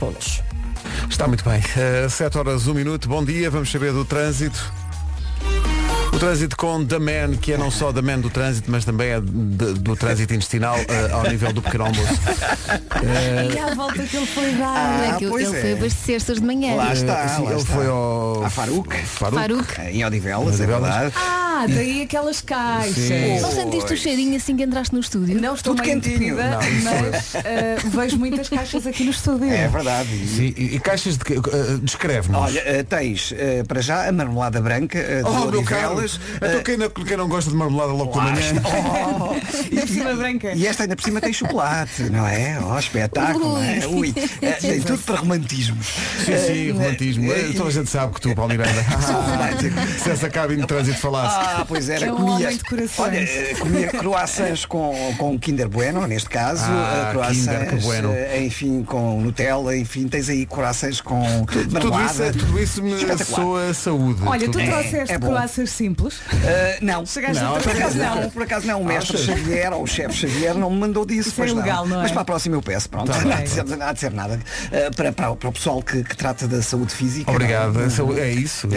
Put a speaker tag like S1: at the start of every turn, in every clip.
S1: pontos.
S2: Está muito bem. 7 horas, 1 minuto. Bom dia, vamos saber do trânsito. O trânsito com The Man, que é não só The Man do trânsito, mas também é de- do trânsito intestinal eh, ao nível do pequeno almoço.
S3: É
S2: Eh,
S4: E à volta que ele foi dar.
S5: Ah,
S4: é que ele
S5: pois
S4: ele
S5: é.
S4: foi abastecer-se hoje de manhã.
S5: Lá
S2: Eh,
S5: está,
S2: sim,
S5: lá
S2: ele
S5: está.
S2: foi ao
S5: À Faruque.
S2: Faruque.
S4: Faruque.
S5: Em Odivelas, é
S2: Odivelas.
S5: verdade.
S4: Ah, daí aquelas caixas. Não sentiste o cheirinho assim que entraste no estúdio?
S3: Não estou
S5: Tudo
S3: meio
S5: quentinho.
S3: entupida,
S2: Não, isso
S3: mas ah, vejo muitas caixas aqui no estúdio.
S5: É verdade. E-
S2: Sim, e, e caixas de que- eh, descreve-nos.
S5: Olha, eh, tens eh, para já a marmelada branca eh, de
S2: oh, meu caro.
S5: Odivelas.
S2: Então
S5: eh,
S2: quem não, quem não gosta de marmelada logo pela manhã.
S3: E por cima branca.
S5: Oh, E esta ainda por cima tem chocolate, não é? Ó, espetáculo, não é? Ui, eh, tem tudo para romantismos.
S2: Sim, sim, romantismo.
S5: eh,
S2: Eh, Toda a gente sabe que tu, Paulo Miranda.
S5: Sou romântico.
S2: Se essa cabine de trânsito falasse.
S5: Ah, pois era,
S3: É um
S5: comia.
S3: homem de corações.
S5: Olha, eh, comia croissants com, com Kinder Bueno, neste caso.
S2: Ah,
S5: eh, croissants,
S2: Kinder, que bueno.
S5: eh, enfim, com Nutella, enfim, tens aí croissants com
S2: Tudo
S5: marmelada.
S2: isso, é- tudo isso me
S5: Espetacular.
S2: soa a saúde.
S3: Olha, tu
S2: Tudo-
S3: trouxeste
S5: é bom.
S3: croaças simples.
S5: Eh, não.
S3: Chegaste
S2: Não,
S3: a
S5: Por
S3: outra
S5: acaso
S3: casa,
S5: não,
S3: não.
S5: por acaso
S4: Ah,
S5: não, o mestre
S2: Achas?
S5: Xavier ou o chefe Xavier não me mandou disso,
S3: Isso é
S5: pois
S3: ilegal, não é?
S5: Mas para a próxima eu peço, pronto,
S2: Tá
S5: não, há
S2: bem.
S5: de dizer, não há de ser nada. Uh, para, para, para o pessoal que, que trata da saúde física.
S2: Obrigado.
S5: não.
S2: Essa- É isso.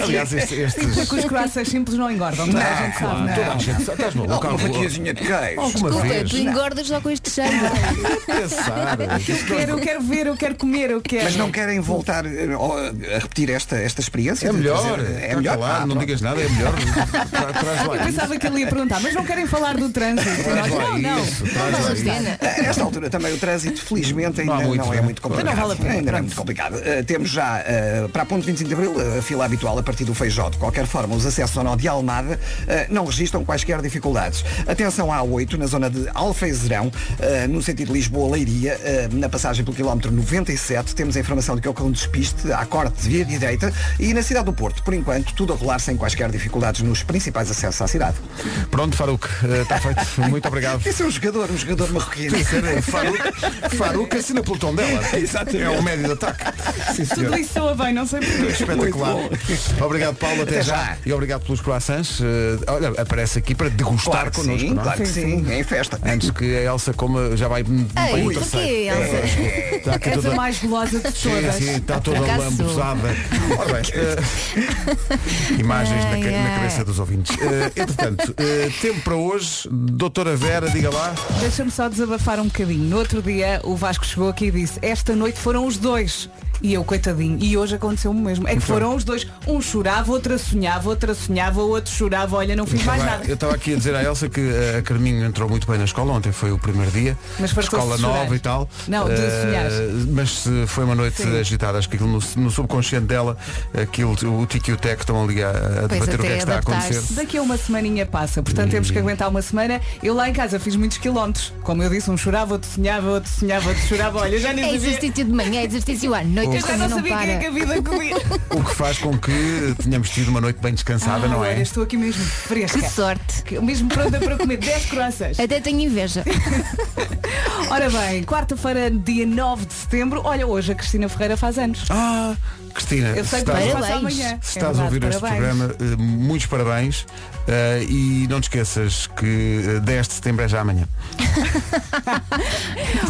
S2: Aliás, este- estes.
S3: Porque os croaças simples não engordam, toda a gente sabe, não é?
S2: Ah, Toda a gente- Estás maluco?
S5: Alguma
S2: Alguma-
S5: fatiazinha de queijo.
S2: Alguma
S4: Desculpa,
S2: vez.
S4: tu engordas só com este cheiro.
S2: Pensar.
S3: Eu quero, eu quero ver, eu quero comer, eu quero.
S5: Mas não querem voltar eh, ó, a repetir esta, esta experiência?
S2: É
S5: de
S2: melhor.
S5: trazer-
S2: É melhor.
S5: Ah,
S2: não
S5: pronto.
S2: digas nada, é melhor. Tra- Traz lá.
S3: Eu pensava que ele ia perguntar, mas não querem falar do trânsito.
S2: Traz
S3: Nós,
S2: lá
S3: não, não.
S2: isso.
S4: Não
S2: Traz lá
S4: vale a
S2: isso.
S4: pena.
S5: A esta altura também o trânsito, felizmente, ainda
S2: Não há
S5: não,
S2: muito, né?
S5: é muito complicado.
S3: Não vale a pena,
S5: Ainda não é
S3: pronto.
S5: muito complicado. Uh, temos já, uh, para a ponte 25 de Abril, eh, a fila habitual a partir do Feijó. De qualquer forma, os acessos ao nó de Almada uh, não registram quaisquer dificuldades. Atenção à A8, na zona de Alfeizerão, uh, no sentido Lisboa-Leiria, uh, na passagem pelo quilómetro 97, temos a informação de que ocorre um despiste à corte de via direita e na cidade do Porto, por enquanto, tudo a rolar sem quaisquer dificuldades nos principais acessos à cidade.
S2: Pronto, Faruque. eh, Está feito. Muito obrigado.
S5: Esse é um jogador, um jogador marroquino.
S2: é Faruque, Faruque assina pelo tom é dela.
S5: Exatamente.
S2: É o médio de ataque. Sim,
S3: Tudo
S2: senhor.
S3: isso soa bem, não sei porquê.
S2: Espetacular. Obrigado, Paulo. Até,
S5: Até
S2: já.
S5: já.
S2: E obrigado pelos croissants. Eh, olha, aparece aqui para degustar
S5: Claro que
S2: connosco.
S5: sim,
S2: não é?
S5: claro que sim, é em festa.
S2: Antes que a Elsa coma, já vai bem
S4: Ei,
S2: o
S3: é
S4: porquê,
S2: terceiro.
S4: Elsa?
S2: Está É, tá aqui
S3: És a
S2: toda-
S3: mais gulosa de
S2: Sim,
S3: todas.
S2: sim, está toda
S4: Por acaso.
S2: lambuzada. Ora bem, eh, imagens na, ca-
S4: Ai,
S2: na
S4: ai.
S2: cabeça dos ouvintes. Eh, entretanto, eh, tempo para hoje, doutora Vera, diga lá.
S3: Deixa-me só desabafar um bocadinho. No outro dia o Vasco chegou aqui e disse, esta noite foram os dois. E eu, coitadinho, e hoje aconteceu o mesmo.
S2: Então.
S3: É que foram os dois. Um chorava, outra sonhava, outra sonhava, outro chorava, olha, não fiz mais
S2: Estava-
S3: nada.
S2: Eu estava aqui a dizer à Elsa que eh, a Carminho entrou muito bem na escola, ontem foi o primeiro dia,
S3: Mas fartou-se
S2: escola
S3: de chorar.
S2: nova e tal.
S3: Não, de
S2: Eh,
S3: sonhar.
S2: Mas eh, foi uma noite
S3: Sim.
S2: agitada, acho que aquilo no, no subconsciente dela, aquilo, o Tiki e o Tec estão ali a, a
S4: Pois,
S2: debater o que é
S4: até
S2: que está a
S4: adaptar-se.
S2: acontecer. Hum.
S3: Daqui a uma semaninha passa, portanto temos que aguentar uma semana. Eu lá em casa fiz muitos quilómetros. Como eu disse, um chorava, outro sonhava, outro sonhava, outro chorava. Olha, já
S4: É
S3: nem sabia.
S4: exercício de manhã, é exercício à noite,
S3: Eu
S4: a
S3: já
S4: coisa
S3: não
S4: não
S3: sabia o que é que a
S4: para.
S3: vida comia.
S2: O que faz com que tenhamos tido uma noite bem descansada, não
S3: Ah, Olha,
S2: é?
S3: estou aqui mesmo fresca.
S4: Que sorte.
S3: Que- Mesmo pronta para comer 10 croissants.
S4: Até tenho inveja.
S3: Ora bem, quarta-feira, dia 9 de setembro. Olha, hoje a Cristina Ferreira faz anos.
S2: Ah, Cristina,
S3: Eu sei que
S2: estás-
S3: vais
S4: Parabéns.
S3: fazer amanhã.
S2: Se
S3: É
S2: estás a
S3: verdade,
S2: ouvir este
S3: parabéns.
S2: programa, eh, muitos parabéns eh, e não te esqueças que eh, 10 de setembro é já amanhã.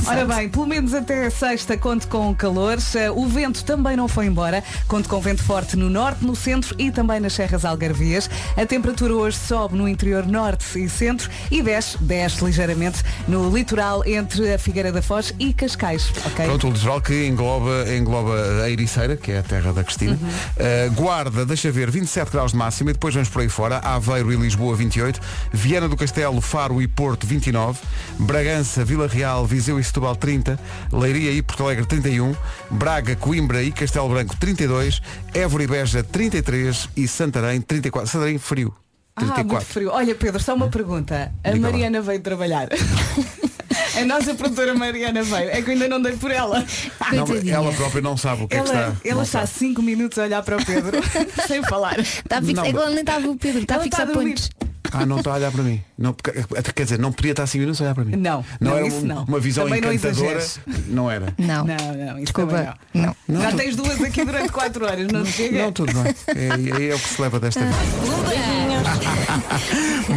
S3: Ora bem, pelo menos até sexta conto com calores. Eh, O vento também não foi embora. Conto com vento forte no norte, no centro e também nas serras algarvias. A temperatura hoje sobe no interior norte e centro e desce, desce ligeiramente no litoral entre a Figueira da Foz e Cascais. Ok?
S2: Pronto, o litoral que engloba, engloba a Ericeira, que é a terra da Cristina.
S3: Uhum.
S2: Eh, guarda, deixa ver, 27 graus de máxima e depois vamos por aí fora. Aveiro e Lisboa, 28. Viana do Castelo, Faro e Porto, 29. Bragança, Vila Real, Viseu e Setúbal, 30. Leiria e Porto Alegre, 31. Braga, Coimbra e Castelo Branco, 32. Évora e Beja, 33. E Santarém, 34. Santarém, frio.
S3: Ah,
S2: 34.
S3: muito frio. Olha, Pedro, só uma pergunta. A
S2: Hum. Diga lá.
S3: Mariana veio trabalhar. a nossa produtora Mariana veio. É que eu ainda não dei por ela.
S2: Não,
S4: Coitadinha.
S2: ela própria não sabe o que é que
S3: Ela,
S2: está.
S3: ela
S2: não
S3: está há
S2: sabe.
S3: 5 minutos a olhar para o Pedro sem falar.
S4: Está fixo...
S2: Não,
S4: é que ela nem estava o Pedro, está
S3: Ela
S4: fixo
S3: está
S4: a
S3: a dormir.
S4: pontos.
S2: Ah, não está a olhar para mim. Não, porque- quer dizer, não podia estar assim minutos a olhar para mim.
S3: Não, não,
S2: era
S3: isso
S2: um-
S3: não.
S2: uma visão
S3: Também não
S2: encantadora.
S3: exageres.
S2: Não era.
S4: Não.
S3: Não, não, isso também
S4: Desculpa. Não.
S3: Já tens duas aqui durante 4 horas, não te chega?
S2: Não, tudo bem. É, é, é o que se leva desta vez.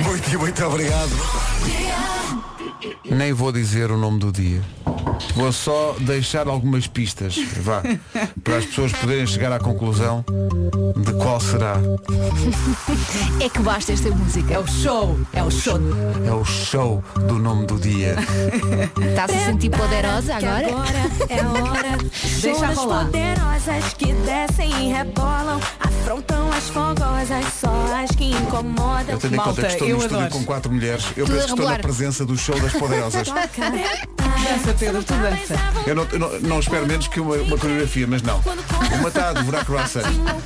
S2: Muito, muito obrigado. Nem vou dizer o nome do dia. Vou só deixar algumas pistas, vá, para as pessoas poderem chegar à conclusão de qual será.
S4: É que basta esta
S3: É
S4: música.
S3: o show, é o show.
S2: É o show do nome do dia.
S4: Está-se a sentir poderosa agora?
S1: é hora.
S3: Deixa
S1: Deixa
S3: rolar.
S1: poderosas que descem e rebolam. Afrontam as fogosas, só as que incomodam.
S2: Eu tendo em
S3: Malta,
S2: conta que estou
S3: eu
S2: no estúdio
S3: adoro.
S2: com quatro mulheres, eu
S4: Tudo a
S2: penso que estou na
S4: rebolar.
S2: presença do show das poderosas.
S4: é
S3: Dança, Pedro, tu dança.
S2: Eu não, eu não- não espero menos que uma, uma coreografia, mas não. Uma está a devorar croissant,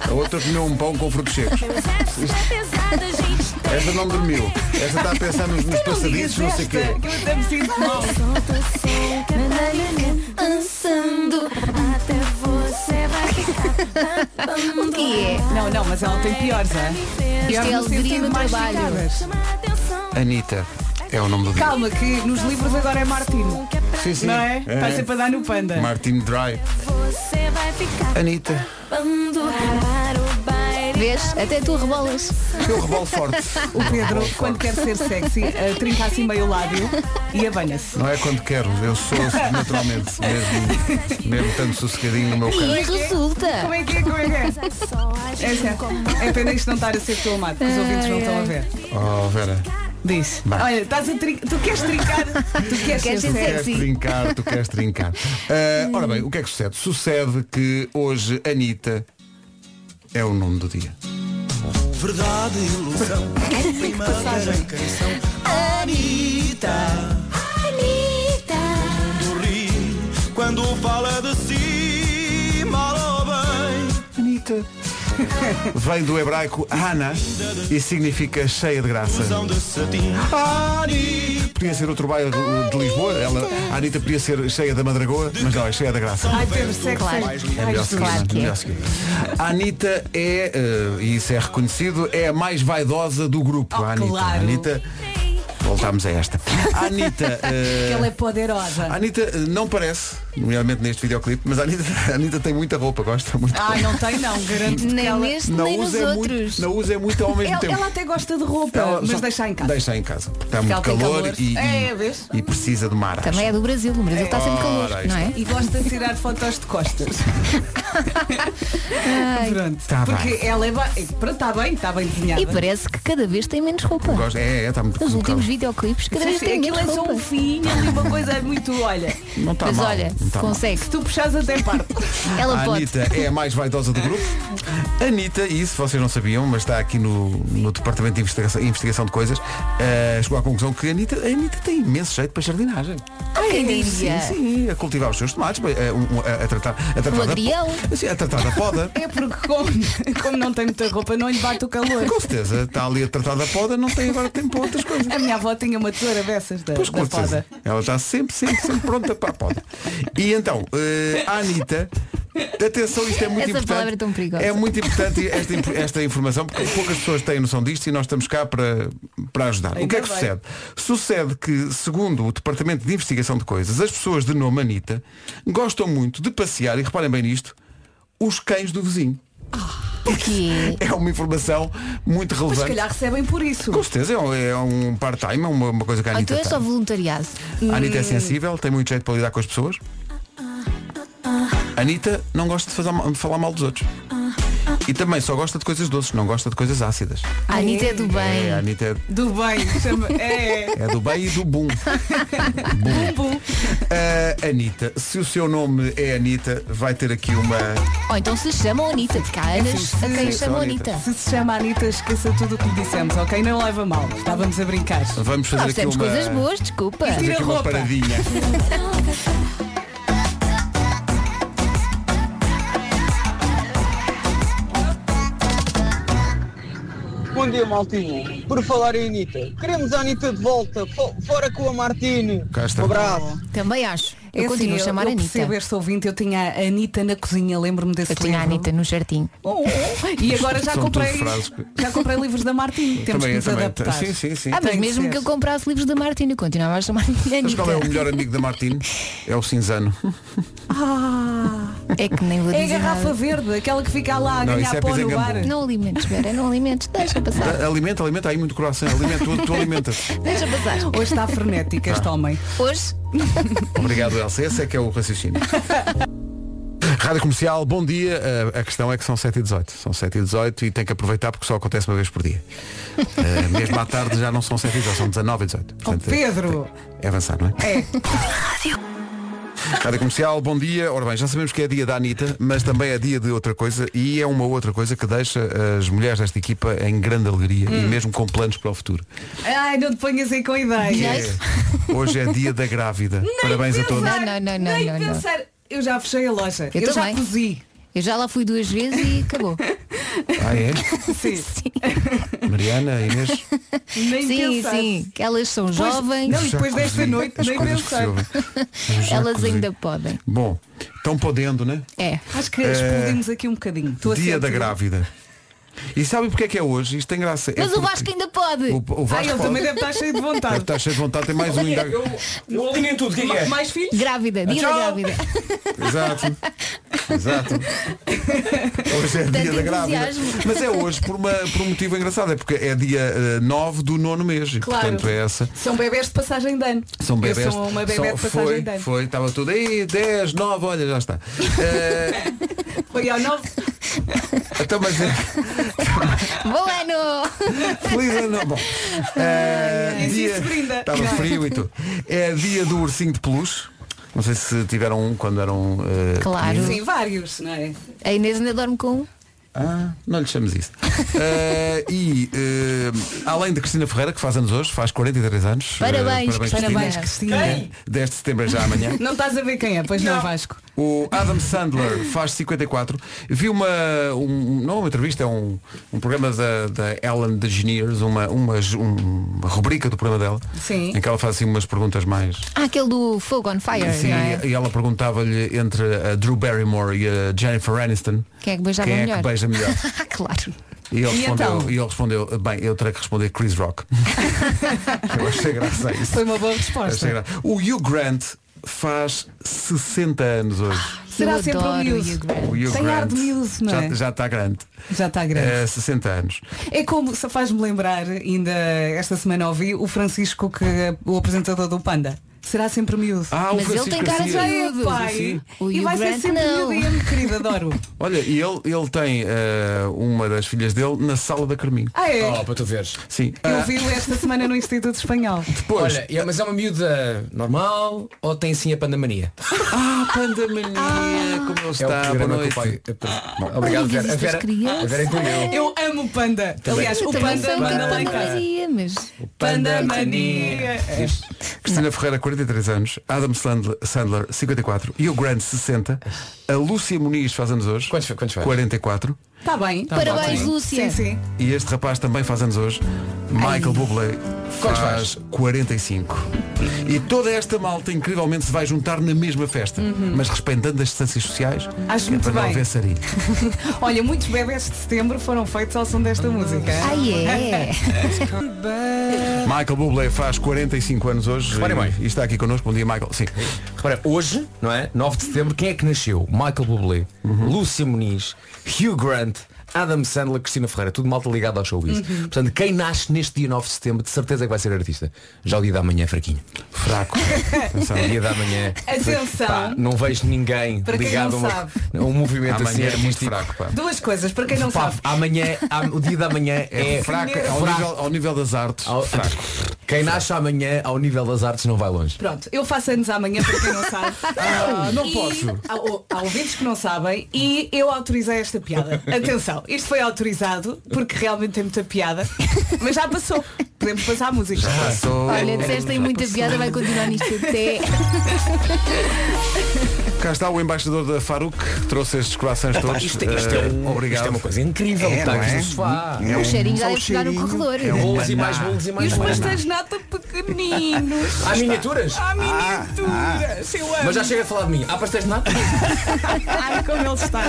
S2: a outra comeu um pão com frutos secos. Esta não dormiu. Esta está a pensar nos,
S3: Não
S2: nos
S3: digas
S2: passadiços, não sei o
S3: esta,
S2: quê.
S3: que eu até me sinto mal. é
S1: Dançando até você vai ficar
S4: O que é?
S3: Não, não, mas ela tem piores, é?
S4: Isto é
S3: no
S4: alegria
S3: sentido
S4: no
S3: mais
S4: trabalho.
S3: ficadas.
S2: Anitta é o nome do dia.
S3: Calma, que nos livros agora é Martino.
S2: Sim, sim.
S3: Não é? Está sempre a dar no panda.
S2: Martin Dry.
S1: Você vai ficar
S2: Anitta.
S1: bando para o baile.
S4: Vês? Até tu rebolas.
S2: Eu rebolo forte.
S3: O Pedro, quando quer ser sexy, eh, trinca assim meio o lábio e abanha-se.
S2: Não é quando quero, eu sou naturalmente. Mesmo, mesmo tanto sossegadinho no meu canto.
S4: E resulta.
S3: Como é que é, como é que é?
S1: Só as
S3: É certo. É pena isto não estar a ser filmado, porque os ouvintes não estão a ver.
S2: Oh, Vera,
S3: Diz.
S2: Vai.
S3: Olha, estás a trin... tu queres trincar? Tu queres ser
S4: Queres ser
S3: sexy?
S2: queres
S4: Sim.
S2: trincar, tu queres trincar. Ah, ora bem, o que é que sucede? Sucede que hoje Anitta é o nome do dia.
S6: Verdade e ilusão. Primeira canção. Anitta. Anitta. Quando ri, quando fala de si, mal ou bem.
S2: Anitta. Vem do hebraico Hana e significa cheia de graça.
S6: São de cetim. Anitta.
S2: Podia ser outro bairro de Lisboa, ela, a Anitta podia ser cheia da Madragoa, mas não, é cheia da graça.
S3: Ai, Pedro, sexy.
S4: Claro.
S2: É melhor seguir,
S4: claro que é.
S2: melhor seguir. A Anitta é, eh, e isso é reconhecido, é a mais vaidosa do grupo.
S3: Oh,
S2: a Anitta.
S3: claro.
S2: A Anitta- voltámos a esta. A Anitta. eh,
S3: Ela é poderosa.
S2: a Anitta eh, não parece, nomeadamente neste videoclipe, mas a Anitta, a Anitta tem muita roupa, gosta muito.
S3: Ai, Ah, não tem não, garanto que
S4: Nem
S3: ela...
S4: neste,
S2: não
S4: nem nos
S2: usa é
S4: outros.
S2: muito, não usa é muito ao mesmo
S3: Ela,
S2: tempo.
S3: ela até gosta de roupa,
S2: Ela
S3: mas
S2: só-
S3: deixa em casa.
S2: Deixa em casa. porque Está
S4: ela
S2: muito
S4: tem
S2: calor,
S4: calor.
S2: E, e-
S3: É, vês?
S2: e precisa de mar.
S4: Também é do Brasil. O Brasil está sempre calor,
S2: Ora,
S4: não é?
S3: E gosta de tirar fotos de costas. Pronto.
S2: Tá bem.
S3: porque ela é. Ba... Pronto, está bem, está bem desenhada.
S4: E parece que cada vez tem menos roupa.
S2: Gosta- É, é, está muito
S4: Nos
S2: muito
S4: últimos
S2: calor.
S4: videoclipes, cada
S3: Sim,
S4: vez
S3: sim,
S4: tem
S3: aquilo
S4: menos
S3: é só um
S4: roupa.
S3: fim ali uma coisa é muito, olha,
S2: Não está
S4: Mas
S2: mal.
S4: olha,
S2: não está mal.
S4: consegue.
S3: se tu puxares até parte.
S4: Ela
S2: A
S4: pode.
S2: Anitta é a mais vaidosa do grupo. Anitta, e isso vocês não sabiam, mas está aqui no, no Departamento de Investigação, Investigação de Coisas, eh, chegou à conclusão que a Anitta, a Anitta tem imenso jeito para jardinagem.
S4: Ah, quem diria?
S2: Sim, sim, a cultivar os seus tomates, bem, eh, um- a, a tratar, a tratar
S4: Um
S2: da po-
S4: agrião.
S2: Sim, a tratar da poda.
S3: É porque como, como não tem muita roupa, não lhe bate o calor.
S2: Com certeza, está ali a tratar da poda, não tem agora tempo para outras coisas.
S3: A minha avó tinha uma tesoura dessas da,
S2: Pois
S3: da
S2: com certeza.
S3: poda.
S2: Ela está sempre, sempre, sempre pronta para a poda. E então, eh, a Anitta. Atenção, isto é muito
S4: Essa
S2: importante.
S4: palavra é tão perigosa.
S2: É muito importante esta, imp- esta informação, porque poucas pessoas têm noção disto e nós estamos cá para, para ajudar. o
S3: Ainda
S2: que é que
S3: bem.
S2: sucede? Sucede que, segundo o Departamento de Investigação de Coisas, as pessoas de nome Anitta gostam muito de passear, e reparem bem nisto, os cães do vizinho.
S4: Porquê?
S2: É uma informação muito
S3: Ah, Mas se
S2: relevante.
S3: calhar recebem por isso.
S2: Com certeza, é um- é um part-time, é uma, uma coisa que a
S3: Ah,
S4: Ou
S2: Anitta
S4: então é só
S2: tem.
S4: voluntariado. Hum,
S2: A Anitta é sensível, tem muito jeito para lidar com as pessoas. A Anitta não gosta de, fazer- de falar mal dos outros. E também só gosta de coisas doces, não gosta de coisas ácidas.
S4: A Anitta é do
S2: É, a
S4: bem.
S2: Anitta é-
S3: Do bem, chama. É.
S2: é do bem e do bum.
S3: Bum, bum.
S2: A Ah, Anitta, se o seu nome é Anitta, vai ter aqui uma.
S4: Ou então se chamam Anitta, porque há
S2: É
S4: anos a quem
S2: sim,
S4: chamam
S2: só Anitta.
S4: Anitta.
S3: Se se chama Anitta, esqueça tudo o que lhe dissemos, ok? Não leva mal. Estávamos a brincar.
S2: Vamos fazer
S4: Nós
S2: aqui
S4: temos
S2: uma.
S4: coisas boas, desculpa.
S3: Isto
S2: fazer
S3: Tira
S2: aqui
S3: a
S2: uma
S3: roupa.
S2: paradinha.
S7: Bom dia, Maltinho. Por falar em Anitta, queremos a Anitta de volta. Fo- Fora com a Martini.
S2: Cá está.
S7: Um abraço.
S4: Também acho. Eu
S3: É assim,
S4: continuo a chamar
S3: eu
S4: Anitta.
S3: percebo este ouvinte, eu tinha a Anitta na cozinha, lembro-me desse
S4: Eu tinha a
S3: livro.
S4: Anitta no jardim.
S3: Oh, oh. E agora já
S2: São tudo
S3: comprei,
S2: frases que-
S3: já comprei livros da Martim. Temos que
S2: também,
S3: nos adaptar.
S2: também. Sim, sim, sim.
S4: Ah, mas
S3: Tem que
S4: mesmo
S3: ser.
S4: que eu comprasse livros da Martina, eu continuava a chamar
S2: Mas qual é o
S4: Anitta.
S2: melhor amigo da Martine? É o Cinzano.
S4: É que nem vou
S3: É
S4: dizer
S3: a garrafa
S4: nada.
S3: verde, aquela que fica lá a
S2: Não, isso
S3: ganhar
S2: é
S3: pó no
S2: pisangambou.
S3: bar.
S4: Não alimentes, Vera, não alimentes. Deixa passar.
S2: A- Alimenta, alimenta, aí muito coração, alimenta, tu, tu alimentas.
S4: Deixa passar.
S3: Hoje está frenético este
S2: Tá.
S3: homem.
S4: Hoje,
S2: Obrigado, Elsa. Esse é que é o raciocínio. Rádio Comercial, bom dia. Uh, A questão é que são 7 e 18 São 7 e 18 e tem que aproveitar porque só acontece uma vez por dia. Uh, mesmo à tarde já não são 7 e 18 são 19 e 18 Portanto, é-
S3: Pedro!
S2: É avançar, não é?
S3: É.
S2: Rádio Comercial, bom dia. Ora bem, já sabemos que é dia da Anitta, mas também é dia de outra coisa e é uma outra coisa que deixa as mulheres desta equipa em grande alegria
S3: Hum.
S2: e mesmo com planos para o futuro.
S3: Ai, não te ponhas aí com
S2: Que
S3: ideias.
S2: é- hoje é dia da grávida. Parabéns a todos.
S3: Pensar,
S4: Não, não, não, não,
S3: Nem
S4: não, não.
S3: pensar. Eu já fechei a loja.
S4: Eu
S3: já
S4: também.
S3: cozi.
S4: eu já lá fui duas vezes e acabou.
S2: Ah, é?
S3: Sim.
S2: Mariana, Inês.
S3: Nem
S4: Sim,
S3: pensar.
S4: sim. Que elas são
S3: Pois-
S4: jovens,
S3: Não, e depois
S2: Já
S3: desta
S2: cozi
S3: noite
S2: as
S3: nem
S2: coisas que se
S3: pensar.
S2: ouvem. Eu já
S4: elas
S2: cozi.
S4: ainda podem.
S2: Bom, estão podendo, né?
S4: É.
S3: Acho que explodimos aqui um bocadinho. Estou a
S2: É, Dia da
S3: sentir-
S2: grávida. E sabem porque é que é hoje? Isto tem graça. É
S4: Mas o
S2: porque
S4: Vasco ainda pode.
S2: O, o
S3: Ah,
S2: Vasco
S3: ele
S2: pode.
S3: também deve estar cheio de
S2: Deve
S3: vontade.
S2: estar cheio de vontade, tem mais um ainda.
S8: Eu alinho em tudo, o que é que é?
S3: Mais filhos?
S4: Grávida, dia da grávida.
S2: Exato. Exato. Hoje é dia da grávida.
S4: entusiasmo.
S2: Mas é hoje por, uma, por um motivo engraçado. É porque é dia eh, 9 do nono mês. E,
S3: Claro.
S2: Portanto, é essa.
S3: São bebés de passagem de ano.
S2: São bebés.
S3: Eu sou uma bebé
S2: São-
S3: de passagem
S2: foi,
S3: de ano. Foi,
S2: foi, estava tudo aí, 10, 9, olha, já está. Eh,
S3: ao nove.
S2: então, mas
S4: Bom ano!
S2: Feliz ano novo. Bom, é,
S3: ai. Isso brinda.
S2: Estava
S3: Não.
S2: frio e tudo. É dia do ursinho de peluche. Não sei se tiveram um quando eram. eh,
S4: Claro.
S2: pequeninos.
S3: Sim, vários, não é?
S4: A Inês ainda dorme com um.
S2: Ah, não lhe chamamos isso. Eh, e eh, além de Cristina Ferreira, que faz anos hoje, faz 43 anos.
S4: Parabéns,
S2: Eh,
S3: Parabéns,
S2: Cristina.
S3: Cristina.
S2: 10 de setembro é já amanhã.
S3: Não estás a ver quem é, pois não, Vasco.
S2: O Adam Sandler faz 54. Vi uma. um- não é uma entrevista, é um, um programa da, da Ellen DeGeneres, uma, uma, ju- um- uma rubrica do programa dela.
S3: Sim.
S2: Em que ela faz assim umas perguntas mais.
S4: Ah, aquele do Fogo on Fire,
S2: Sim,
S4: não é?
S2: E ela perguntava-lhe entre a Drew Barrymore e a Jennifer Aniston.
S4: Quem é que beijava
S2: Quem é
S4: melhor?
S2: que beija melhor?
S4: Ah, claro.
S2: E ele,
S3: E
S2: respondeu,
S3: então?
S2: e ele respondeu, bem, eu terei que responder Chris Rock. eu achei graça a isso.
S3: Foi uma boa
S2: Achei
S3: resposta.
S2: graça. O Hugh Grant faz 60 anos hoje.
S3: Será
S4: Eu
S3: sempre um
S4: adoro o
S3: miúdo.
S4: Hugh Grant.
S2: O Hugh
S3: Tem ar de miúdo, não
S2: já-
S3: é?
S2: Já está grande.
S3: Já está grande.
S2: Eh, 60 anos.
S3: É como, só faz-me lembrar, ainda esta semana ouvi, o Francisco, que é o apresentador do Panda. Será sempre miúdo.
S2: Ah,
S4: Mas ele tem cara de
S3: Já
S2: Garcia.
S3: é
S4: miúdo.
S3: pai.
S4: O
S3: E
S4: Hugh
S3: vai ser
S4: Grant,
S3: sempre
S4: não.
S3: miúdo e é muito querido, adoro.
S2: Olha, e ele, ele tem eh, uma das filhas dele na sala da Carminho.
S3: Ah, é?
S8: Oh, para tu veres.
S2: Sim.
S3: Eu
S2: Ah,
S3: vi-o esta semana no Instituto Espanhol.
S2: Pois.
S8: Olha, é- mas é uma miúda normal ou tem sim a pandemania?
S2: Ah, pandemania, Ah, como
S8: é
S2: ele
S8: o
S2: está. Boa
S8: programa que
S2: noite. Ah,
S8: o pai. Bom, Obrigado,
S4: Ai,
S8: Vera.
S4: existem
S8: A Vera,
S4: as crianças.
S8: a Vera é incluiu.
S3: Eu amo o Panda. Aliás,
S4: Eu
S3: o
S4: também
S3: Panda
S4: sei o que
S3: manda lá
S4: é
S3: em casa.
S4: pandemia, mas.
S3: Panda mania.
S8: É,
S2: Cristina Ferreira, 43 anos, Adam Sandler, Sandler 54 e o Grant 60. A Lúcia Muniz faz anos hoje.
S8: Quantos fa- quantos faz?
S2: 44.
S3: Está bem.
S4: Parabéns,
S8: bom.
S4: Lúcia.
S3: Sim, sim.
S2: E este rapaz também faz anos hoje. Michael Bublé
S8: Quantos
S2: faz 45. E toda esta malta incrivelmente se vai juntar na mesma festa,
S8: Uhum.
S2: mas respeitando as distâncias sociais,
S3: Acho
S2: que é
S3: muito
S2: para não
S3: bem.
S2: haver sarilho.
S3: Olha, muitos bebés de setembro foram feitos ao som desta música.
S4: Ai é.
S2: Michael Bublé faz 45 anos hoje
S8: Reparem bem.
S2: e, e está aqui connosco. Bom dia, Michael. Sim.
S8: Repara, hoje, não é? 9 de setembro, quem é que nasceu? Michael Bublé,
S2: Uhum.
S8: Lúcia Muniz, Hugh Grant, Adam Sandler, Cristina Ferreira, tudo malta ligado ao showbiz.
S2: Uhum.
S8: Portanto, quem nasce neste dia 9 de setembro, de certeza que vai ser artista. Já o dia da manhã é fraquinho.
S2: Fraco. Atenção.
S8: O dia da manhã.
S2: é
S3: Atenção.
S8: Pá, não vejo ninguém
S3: Para quem
S8: ligado
S3: não
S8: a, uma-
S3: sabe.
S8: a um movimento assim
S2: Amanhã é muito
S8: artístico.
S2: fraco. Pá.
S3: Duas coisas, para quem não
S8: Pá,
S3: sabe.
S8: amanhã, am- o dia da manhã é,
S2: fraco,
S3: Primeiro-
S2: ao,
S8: Fraco.
S2: Nível, ao nível das artes.
S8: Ao- Quem nasce amanhã ao nível das artes não vai longe.
S3: Pronto, eu faço anos amanhã para quem não sabe. Ah,
S2: não
S3: e
S2: posso.
S3: Há, há ouvintes que não sabem e eu autorizei esta piada. Atenção, isto foi autorizado porque realmente tem muita piada, mas já passou. Podemos passar a música.
S2: Passou.
S4: Olha, disseste aí muita piada, vai continuar nisto até.
S2: Cá está o embaixador da Faruk, que trouxe estes croissants todos.
S8: Isto, isto é,
S2: Eh,
S8: um-
S2: obrigado.
S8: isto é uma coisa incrível.
S5: É,
S8: Está
S5: não
S8: aqui
S5: é?
S8: no sofá.
S2: um-
S4: O cheirinho já
S5: Só o
S4: deve chegar no
S5: cheirinho.
S4: corredor.
S2: É
S8: Bolos e mais bolos e
S3: E
S8: mais
S3: os
S8: bolos.
S3: pastéis de nata pequeninos.
S8: Há miniaturas? Ah,
S3: Há miniaturas. Eu amo.
S8: Mas já chega a falar de mim. Há pastéis de nada?
S3: Ai, como como ele está.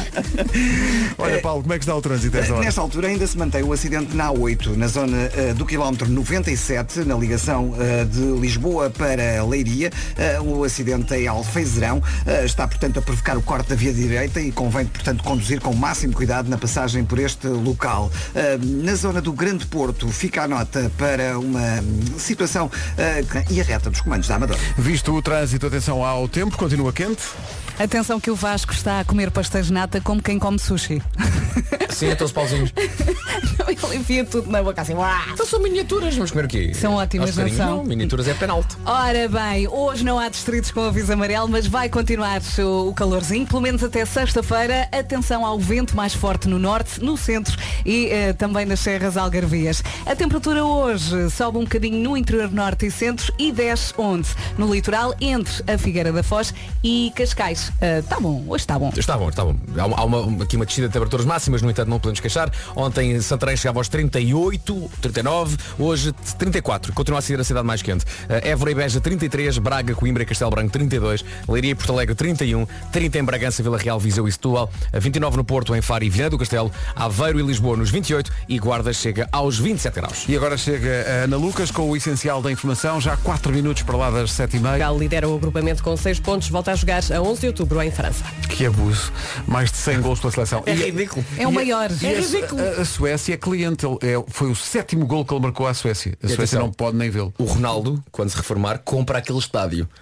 S2: Olha, Paulo, como é que está o trânsito a esta hora?
S5: Nesta altura ainda se mantém o acidente na A8, na zona eh, do quilómetro 97, na ligação eh, de Lisboa para Leiria. Eh, o acidente em Alfeizerão eh, está, portanto, a provocar o corte da via direita e convém, portanto, conduzir com o máximo cuidado na passagem por este local. Eh, na zona do Grande Porto fica a nota para uma hum, situação eh, e a reta dos comandos da Amadora.
S2: Visto o trânsito, atenção ao tempo, continua quente.
S3: Atenção que o Vasco está a comer pastéis de nata como quem come sushi.
S8: Sim,
S2: é
S8: então os pauzinhos.
S3: ele enfia tudo na boca assim. "Uá!"
S8: Então são miniaturas, vamos comer aqui.
S3: São ótimas, não são?
S8: Não, miniaturas é penalti.
S3: Ora bem, hoje não há distritos com aviso amarelo, mas vai continuar o o calorzinho, pelo menos até sexta-feira. Atenção ao vento mais forte no norte, no centro e eh, também nas serras algarvias. A temperatura hoje sobe um bocadinho no interior norte e centro e desce onde? No litoral, entre a Figueira da Foz e Cascais. Está bom, hoje está bom.
S8: Está bom, está bom. Há, uma- há uma- aqui uma descida de temperaturas máximas, no entanto não podemos queixar. Ontem Santarém chegava aos 38, 39, hoje 34. Continua a ser a cidade mais quente. Eh, Évora e Beja 33, Braga, Coimbra e Castelo Branco 32, Leiria e Porto Alegre 31, 30 em Bragança, Vila Real, Viseu e Setúbal, eh, 29 no Porto, em Faro e Viana do Castelo, Aveiro e Lisboa nos 28 e Guarda chega aos 27 graus.
S2: E agora chega a Ana Lucas com o essencial da informação, já 4 minutos para lá das 7h30.
S9: Portugal lidera o agrupamento com 6 pontos, volta a jogar a 11 de outubro em França.
S2: Que abuso. Mais de 100 gols pela seleção. E-
S8: ridículo.
S3: É o maior.
S2: e a- A, a Suécia é cliente, Ele- é- foi o sétimo gol que ele marcou à Suécia. A Suécia
S8: atenção.
S2: não pode nem vê-lo.
S8: O Ronaldo, quando se reformar, compra aquele estádio.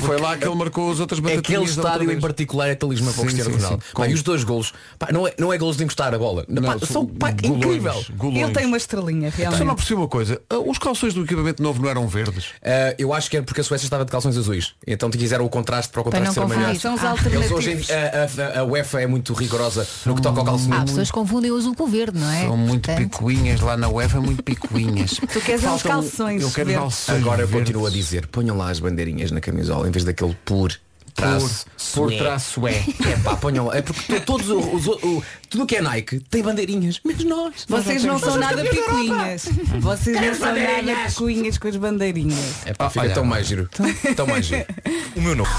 S2: Foi lá que ele marcou as outras batatinhas
S8: Aquele
S2: da outra
S8: estádio em
S2: vez.
S8: particular é talismã para o
S2: Sim,
S8: Cristiano
S2: sim,
S8: Ronaldo.
S2: sim.
S8: Pá, e os dois golos, pá, não, é, não é golos de encostar a bola.
S2: Não,
S8: Pá, são pá,
S2: golões,
S8: incrível.
S2: golões.
S3: Ele tem uma estrelinha,
S2: Só não
S3: realmente.
S2: percebi uma coisa. ah, Os calções do equipamento novo não eram verdes?
S8: Ah, eu acho que era porque a Suécia estava de calções azuis. Então te quiseram o contraste para o
S4: Para
S8: contraste
S4: não
S8: ser maior.
S4: confundir.
S3: São os
S8: Eles hoje em
S3: alternativos.
S8: dia- a, a- a UEFA é muito rigorosa no que toca ao calço.
S4: Há pessoas que confundem o azul com o verde, não é?
S2: São muito
S4: Portanto,
S2: picuinhas lá na
S8: é
S2: UEFA, muito picuinhas.
S3: Tu queres é uns
S2: Faltam-
S3: calções
S2: Eu quero
S3: verdes.
S2: calções
S8: Agora eu
S2: verdes.
S8: continuo a dizer, ponham lá as bandeirinhas na camisola em vez daquele por traço.
S2: por
S8: sué.
S2: traço é.
S8: É pá, ponham lá. É porque to- todos os, os- o- tudo o que é Nike tem bandeirinhas, menos nós.
S3: Vocês não são nada picuinhas. Vocês não são nada picuinhas com as bandeirinhas.
S8: É pá, fica tão mais giro. Tão mais giro. O meu novo.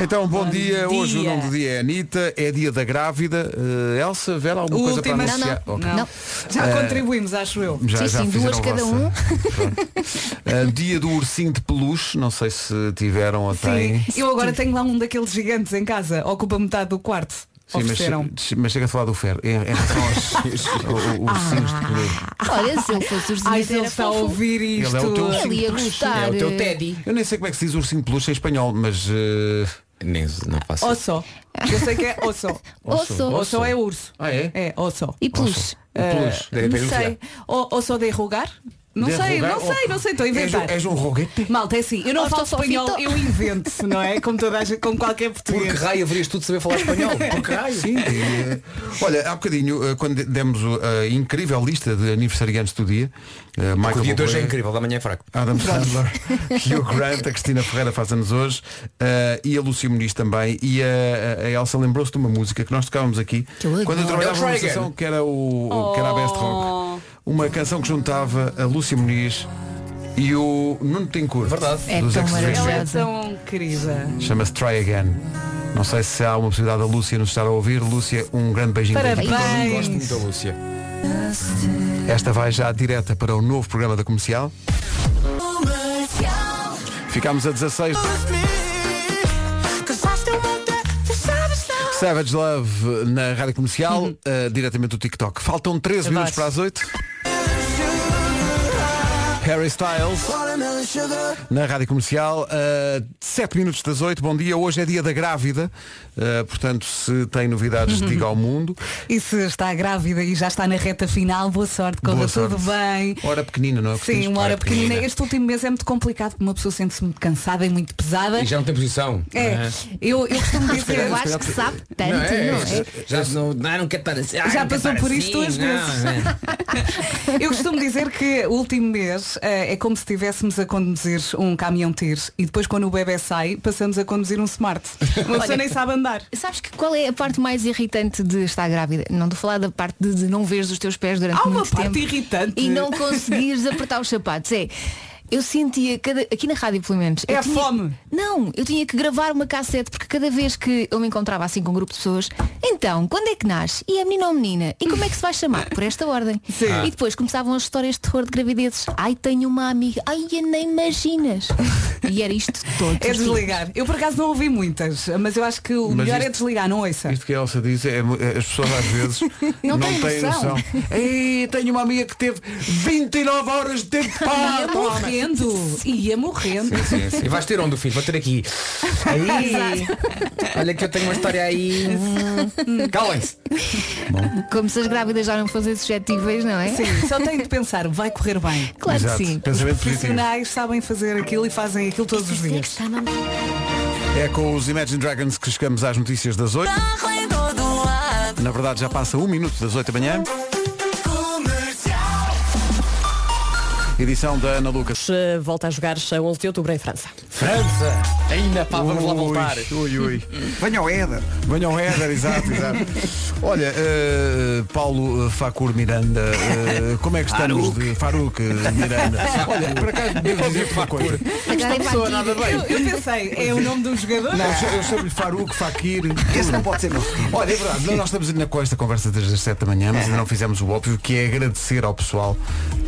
S2: Então, bom, dia.
S3: dia.
S2: Hoje o nome do dia é Anitta, é dia da grávida. Eh, Elsa, Vera, alguma coisa para
S3: Última-
S4: Não,
S2: anunciar?
S4: não,
S2: Ok. Eh,
S4: não.
S3: Já contribuímos, acho eu.
S2: Já,
S4: Sim,
S2: já
S4: sim,
S2: fizeram
S4: duas cada
S2: a vossa.
S4: um.
S2: Pronto. Eh, dia do ursinho de peluche, não sei se tiveram ou têm.
S3: Sim, eu agora tenho lá um daqueles gigantes em casa, ocupa metade do quarto.
S2: Sim, mas,
S3: Ofereceram.
S2: che- mas chega a falar do Fer. Em em relação aos aos ursinhos de peluche.
S3: Ah,
S4: Olha, se ele fosse ursinho,
S3: Ai,
S4: até
S3: se ele
S4: era
S3: está a
S4: fofo.
S3: ouvir
S2: é
S3: isto.
S2: o teu
S4: Ele ia
S2: é
S4: gostar. eh,
S2: Eu nem sei como é que se diz ursinho de peluche em espanhol, mas. eh,
S8: Nem, não faço.
S3: Osso. Eu sei que é osso.
S4: Osso.
S3: Osso é urso.
S2: Ah, é?
S3: É, osso. Eh,
S4: E peluche.
S2: peluche.
S8: Deve
S3: Não
S8: ter
S3: sei. O- Osso de rugar? Não
S2: De
S3: sei,
S2: rogar
S3: não sei,
S2: ou-
S3: não sei, estou a inventar.
S2: És, és um roguete?
S3: Malta, é assim, eu não falo
S4: Ortofofito.
S3: espanhol, eu invento, não é? Como toda a gente, como qualquer
S8: Por que
S3: português. É
S8: raio haverias tu de saber falar espanhol? Por que raio?
S2: Sim. eh, Olha, há bocadinho, eh, quando de- demos o- a incrível lista de aniversariantes do dia, eh, Michael
S8: O dia de hoje é
S2: Bublé,
S8: incrível, da manhã é fraco.
S2: Adam Sandler, Hugh Grant, a Cristina Ferreira faz anos hoje eh, e a Lúcia Muniz também e a, a Elsa lembrou-se de uma música que É nós tocávamos aqui
S4: Que eu adoro.
S2: quando eu trabalhava
S8: Eles
S2: numa
S8: Reagan.
S2: estação que era o que era a Best Rock
S4: Oh.
S2: uma canção que juntava a Lúcia Muniz e o Nuno Tencourt
S8: Verdade.
S4: É
S2: dos
S4: tão
S2: X-Men.
S3: Ela
S4: maravilhosa.
S3: é tão querida.
S2: Chama-se Try Again. Não sei se há uma possibilidade da Lúcia nos estar a ouvir. Lúcia, um grande beijinho.
S3: Parabéns.
S8: Gosto muito da Lúcia.
S2: Esta vai já direta para o novo programa da comercial. Ficámos a 16. Savage Love na rádio comercial, eh, diretamente do TikTok. Faltam 13 minutos para as 8. Harry Styles na rádio comercial, a 7 minutos das 8. Bom dia, hoje é dia da grávida, eh, portanto, se tem novidades, diga ao mundo.
S3: E se está grávida e já está na reta final, boa sorte, corra
S2: Boa
S3: tudo
S2: sorte.
S3: bem.
S2: Hora pequenina, não é?
S3: Sim, uma hora pequenina. Este último mês é muito complicado porque uma pessoa sente-se muito cansada e muito pesada.
S8: E já não tem posição.
S3: É, eu, eu costumo dizer,
S4: Eu acho que sabe tanto,
S8: Não,
S4: não
S8: é,
S4: é?
S8: Já não, não, não quero estar assim. Ah,
S3: Já
S8: não quero
S3: passou
S8: estar
S3: por
S8: assim,
S3: isto duas
S8: não,
S3: vezes.
S8: não. é?
S3: eu costumo dizer que o último mês eh, é como se estivéssemos a conduzir um caminhão tir e depois quando o bebê sai passamos a conduzir um smart. Uma pessoa
S4: Olha.
S3: nem sabe andar.
S4: Sabes que qual é a parte mais irritante de estar grávida? Não estou a falar da parte de, de não veres os teus pés durante
S3: Há uma
S4: muito
S3: parte
S4: tempo
S3: irritante.
S4: e não conseguires apertar os sapatos. É. eu sentia, cada, aqui na rádio pelo menos. eu
S3: É fome.
S4: Não, eu tinha que gravar uma cassete porque cada vez que eu me encontrava assim com um grupo de pessoas, então, quando é que nasce? E é menino ou menina? E como é que se vai chamar? Por esta ordem. E depois começavam as histórias de terror de gravidezes. Ai, tenho uma amiga. Ai, eu nem imaginas. E era isto todo.
S3: É desligar. Eu por acaso não ouvi muitas, mas eu acho que o
S2: Mas
S3: melhor é
S2: isto-
S3: desligar, não ouça.
S2: Isto que a Elsa diz, é, mu- é- as pessoas às vezes não,
S4: têm noção.
S2: Ei, tenho uma amiga que teve 29 horas de tempo de
S3: Ia
S2: parto. homem.
S3: morrendo. Ia morrendo.
S8: Sim, sim. E vais ter onde o filho? Vou ter aqui. Aí, olha que eu tenho uma história aí. Hum. Calem-se.
S4: Como se as grávidas já não fossem suscetíveis, não é?
S3: Sim, só tem de pensar, vai correr bem.
S4: Claro
S2: Exato.
S4: que sim.
S2: Pensamento positivo.
S3: Profissionais sabem fazer aquilo e fazem aquilo todos os dias.
S2: É com os Imagine Dragons que chegamos às notícias das 8. Na verdade já passa um minuto das 8 da manhã. Edição da Ana Lucas.
S9: Eh, Volta a jogar a 11 de outubro em França.
S8: França! Ainda pá, vamos lá
S2: Ui,
S8: voltar.
S2: Ui, ui.
S5: Venha ao Éder.
S2: Venham Éder, exato, exato. Olha, eh, Paulo eh, Facur Miranda, eh, como é que estamos de Faruc eh, Miranda? Olha, por acaso, devo dizer uma coisa.
S4: Agora vai aqui.
S3: Eu, eu pensei, é o nome de um jogador?
S2: Não, eu chamo- eu chamo-lhe Faruc, Fakir.
S5: Esse
S2: tudo.
S5: não pode ser meu.
S2: Olha, é verdade, nós estamos ainda com esta conversa desde as 7 da manhã, mas ainda não fizemos o óbvio, que é agradecer ao pessoal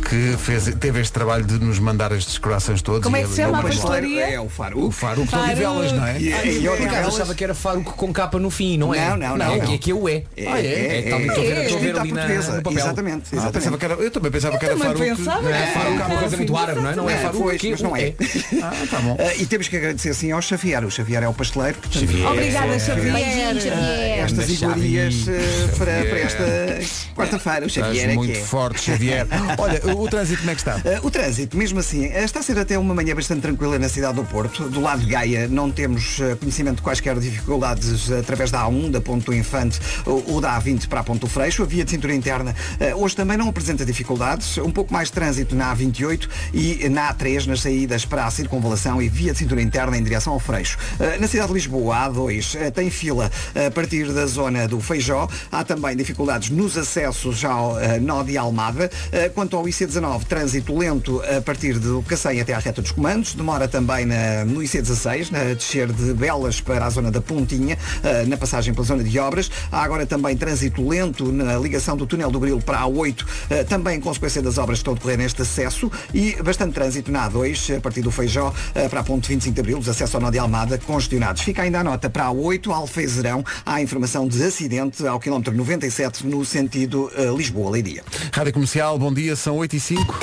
S2: que fez, teve este trabalho de nos mandar estes corações todos.
S3: Como é que
S2: E-
S3: se chama a
S2: e-
S3: pastelaria?
S5: É o
S2: O
S5: Faruf.
S2: Faruc de
S3: Faruc.
S2: Olivelas, não é?
S5: E, e
S8: Eu por acaso
S5: Odivelas-
S8: achava que era Faruco com capa no fim, não é?
S5: Não, não, não,
S8: Aqui,
S5: não.
S8: aqui é o E.
S5: É,
S8: Ah, é?
S5: é,
S8: Então,
S5: é,
S8: estou a ver-
S5: é,
S8: estou a ver
S5: escrita
S8: ali
S5: à
S8: na,
S5: portuguesa.
S8: no papel.
S5: Exatamente,
S2: Ah,
S5: exatamente.
S2: pensava que era, eu também pensava que era
S3: também
S2: Faruc.
S3: pensava.
S8: Não é
S3: É,
S8: Faruco, é uma coisa muito árabe, não é? Não é
S5: É,
S8: Faruco
S5: pois,
S8: aqui,
S5: mas não
S8: o
S5: é.
S8: E.
S2: Ah, tá bom.
S5: Ah, e temos que agradecer sim ao Xavier. O Xavier é o pasteleiro. portanto,
S2: É,
S3: Obrigada, Xavier.
S4: Beijinhos, Xavier.
S5: Estas
S8: Anda,
S5: iguarias
S8: Xavi.
S5: eh, para, para
S2: Xavier.
S5: esta quarta-feira. O Xavier
S2: Estás
S5: é que
S2: muito
S5: é.
S2: forte, Xavier. Olha, o, o trânsito como é que está?
S5: Eh, o trânsito, mesmo assim, eh, está a ser até uma manhã bastante tranquila na cidade do Porto. Do lado de Gaia não temos eh, conhecimento de quaisquer dificuldades eh, através da A1, da Ponte do Infante ou ou da A20 para a Ponte do Freixo. A via de cintura interna eh, hoje também não apresenta dificuldades. Um pouco mais de trânsito na A28 e na A3 nas saídas para a circunvalação e via de cintura interna em direção ao Freixo. Eh, na cidade de Lisboa, a A2 eh, tem fila eh, a partir da zona do Feijó. Há também dificuldades nos acessos ao eh, nó de Almada. Eh, Quanto ao IC19, trânsito lento a partir do Cacém até à reta dos comandos. Demora também na- no IC16, na descer de Belas para a zona da Pontinha, eh, na passagem pela zona de obras. Há agora também trânsito lento na ligação do túnel do Grilo para a A8, eh, também em consequência das obras que estão a decorrer neste acesso. E bastante trânsito na A2, a partir do Feijó eh, para a ponte 25 de Abril, os acessos ao nó de Almada congestionados. Fica ainda a nota para a 8, Alfezerão. Há informação de acidente ao quilómetro 97 no sentido eh, Lisboa-Leiria.
S2: Rádio Comercial, bom dia, são 8 e 5.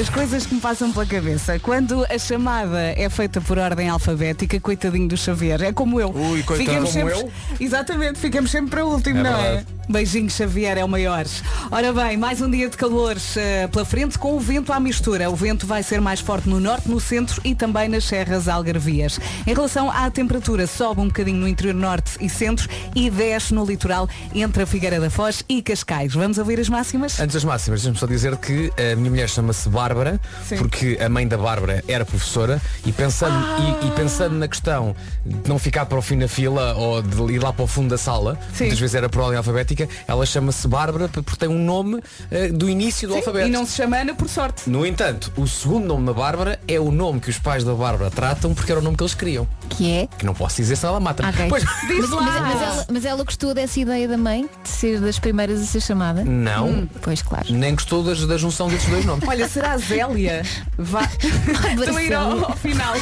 S3: As coisas que me passam pela cabeça. Quando a chamada é feita por ordem alfabética, coitadinho do Xavier, é como eu.
S2: Ui, coitado. Como
S3: sempre, Exatamente, ficamos sempre para último,
S8: É
S3: não
S8: verdade.
S3: é? Beijinho, Xavier, é o maior. Ora bem, mais um dia de calores eh, pela frente com o vento à mistura. O vento vai ser mais forte no norte, no centro e também nas serras algarvias. Em relação à temperatura, sobe um bocadinho no interior norte e centro e desce no litoral entre a Figueira da Foz e Cascais. Vamos ouvir as máximas?
S8: Antes das máximas, deixa-me só dizer que a minha mulher chama-se Bárbara,
S3: Sim.
S8: porque a mãe da Bárbara era professora e pensando,
S3: Ah.
S8: e, e pensando na questão de não ficar para o fim da fila ou de ir lá para o fundo da sala,
S3: Sim.
S8: muitas vezes era por ordem alfabética, ela chama-se Bárbara porque tem um nome eh, do início do alfabeto.
S3: E não se chama Ana por sorte.
S8: No entanto, o segundo nome da Bárbara é o nome que os pais da Bárbara tratam porque era o nome que eles queriam.
S4: Que é?
S8: Que não posso dizer senão ela mata-me.
S4: Ok.
S8: Pois,
S4: Mas, mas- mas ela, mas ela gostou dessa ideia da mãe de ser das primeiras a ser chamada?
S8: Não.
S3: Hum,
S4: Pois claro.
S8: nem gostou das- da junção desses dois nomes.
S3: Olha, será a Zélia? Vá. Estou a Então ir ao, ao final.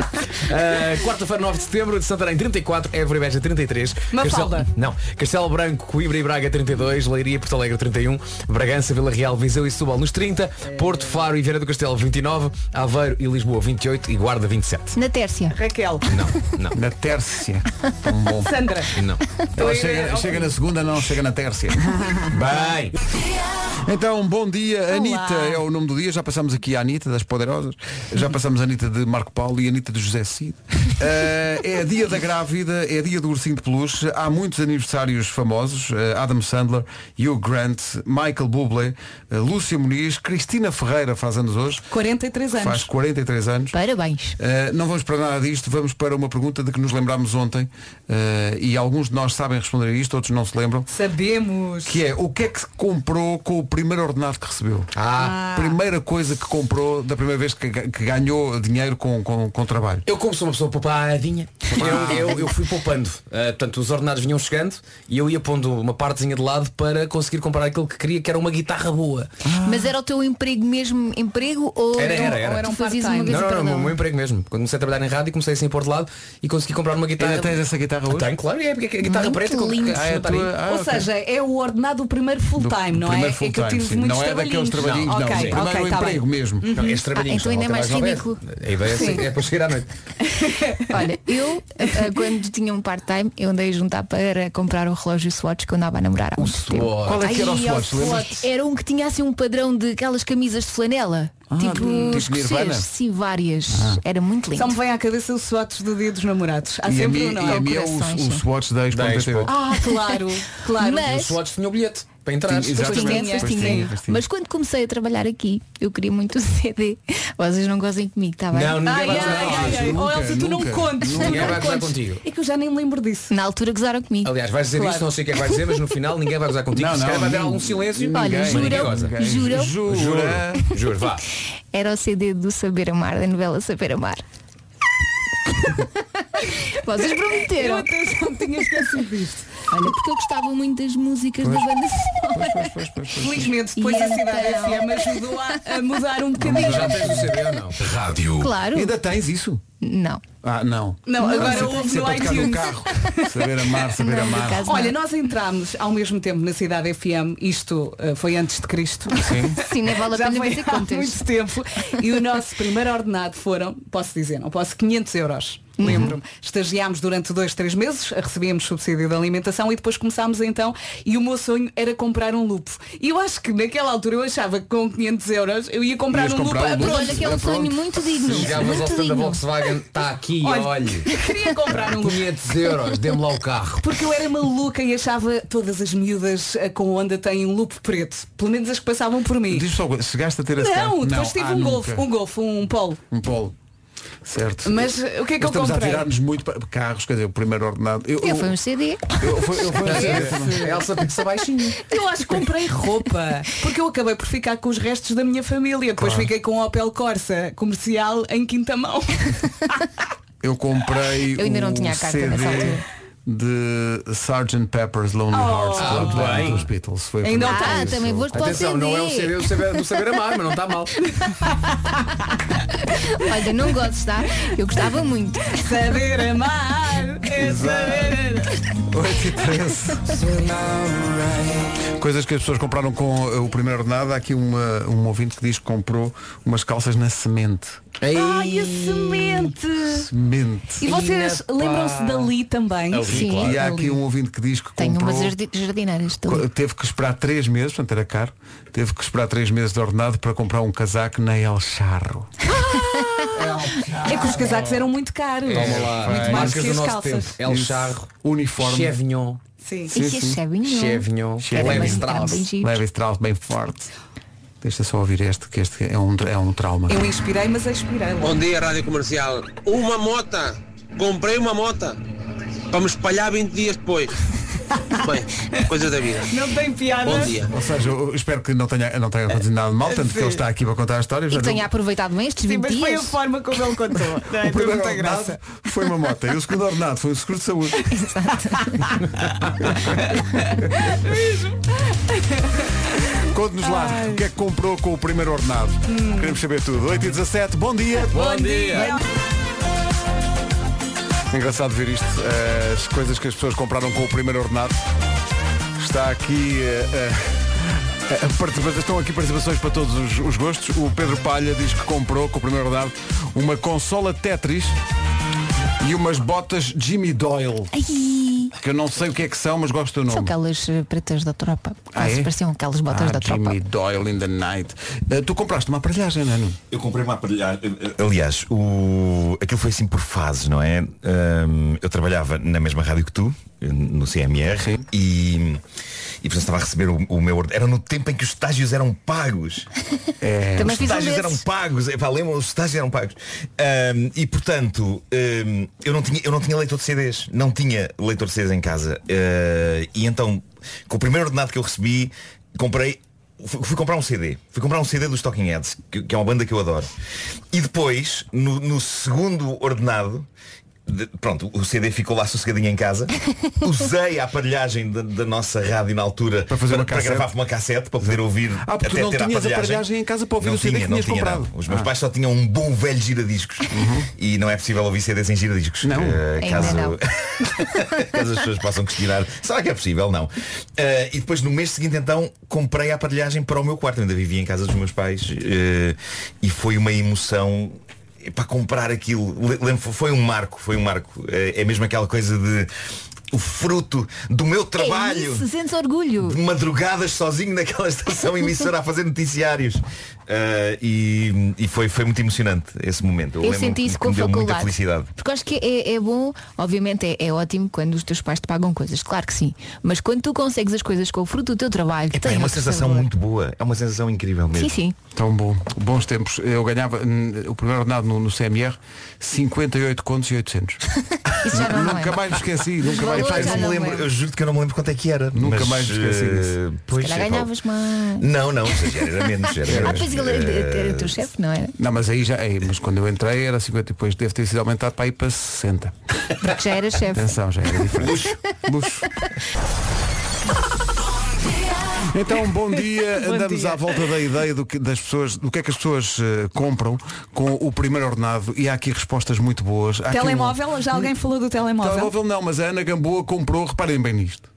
S8: Uh, Quarta-feira, 9 de setembro, de Santarém 34, Évora e Beja 33,
S3: Mafalda.
S8: Castelo, não, Castelo Branco, Coimbra e Braga 32, Leiria e Porto Alegre 31, Bragança, Vila Real, Viseu e Setúbal nos 30, Porto Faro e Viana do Castelo 29, Aveiro e Lisboa 28 e Guarda 27.
S4: Na Tércia.
S3: Raquel.
S8: Não,
S2: Na tércia. Tão bom.
S3: Sandra.
S8: não.
S2: Ela chega, chega na segunda, não, chega na tércia.
S8: Bem,
S2: Então, bom dia, Anitta é o nome do dia. Já passamos aqui a Anitta das Poderosas, já passamos a Anitta de Marco Paulo e a Anitta de José Cid. Eh, é dia da grávida, é dia do ursinho de peluche. Há muitos aniversários famosos: eh, Adam Sandler, Hugh Grant, Michael Bublé, eh, Lúcia Muniz, Cristina Ferreira faz anos hoje,
S3: 43 anos.
S2: faz 43 anos.
S4: Parabéns.
S2: Uh, não vamos para nada disto, vamos para uma pergunta de que nos lembrámos ontem uh, e alguns de nós sabem responder a isto, outros não se lembram,
S3: Sabemos.
S2: que é o que é que se comprou com o primeiro ordenado que recebeu.
S8: Ah.
S2: Primeira coisa que comprou da primeira vez que, ga- que ganhou dinheiro com, com, com trabalho.
S8: Eu como sou uma pessoa poupadinha, eu, eu, eu fui poupando. Ah, portanto, os ordenados vinham chegando e eu ia pondo uma partezinha de lado para conseguir comprar aquilo que queria, que era uma guitarra boa.
S4: Mas era o teu emprego mesmo emprego ou,
S8: Era, era,
S4: ou
S8: era.
S3: um
S4: tu fazias uma
S3: Não,
S4: vez
S8: Não,
S4: e
S8: não,
S4: para
S8: não, o meu-
S4: outra?
S8: o meu emprego mesmo. Quando comecei a trabalhar em rádio, comecei assim a pôr de lado e consegui comprar uma guitarra.
S2: Ainda tens essa guitarra hoje?
S8: Tenho, claro, é porque a guitarra
S4: Muito
S8: preta com-
S4: lindo.
S8: Ah,
S2: Ah, é
S8: é
S2: a
S8: a tua-
S2: tua- ah,
S3: Ou
S2: ok.
S3: seja, é o ordenado do primeiro full-time,
S2: Do
S3: não é?
S2: primeiro
S3: É que eu
S2: full-time,
S3: tive
S2: sim.
S3: muitos
S2: Não é daqueles trabalhinhos, não.
S3: Ok,
S2: sim.
S3: ok,
S2: Primeiro é
S3: tá
S2: emprego
S3: bem.
S2: mesmo.
S8: Estes trabalhinhos
S4: Ah, então
S8: são
S4: ainda é mais
S8: novela.
S4: ridículo.
S8: A ideia é, assim, é para chegar à noite.
S4: Olha, eu ah, ah, quando tinha um part-time, eu andei a juntar para comprar o relógio Swatch que eu andava a namorar há muito tempo.
S8: Suor.
S2: Qual é que era o
S4: Ai,
S2: Swatch?
S4: ao
S2: lembras?
S4: Era um que tinha assim um padrão de aquelas camisas de flanela.
S8: Ah,
S4: tipo,
S2: tipo Nirvana?
S4: escocês, sim, várias. Era muito lindo.
S3: Só me vem à cabeça os fotos do dia dos namorados. Há
S2: E a
S3: sempre
S2: mim
S3: um, não
S2: e
S3: é?
S2: a mim é o,
S4: Corações,
S2: o
S4: sim.
S2: Swatch da Expo
S8: 10,
S2: 98.
S8: pô.
S3: Ah, claro, claro.
S8: Os
S4: Mas-
S8: slots tinham bilhete para entrar.
S2: Sim,
S4: Pois
S2: exatamente.
S4: tinha,
S3: Pois
S4: pois
S2: tinha,
S4: tinha.
S2: pois tinha.
S4: Mas quando comecei a trabalhar aqui, eu queria muito o CD. Vocês não gozem comigo, está bem?
S8: Não, ninguém
S3: Ai,
S8: vai
S3: ai,
S8: gozar
S3: ai, ai.
S2: nunca,
S3: Oh, Elsa, tu não
S2: nunca,
S3: contes.
S8: nunca.
S3: tu
S8: Ninguém
S3: não
S8: vai gozar
S3: contes.
S8: contigo.
S3: É que eu já nem me lembro disso.
S4: Na altura gozaram comigo.
S8: Aliás, vais dizer
S3: Claro.
S8: isso, não sei o que é que vais dizer, mas no final ninguém vai gozar contigo.
S2: Não,
S8: se calhar
S2: não,
S8: vai haver
S2: não.
S8: algum silêncio.
S2: Olha,
S8: ninguém,
S4: juram,
S8: ninguém goza.
S2: Ninguém.
S4: Juram?
S8: Juro,
S2: Jura.
S8: juro, vá.
S4: Era o CD do Saber Amar, da novela Saber Amar. Vocês
S3: Eu
S4: prometeram.
S3: até já me tinha esquecido disto.
S4: Olha, porque eu gostava muito das músicas da banda sonora.
S3: Felizmente, depois
S4: E
S3: a cidade
S4: então?
S3: FM ajudou a, a mudar um bocadinho.
S8: Já tens o CD ou não? Rádio.
S4: Claro.
S2: Ainda tens isso?
S4: Não.
S2: Ah, não.
S3: Não, agora
S2: Sempre-
S3: houve
S2: sempre
S3: no
S2: a tocar
S3: iTunes.
S2: carro. Saber amar, saber
S4: Não, por
S2: amar.
S4: acaso
S3: Olha,
S4: não.
S3: nós entramos ao mesmo tempo na cidade FM, isto eh, foi antes de Cristo.
S4: Sim, nem vale a
S3: Já
S4: pena
S3: foi
S4: fazer
S3: há
S4: contas.
S3: muito tempo. E o nosso primeiro ordenado foram, posso dizer, não posso, 500 euros.
S2: Uhum.
S3: Lembro-me. Estagiámos durante dois, três meses, recebíamos subsídio de alimentação e depois começámos então. E o meu sonho era comprar um lupo. E eu acho que naquela altura eu achava que com 500 euros eu ia comprar
S2: Ias
S3: um
S2: comprar um
S3: lupo.
S2: lupo.
S3: Pronto.
S4: Olha que é um
S2: Ah, pronto.
S4: sonho muito digno.
S8: Chegavas ao
S4: Muito
S8: stand da
S4: digno.
S8: Volkswagen, está aqui,
S3: Olha,
S8: olhe.
S3: Queria comprar um lupo.
S8: 500 euros, dê-me lá o carro.
S3: Porque eu era maluca e achava todas as miúdas eh, com onda têm um lupo preto. Pelo menos as que passavam por mim.
S2: Diz só, chegaste a ter esse carro?
S3: Não, depois tive
S2: ah,
S3: um
S2: nunca.
S3: golfe, um golfe, um polo.
S2: Um polo. Certo.
S3: Mas eh, o que é que
S2: Nós
S3: eu
S2: estamos a
S3: comprei?
S2: tirar-nos muito para carros, quer dizer, o primeiro ordenado. Eu,
S4: Eu
S2: eu,
S4: fui um CD.
S2: eu fui- eu fui um CD.
S8: A Elsa pensa baixinho.
S3: Eu acho que comprei roupa, porque eu acabei por ficar com os restos da minha família. Depois fiquei com o Opel Corsa comercial em quinta mão.
S2: Eu comprei
S4: Eu ainda não
S2: o
S4: tinha a carta
S2: CD
S4: nessa altura. Oh.
S2: de Sgt. Pepper's Lonely Hearts Club
S8: ah,
S2: Band
S8: bem.
S2: dos Beatles. Foi a
S3: Ainda
S2: primeira
S3: o
S4: Ah,
S2: vez.
S4: também vou-te para o
S8: Atenção,
S4: CD.
S8: não é um CD do saber, do saber amar, mas não está mal.
S4: Olha, não gosto, está? Eu gostava muito.
S3: saber amar é saber.
S2: 8 e 13. Coisas que as pessoas compraram com eh, o primeiro ordenado. Há aqui uma, um ouvinte que diz que comprou umas calças na semente.
S4: É
S3: Ai, a semente!
S2: Semente.
S3: E vocês lembram-se dali
S8: É
S3: também?
S4: Sim, É
S2: E há
S4: ali.
S2: aqui um ouvinte que diz que
S4: Tenho
S2: comprou.
S4: umas
S10: Então,
S4: jardi- jardineiras. estou ali.
S2: co- Teve que esperar três meses, portanto era caro, teve que esperar três meses de ordenado para comprar um casaco na El Charro.
S3: É que os casacos eram muito caros.
S8: Toma lá.
S3: Muito mais
S8: Marcas
S3: que
S8: do
S3: as
S8: nosso
S3: calças.
S8: tempo. El É Charro,
S2: Uniforme.
S8: Chevignon,
S3: Sim.
S4: E que é chavinho.
S8: Chevignon,
S2: Chevignon.
S8: Levi
S4: Era bem
S8: Strauss.
S4: giro.
S2: Leve Strauss bem forte. Deixa só ouvir este, que este é um, é um trauma.
S3: Eu inspirei, mas expirei.
S11: Bom dia, Rádio Comercial. Uma mota. Comprei uma mota. Para me espalhar 20 dias depois. Bem, coisas da vida.
S3: Não tem piada.
S11: Bom dia.
S2: Ou seja, eu espero que não tenha, não tenha acontecido nada de mal, tanto que ele está aqui para contar a história.
S4: E
S2: já
S4: que
S2: deu-
S4: tenha aproveitado bem estes
S3: Sim,
S4: 20
S3: mas foi a
S4: dias.
S3: forma como ele contou. Não é?
S2: O
S3: Tem
S2: primeiro
S3: muita
S2: ordenado
S3: graça.
S2: foi uma moto e o segundo ordenado foi um seguro de saúde. Conte-nos lá o que é que comprou com o primeiro ordenado. Queremos saber tudo. 8 e 17 bom dia.
S8: Hum. Bom dia.
S2: É Engraçado ver isto, eh, as coisas que as pessoas compraram com o primeiro ordenado. Está aqui. eh, eh, a participa- Estão aqui participações para todos os, os gostos. O Pedro Palha diz que comprou com o primeiro ordenado uma consola Tetris e umas botas Jimmy Doyle,
S4: Ai,
S2: que eu não sei o que é que são, mas gosto do
S4: são
S2: nome.
S4: aquelas eh, pretas da tropa.
S2: Ah,
S4: Quase
S2: é?
S4: pareciam aquelas botas
S2: Ah,
S4: da tropa.
S2: Jimmy Doyle in the night. Eh, tu compraste uma aparelhagem, não é? Nuno?
S10: Eu comprei uma aparelhagem. eh, Aliás, o... aquilo foi assim por fases, não é? Ahm, eu trabalhava na mesma rádio que tu, no CMR, e, e portanto estava a receber o, o meu ordem. Era no tempo em que os estágios eram pagos.
S4: Também
S10: os
S4: fiz um
S10: estágios eram
S4: desses.
S10: pagos. Epá, lembram? Os estágios eram pagos. Ahm, e portanto, ahm, eu, não tinha, eu não tinha leitor de CDs. Não tinha leitor de CDs em casa. Ah, e então, com o primeiro ordenado que eu recebi, comprei fui, fui comprar um CD. Fui comprar um CD dos Talking Heads, que, que é uma banda que eu adoro. E depois, no, no segundo ordenado, de- pronto, o CD ficou lá sossegadinho em casa. Usei a aparelhagem da, da nossa rádio na altura para,
S2: fazer uma
S10: para
S2: cassete.
S10: gravar uma cassete para poder ouvir
S2: Ah, porque tu
S10: até
S2: não
S10: ter a
S2: tinhas
S10: aparelhagem.
S2: aparelhagem em casa para ouvir
S10: não
S2: o CD
S10: tinha,
S2: que
S10: não
S2: tinhas
S10: tinha,
S2: comprado.
S10: não. Os meus
S2: Ah. Uhum.
S10: pais só tinham um bom velho giradiscos e não é possível ouvir CDs em giradiscos. Não.
S12: Ainda
S10: caso,
S12: não.
S10: caso as pessoas possam questionar, será que é possível? Não. Eh, e depois no mês seguinte então comprei a aparelhagem para o meu quarto. Eu ainda vivia em casa dos meus pais eh, e foi uma emoção para comprar aquilo. Le- Lembro, foi um marco, foi um marco. Eh, é mesmo aquela coisa de o fruto do meu trabalho.
S4: É isso, sentes orgulho.
S10: De madrugadas sozinho naquela estação emissora a fazer noticiários. Ah, e e foi, foi muito emocionante esse momento.
S4: Eu
S10: lembro-me
S4: senti
S10: que-
S4: isso
S10: que
S4: com
S10: me deu muita
S4: faculdade.
S10: felicidade.
S4: Porque acho que é, é bom, obviamente é, é ótimo quando os teus pais te pagam coisas, claro que sim. Mas quando tu consegues as coisas com o fruto do teu trabalho,
S10: É
S4: tem
S10: uma
S4: outro
S10: sensação
S4: sabor.
S10: muito boa. É uma sensação incrível mesmo.
S4: Sim, sim.
S2: Tão bom. Bons tempos. Eu ganhava hum, o primeiro ordenado no, no CMR 58 contos e 800.
S4: Isso já não me
S2: nunca
S4: lembro.
S2: mais me esqueci. Nunca mais
S10: Epá, eu não me lembro, eu juro que eu não me lembro quanto é que era.
S2: Nunca
S10: mas,
S2: mais me esqueci
S10: eh,
S2: disso.
S10: pois,
S4: Se calhar
S10: é, pá,
S4: ganhavas mais.
S10: Não, não, exagero, era menos. Era
S4: Ah,
S10: menos.
S4: pois ele era,
S10: Eh,
S4: era o teu chefe, não era?
S2: Não, mas aí já, aí, mas quando eu entrei era 50 e depois deve ter sido aumentado para ir para 60.
S4: Porque já era chefe.
S2: Atenção, já era diferente. Luxo. Então, bom dia.
S12: Bom
S2: Andamos
S12: dia.
S2: à volta da ideia do que, das pessoas, do que é que as pessoas eh, compram com o primeiro ordenado e há aqui respostas muito boas. Há aqui um-
S3: Telemóvel, já alguém falou do telemóvel?
S2: Telemóvel não, mas a Ana Gamboa comprou, reparem bem nisto.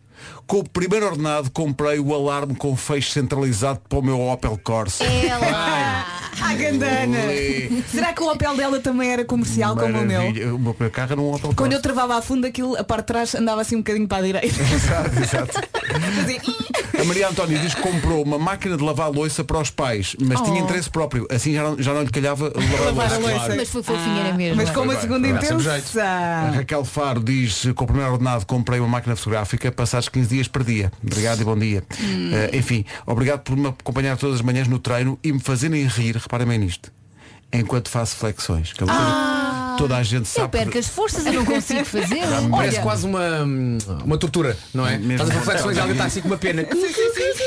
S2: Com o primeiro ordenado comprei o alarme com fecho centralizado para o meu Opel Corsa.
S3: É, Ela! Ah, A Gandana!
S2: Olé.
S3: Será que o Opel dela também era comercial como o meu?
S2: Maravilha. O meu primeiro carro era um Opel
S3: Quando
S2: Corsa.
S3: eu travava a fundo aquilo, a parte de trás andava assim um bocadinho para a direita.
S2: Exato, Ah, exato.
S3: Assim,
S2: A Maria Antónia diz que comprou uma máquina de lavar louça para os pais, mas
S3: Oh.
S2: tinha interesse próprio. Assim já não, já não lhe calhava lavar,
S3: Lavar a
S2: louça.
S3: louça.
S2: claro.
S4: Mas foi fofinha, era mesmo.
S3: Mas com uma
S2: Foi bem,
S3: segunda
S2: foi bem. Dá sempre
S4: um
S3: intenção.
S2: jeito.
S4: Ah.
S2: A Raquel Faro diz com o primeiro ordenado comprei uma máquina fotográfica, passados 15 dias perdia. Obrigado e bom dia.
S12: Hum.
S2: Eh, enfim, obrigado por me acompanhar todas as manhãs no treino e me fazerem rir, reparem bem nisto, enquanto faço flexões. que é uma coisa
S3: Ah.
S2: que toda a gente sabe.
S4: Ah. Eu perco as forças e não consigo fazer.
S8: Parece quase uma, hum, uma tortura, não é? Estás a reflexões e alguém está assim com uma pena.
S4: Que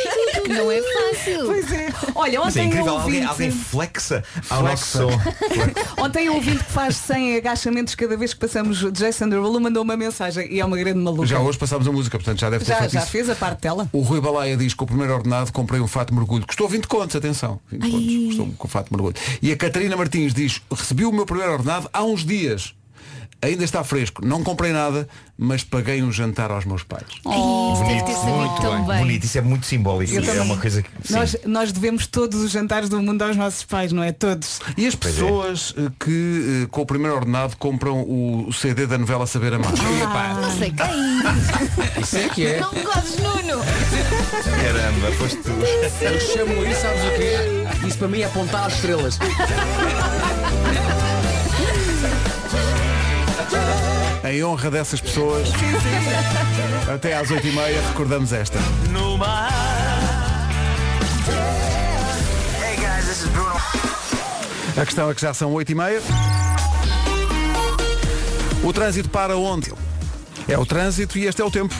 S4: Não é fácil.
S3: Pois é. Olha,
S10: Mas é
S3: ontem um
S10: incrível,
S3: eu ouvi.
S10: alguém, alguém flexa ao nosso som.
S3: Ontem um ouvinte que faz 100 agachamentos cada vez que passamos o Jason Derulo mandou uma mensagem e é uma grande maluca.
S2: Já hoje passámos a música, portanto já deve ter
S3: já,
S2: feito
S3: já
S2: isso.
S3: fez a parte dela.
S2: O Rui Balaia diz que o primeiro ordenado comprei um fato de mergulho. Custou 20 contos, atenção. 20
S3: Ai.
S2: contos, custou com o fato de mergulho. E a Catarina Martins diz, recebi o meu primeiro ordenado há uns dias. Ainda está fresco. Não comprei nada, mas paguei um jantar aos meus pais.
S3: Oh,
S10: Bonito, isso é muito simbólico.
S3: é Eu
S10: é
S3: também.
S10: uma coisa que. sim.
S3: Nós, nós devemos todos os jantares do mundo aos nossos pais, não é? Todos.
S2: E as
S10: é.
S2: pessoas eh, que eh, com o primeiro ordenado compram o CD da novela Saber Amar.
S3: Ah.
S4: ah, Não sei quem.
S2: Isso é que é.
S4: Não gozes, Nuno.
S10: eh, Caramba, foste tu.
S8: Eu chamo isso, sabes o quê? Isso para mim é apontar às estrelas.
S2: Em honra dessas pessoas, até às 8h30 recordamos esta.
S12: No mar. Hey guys, this is Bruno.
S2: A questão é que já são 8h30. O trânsito para onde? É o trânsito e este é o tempo.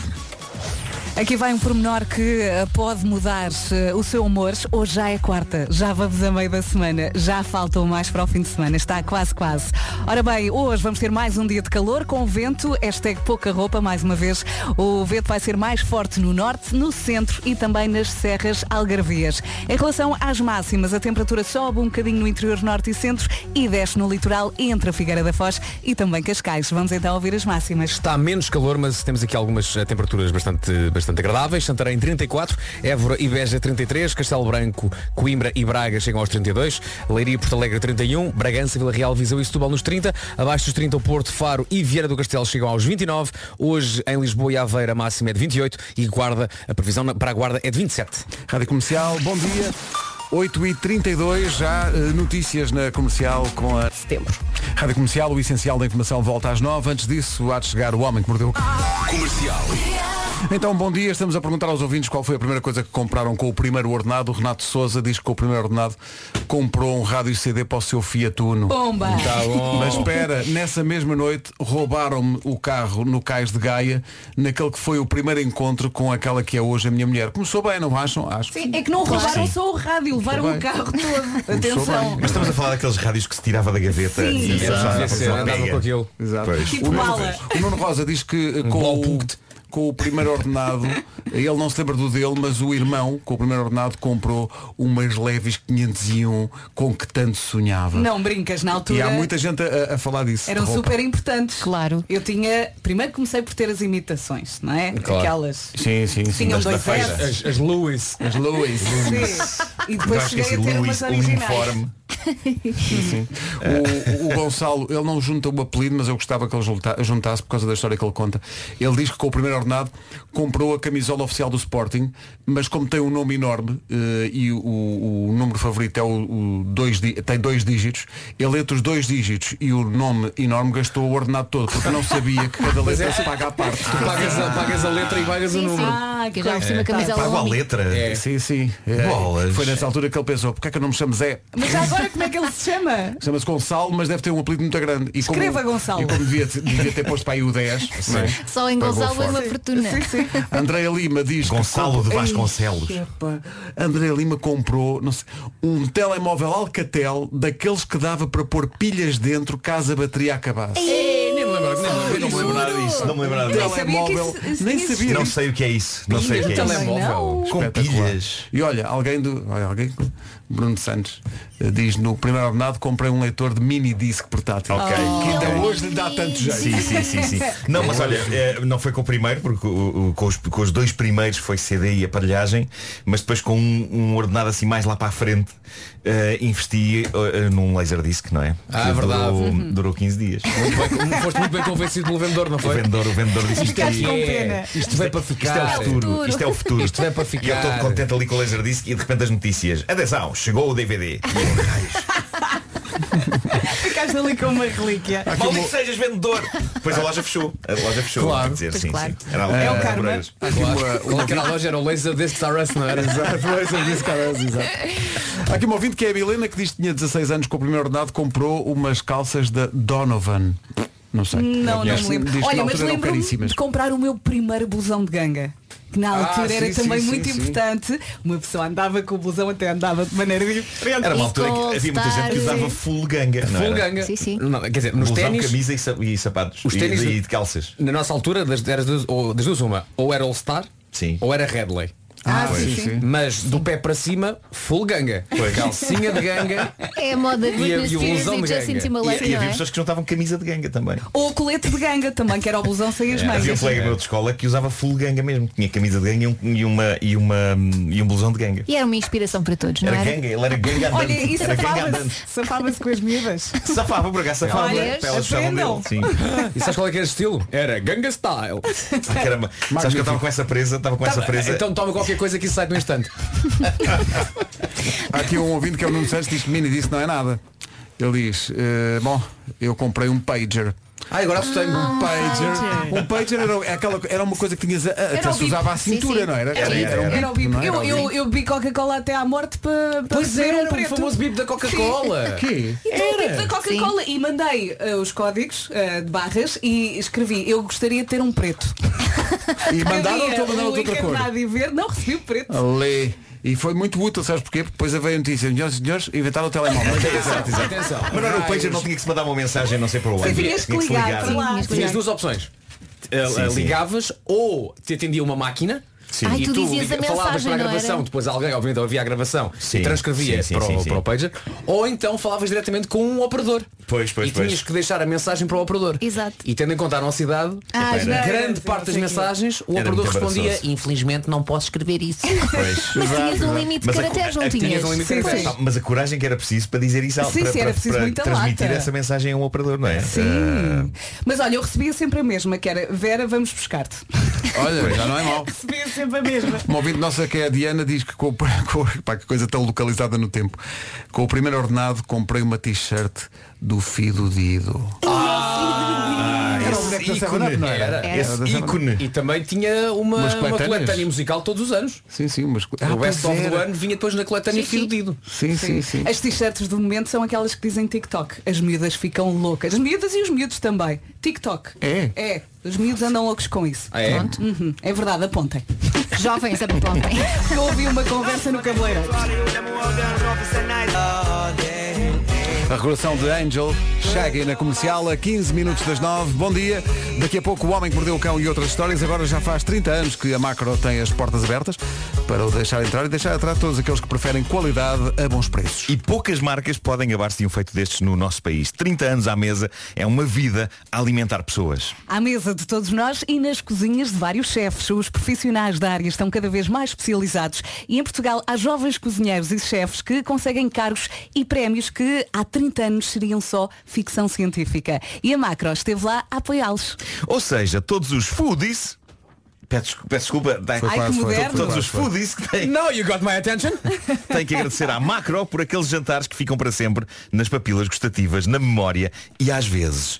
S3: Aqui vai um pormenor que eh, pode mudar eh, o seu humor. Hoje já é quarta, já vamos a meio da semana, já faltam mais para o fim de semana, está quase quase. Ora bem, hoje vamos ter mais um dia de calor com vento, hashtag pouca roupa, mais uma vez. O vento vai ser mais forte no norte, no centro e também nas serras algarvias. Em relação às máximas, a temperatura sobe um bocadinho no interior norte e centro e desce no litoral entre a Figueira da Foz e também Cascais. Vamos então ouvir as máximas.
S8: Está menos calor, mas temos aqui algumas eh, temperaturas bastante, bastante agradáveis. Santarém 34, Évora e Beja 33, Castelo Branco, Coimbra e Braga chegam aos 32, Leiria e Porto Alegre 31, Bragança, Vila Real, Viseu e Setúbal nos 30, abaixo dos 30 o Porto, Faro e Vieira do Castelo chegam aos 29, hoje em Lisboa e Aveira a máxima é de 28 e Guarda, a previsão na- para a Guarda é de 27.
S2: Rádio Comercial, bom dia. 8h32, já eh, notícias na comercial com a. Setembro. Rádio Comercial, o essencial da informação volta às 9. Antes disso, há de chegar o homem que mordeu. o Cão.
S12: Comercial.
S2: Então, bom dia. Estamos a perguntar aos ouvintes qual foi a primeira coisa que compraram com o primeiro ordenado. O Renato Souza diz que com o primeiro ordenado comprou um rádio CD para o seu Fiat Uno.
S3: Bomba!
S2: Tá bom. Mas espera, nessa mesma noite roubaram-me o carro no cais de Gaia, naquele que foi o primeiro encontro com aquela que é hoje a minha mulher. Começou bem, não acham? Acho.
S3: Sim, é que não
S2: Claro.
S3: roubaram
S2: Sim.
S3: só o rádio, levaram
S2: Começou
S3: o
S2: bem.
S3: carro todo.
S10: Começou
S3: Atenção.
S10: bem. Mas estamos a falar daqueles rádios que se tirava da gaveta
S3: Sim.
S10: e
S3: Exato.
S10: já-
S8: Devia
S10: já-
S8: ser,
S10: já-
S8: andava
S10: pega.
S8: com aquilo.
S2: Exato.
S10: Pois.
S3: Tipo
S2: o, Nuno,
S3: bala. Um
S2: o Nuno Rosa diz que eh, com o, com o primeiro ordenado, ele não se lembra do dele, mas o irmão, com o primeiro ordenado, comprou umas leves 501 com que tanto sonhava.
S3: Não brincas, na altura.
S2: E há muita gente a, a falar disso. de
S3: Eram
S2: roupa.
S3: super importantes. Claro. Eu tinha. Primeiro comecei por ter as imitações, não é?
S2: Claro.
S3: Aquelas.
S2: Sim, sim, sim.
S3: Tinham
S2: Das- da
S3: dois
S2: faixa.
S3: S.
S8: As Lewis.
S2: As Lewis.
S3: Sim. E depois
S2: Não
S3: cheguei a
S2: esqueci,
S3: ter
S2: Luís,
S3: umas originais.
S2: é assim, uniforme. Sim. O, o Gonçalo, ele não junta o apelido, mas eu gostava que ele junta- juntasse por causa da história que ele conta. Ele diz que com o primeiro ordenado comprou a camisola oficial do Sporting, mas como tem um nome enorme eh, e o, o número favorito é o, o dois, di- tem dois dígitos, ele entre os dois dígitos e o nome enorme gastou o ordenado todo, porque não sabia que cada
S8: Mas
S2: letra
S8: é-
S2: se paga à parte.
S8: Tu pagas a- pagas a letra e pagas o Sim, sim. número.
S3: Ah,
S8: que já por cima a camisola
S2: Pago à
S8: homem.
S2: É, tá, letra.
S8: É.
S2: Sim, sim. É,
S10: Bolas.
S2: Foi nessa altura que ele pensou, porque é que eu não me chamo Zé?
S3: Mas já agora como é que ele se chama?
S2: Chama-se Gonçalo, mas deve ter um apelido muito grande. E
S3: Escreva,
S2: como,
S3: Gonçalo.
S2: E como devia, devia ter posto para aí o 10. não é?
S4: Só em
S2: Pagou
S4: Gonçalo é
S2: forte.
S4: uma fortuna.
S2: Andréa Lima diz
S10: Gonçalo de
S2: que compra-
S10: Vasconcelos.
S2: Ei, epa, Andréa Lima comprou não sei, um telemóvel Alcatel daqueles que dava para pôr pilhas dentro caso a bateria acabasse.
S10: Ei, nem me lembro, nem me lembro, não me lembro nada disso. Não me lembro nada
S2: Nem
S10: disso.
S2: Telemóvel, sabia que isso- nem isso sabia
S10: Não
S2: disso.
S10: sei o que é isso. Não sei o que é
S2: Pilhas
S10: isso.
S2: de telemóvel.
S10: Com
S2: Espetacular.
S10: pilhas.
S2: E olha, alguém do. Olha, alguém. Bruno Santos eh, diz no primeiro ordenado comprei um leitor de mini disc portátil.
S10: Ok.
S2: Que
S3: então
S2: ainda hoje lhe dá tanto jeito.
S10: Sim, sim, sim, sim. Não, mas olha, eh, não foi com o primeiro, porque o- o- com, os, com os dois primeiros foi CD e aparelhagem, mas depois com um, um ordenado assim mais lá para a frente, eh, investi eh, num Laserdisc, não é?
S8: Ah,
S10: Que
S8: verdade.
S10: Durou,
S8: Uhum.
S10: durou 15 dias.
S8: Muito bem- um, Foste muito bem convencido pelo vendedor, não
S10: O
S8: foi?
S10: vendedor, o vendedor disse
S8: Isto é- Isto vai para
S10: Isto é o
S8: ficar.
S10: futuro. Isto é o futuro.
S8: Isto vai para ficar.
S10: E eu todo contente ali com o Laserdisc e de repente as notícias. Atenção, chegou o DVD.
S3: Ficaste ali com uma relíquia.
S10: Maldito sejas vendedor. Depois a loja fechou. A loja fechou.
S8: Claro.
S10: quer dizer,
S8: Pois
S10: sim,
S8: claro.
S10: sim. Era a loja
S8: É o
S10: de
S8: karma.
S10: Amoreiras.
S8: Claro. Aquela loja era o Laser Disc RS, não era?
S2: Exato, Laser Disc RS, exato. Há aqui uma ouvinte que é a Milena que diz que tinha 16 anos com o primeiro ordenado, comprou umas calças da Donovan. Não sei.
S3: Não, não
S2: Diz-
S3: me lembro.
S2: diz que na
S3: Olha, mas
S2: altura eram
S3: lembro-me
S2: caríssimas.
S3: de comprar o meu primeiro blusão de ganga. Que na
S2: Ah,
S3: altura era
S2: sim,
S3: também
S2: sim,
S3: muito
S2: sim, sim.
S3: importante. Uma pessoa andava com o blusão até andava de maneira diferente.
S10: Era uma altura que havia muita gente que usava full ganga. não
S8: Full
S10: era?
S8: ganga. Sim, sim. Não, quer dizer, nos
S10: Blusão,
S8: ténis-
S10: camisa e sa- e sapatos.
S8: Os
S10: E-
S8: ténis-
S10: E de calças.
S8: Na nossa altura, das, eras duas, ou, das duas uma, ou era All Star, ou era Redley.
S10: Ah, sim, sim. sim.
S8: Mas do pé para cima, full ganga. Calcinha de ganga.
S4: É a moda de
S8: E
S4: Britney
S8: a- e o
S4: Spears
S8: blusão
S4: e
S8: de
S4: Justin
S8: ganga.
S4: Timberlake,
S10: E
S4: não
S10: havia
S4: é?
S10: pessoas que juntavam camisa de ganga também.
S3: Ou o colete de ganga também, que era o blusão sem as
S10: É,
S3: meias.
S10: Havia um colega meu de escola que usava full ganga mesmo. Tinha camisa de ganga e um, e uma, e uma, e um blusão de ganga.
S4: E era uma inspiração para todos, não
S10: Era
S4: era?
S10: ganga, ele era ganga andante.
S3: Olha, e
S10: era ganga andante.
S3: safava-se safava-se com as miúdas.
S10: Safava por acaso, safava.
S3: Olha,
S10: Elas gostavam
S3: aprendam.
S10: dele, sim.
S8: E sabes qual é que era o estilo? Era Ganga Style.
S10: Ah, Caramba, sabes que eu estava com essa presa, estava com essa presa.
S8: Então toma qualquer coisa que isso sai no instante.
S2: Há aqui um ouvinte que é o Nuno Santos diz que mini disse não é nada. Ele diz, eh, bom, eu comprei um pager.
S8: Ah, agora assustei-me.
S2: Um
S8: pager.
S2: pager. Um pager era, aquela, era uma coisa que tinhas a, a- até
S3: o
S2: se usava à
S3: bip.
S2: cintura,
S3: Sim, sim.
S2: não era?
S3: Era,
S2: um bip,
S3: Era o bip.
S2: não era?
S3: Eu,
S2: Era o
S3: eu,
S2: bip.
S3: eu bi Coca-Cola até à morte para pa
S8: Pois
S3: beber
S8: era,
S3: um
S8: o
S3: preto.
S8: famoso bip da Coca-Cola.
S3: Sim.
S8: Quê?
S3: Então, o bip da
S8: Era.
S3: Coca-Cola. E mandei eh, os códigos eh, de barras e escrevi, eu gostaria de ter um preto. eh,
S2: E mandaram ou
S3: Havia
S2: estou a mandar
S3: o
S2: outra cor?
S3: encadernado e verde, não recebi o preto.
S2: Ali. E foi muito útil, sabes porquê? Porque Depois veio a notícia, senhores e senhores, inventaram o telemóvel.
S10: Exato, exato. Mas não era o pager, não tinha que se mandar uma mensagem, não sei para onde. Tinha
S8: Sim, tinhas
S10: que
S8: que
S10: se ligar.
S8: ligar, sim, tinhas que ligar. Tinhas duas opções. Eh,
S10: Sim, sim.
S8: Ligavas ou te atendia uma máquina.
S10: Sim.
S4: Ai,
S8: E
S4: tu dizias a
S8: falavas
S4: mensagem,
S8: para a
S4: não
S8: gravação,
S4: era?
S8: depois alguém, obviamente, ouvia a gravação e transcrevia
S10: sim, sim,
S8: para, o,
S10: sim, sim.
S8: para o pager, ou então falavas diretamente com um operador.
S10: Pois, pois,
S8: e tinhas
S10: pois.
S8: que deixar a mensagem para o operador.
S4: Exato.
S8: E tendo em conta a nossa idade,
S4: Ah,
S8: epá,
S4: já era.
S8: grande parte das mensagens, o
S10: Era
S8: operador
S10: muito
S8: respondia,
S10: embaraçoso.
S8: infelizmente não posso escrever isso.
S10: Pois.
S4: Mas tinhas um
S10: Exato.
S4: limite de
S10: Mas a cu-
S4: caracteres, não
S10: a-
S4: tinhas?
S10: um limite de
S4: Sim,
S10: caracteres.
S4: pois.
S10: Tá, Mas a coragem que era preciso para dizer isso, ao-
S3: Sim,
S10: para,
S3: sim, era
S10: para-
S3: preciso
S10: para
S3: muita
S10: transmitir
S3: lata.
S10: essa mensagem a um operador, não é?
S3: Sim.
S10: Ah,
S3: Mas olha, eu recebia sempre a mesma, que era Vera, vamos buscar-te.
S2: Olha, já não é mau.
S3: recebia sempre a mesma.
S2: Uma ouvinte nossa que é a Diana diz que com, o- com o- pá, que coisa tão localizada no tempo. Com o primeiro ordenado comprei uma t-shirt do Fido Dido.
S10: ah,
S2: Era o boneco da
S8: Esse
S2: 7-Up, não era? Era
S8: Esse
S2: da 7-Up.
S8: ícone. E também tinha uma,
S2: Umas
S8: uma
S2: coletâneas.
S8: coletânea musical todos os anos.
S2: Sim, sim, mas...
S8: o best
S2: Ah, pois
S8: of do
S2: era.
S8: ano vinha depois na coletânea
S3: Sim, sim.
S8: Firdido.
S2: Sim, sim, sim.
S3: As t-shirts do momento são aquelas que dizem TikTok. As miúdas ficam loucas. As miúdas e os miúdos também. TikTok.
S2: É?
S3: É. Os miúdos andam loucos com isso.
S8: Ah, é? Pronto.
S3: Uhum. É verdade, apontem.
S4: Jovens, apontem.
S3: Eu ouvi uma conversa no cabeleireiro.
S2: A regressão de Angel chega na comercial a 15 minutos das 9. Bom dia. Daqui a pouco o Homem que Mordeu o Cão e outras histórias. Agora já faz 30 anos que a Macro tem as portas abertas para o deixar entrar e deixar atrás todos aqueles que preferem qualidade a bons preços.
S10: E poucas marcas podem gabar-se de um feito destes no nosso país. 30 anos à mesa é uma vida a alimentar pessoas.
S3: À mesa de todos nós e nas cozinhas de vários chefes. Os profissionais da área estão cada vez mais especializados e em Portugal há jovens cozinheiros e chefes que conseguem cargos e prémios que há 30 anos seriam só ficção científica. E a Macro esteve lá a apoiá-los.
S10: Ou seja, todos os foodies. Peço, descu- peço desculpa, dai-
S3: Foi Ai, quase, que foi, foi moderno.
S10: todos
S3: quase,
S10: os
S3: foi.
S10: foodies que têm.
S8: No, you got my attention.
S10: Tenho que agradecer à Macro por aqueles jantares que ficam para sempre nas papilas gustativas, na memória e às vezes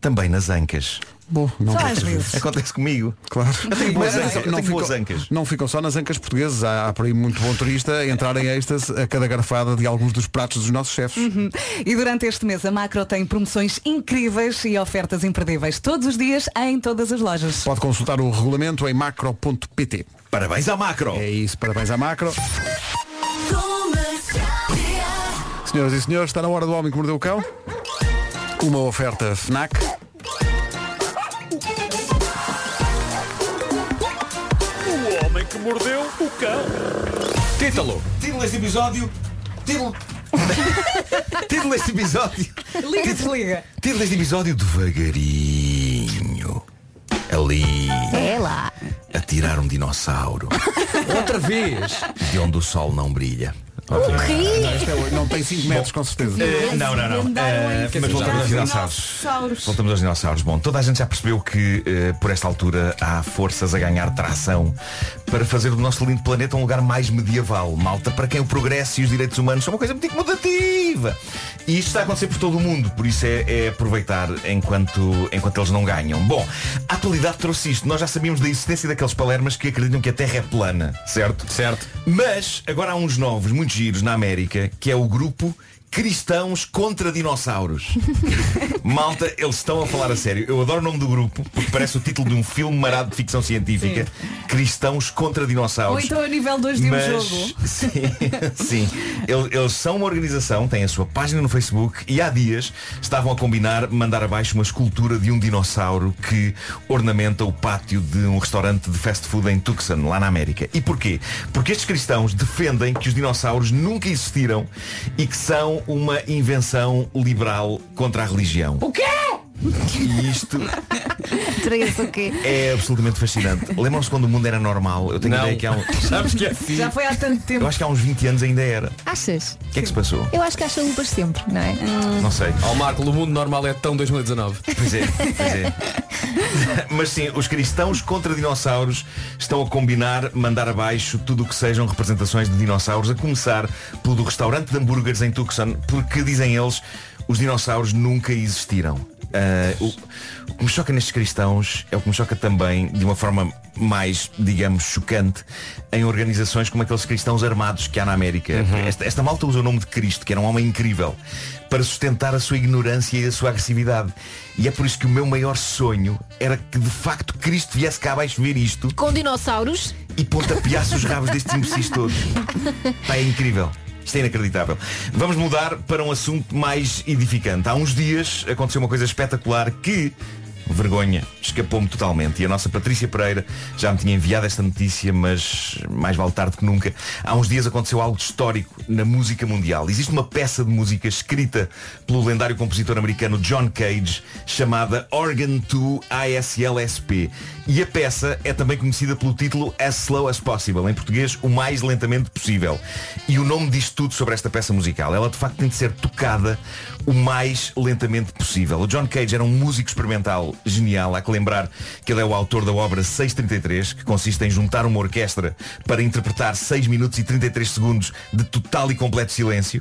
S10: também nas ancas.
S2: Bom, não
S10: Só
S2: vou-
S10: às vezes. Acontece comigo.
S2: Claro.
S10: Eu tenho boas
S2: Mas
S10: ancas, eu tenho boas ancas.
S2: não ficam só nas ancas portuguesas. Há, há por aí muito bom turista a entrar em êxtase a cada garfada de alguns dos pratos dos nossos chefes.
S3: Uhum. E durante este mês a Macro tem promoções incríveis e ofertas imperdíveis todos os dias em todas as lojas.
S2: Pode consultar o regulamento em macro.pt.
S10: Parabéns à Macro.
S2: É isso, parabéns à Macro. Senhoras e senhores, está na hora do homem que mordeu o cão. Uma oferta FNAC.
S6: O homem que mordeu o cão.
S8: Título.
S10: Título deste episódio. Título. Título deste episódio.
S3: Liga, desliga.
S10: Título deste episódio devagarinho. Ali.
S4: É lá.
S10: A tirar um dinossauro.
S8: Outra vez.
S10: De onde o sol não brilha.
S4: O quê?
S2: Não, isto é oito, não tem 5 metros, com certeza.
S10: Eh, não, não, não. Eh, mas voltamos aos dinossauros. Voltamos aos dinossauros. Bom, toda a gente já percebeu que eh, por esta altura há forças a ganhar tração para fazer do nosso lindo planeta um lugar mais medieval. Malta, para quem o progresso e os direitos humanos são uma coisa muito incomodativa. E isto está a acontecer por todo o mundo, por isso é, é aproveitar enquanto, enquanto eles não ganham. Bom, a atualidade trouxe isto. Nós já sabíamos da existência daqueles palermas que acreditam que a Terra é plana, certo?
S8: Certo.
S10: Mas agora há uns novos, muito giros, na América, que é o grupo Cristãos contra Dinossauros. Malta, eles estão a falar a sério. Eu adoro o nome do grupo, porque parece o título de um filme marado de ficção científica. Cristãos contra
S3: Ou
S10: Dinossauros.
S3: então a nível 2 de um
S10: Mas-
S3: jogo.
S10: Sim, sim. Ele- Eles, são uma organização, têm a sua página no Facebook e há dias estavam a combinar mandar abaixo uma escultura de um dinossauro que ornamenta o pátio de um restaurante de fast food em Tucson, lá na América. E porquê? Porque estes cristãos defendem que os dinossauros nunca existiram e que são uma invenção liberal contra a religião.
S3: O quê?
S10: E isto
S4: Três, o quê?
S10: é absolutamente fascinante. Lembram-se quando o mundo era normal? Eu tenho
S8: Não.
S10: ideia que há um...
S8: Sabes que é assim?
S3: Já foi há tanto tempo.
S10: Eu acho que há uns 20 anos ainda era.
S4: Achas?
S10: O que é que se passou?
S4: Eu acho que acham um para sempre, não é?
S10: Não sei.
S8: Ao Marco, o mundo normal é tão 2019.
S10: Pois é, pois é. Mas sim, os cristãos contra dinossauros estão a combinar mandar abaixo tudo o que sejam representações de dinossauros, a começar pelo do restaurante de hambúrgueres em Tucson, porque dizem eles, os dinossauros nunca existiram. Ah, o, o que me choca nestes cristãos é o que me choca também, de uma forma mais, digamos, chocante, em organizações como aqueles cristãos armados que há na América. Esta, esta malta usa o nome de Cristo, que era um homem incrível, para sustentar a sua ignorância e a sua agressividade. E é por isso que o meu maior sonho era que de facto Cristo viesse cá abaixo ver isto
S4: Com dinossauros?
S10: e pontapeasse os rabos destes imbecis todos. Pá, é incrível. Isto é inacreditável. Vamos mudar para um assunto mais edificante. Há uns dias aconteceu uma coisa espetacular que, vergonha, escapou-me totalmente. E a nossa Patrícia Pereira já me tinha enviado esta notícia, mas mais vale tarde que nunca. Há uns dias aconteceu algo de histórico na música mundial. Existe uma peça de música escrita pelo lendário compositor americano John Cage chamada Organ 2 ASLSP. E a peça é também conhecida pelo título As Slow as Possible, em português, o mais lentamente possível. E o nome diz tudo sobre esta peça musical. Ela de facto tem de ser tocada o mais lentamente possível. O John Cage era um músico experimental genial. Há que lembrar que ele é o autor da obra 633, que consiste em juntar uma orquestra para interpretar 6 minutos e 33 segundos de total e completo silêncio.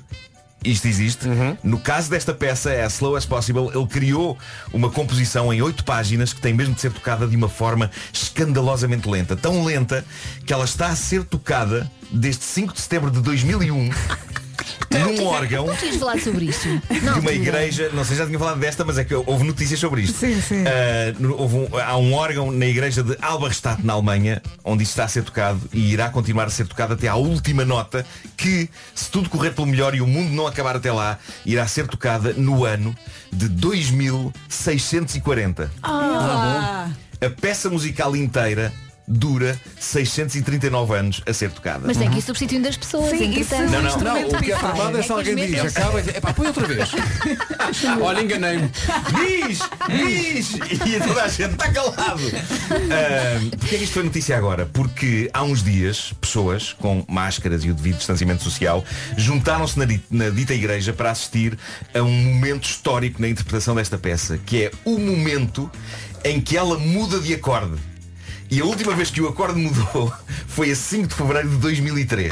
S10: Isto existe. No caso desta peça, é As Slow as Possible, ele criou uma composição em oito páginas que tem mesmo de ser tocada de uma forma escandalosamente lenta. Tão lenta que ela está a ser tocada desde 5 de setembro de 2001 num órgão
S4: Não quis falar sobre isto.
S10: de uma igreja, não sei se já tinha falado desta, mas é que houve notícias sobre isto.
S3: Sim, sim.
S10: Ah, no- houve um- há um órgão na igreja de Alberstadt, na Alemanha, onde isto está a ser tocado e irá continuar a ser tocado até à última nota, que, se tudo correr pelo melhor e o mundo não acabar até lá, irá ser tocada no ano de 2640.
S3: Ah,
S10: A peça musical inteira dura 639 anos a ser tocada.
S4: Mas tem que ir substituindo as pessoas.
S3: Sim,
S4: entretanto.
S3: isso-
S10: Não, não, não,
S3: o que é
S2: tramado é se alguém diz, acaba e diz, "Epá, põe outra vez."
S8: Olha, enganei-me.
S10: Diz! Diz! E toda a gente
S6: tá
S10: está calado. Ahm, Porquê é que isto foi notícia agora? Porque há uns dias, pessoas com máscaras e o devido distanciamento social juntaram-se na, di- na dita igreja para assistir a um momento histórico na interpretação desta peça, que é o momento em que ela muda de acorde. E a última vez que o acorde mudou foi a 5 de fevereiro de 2003.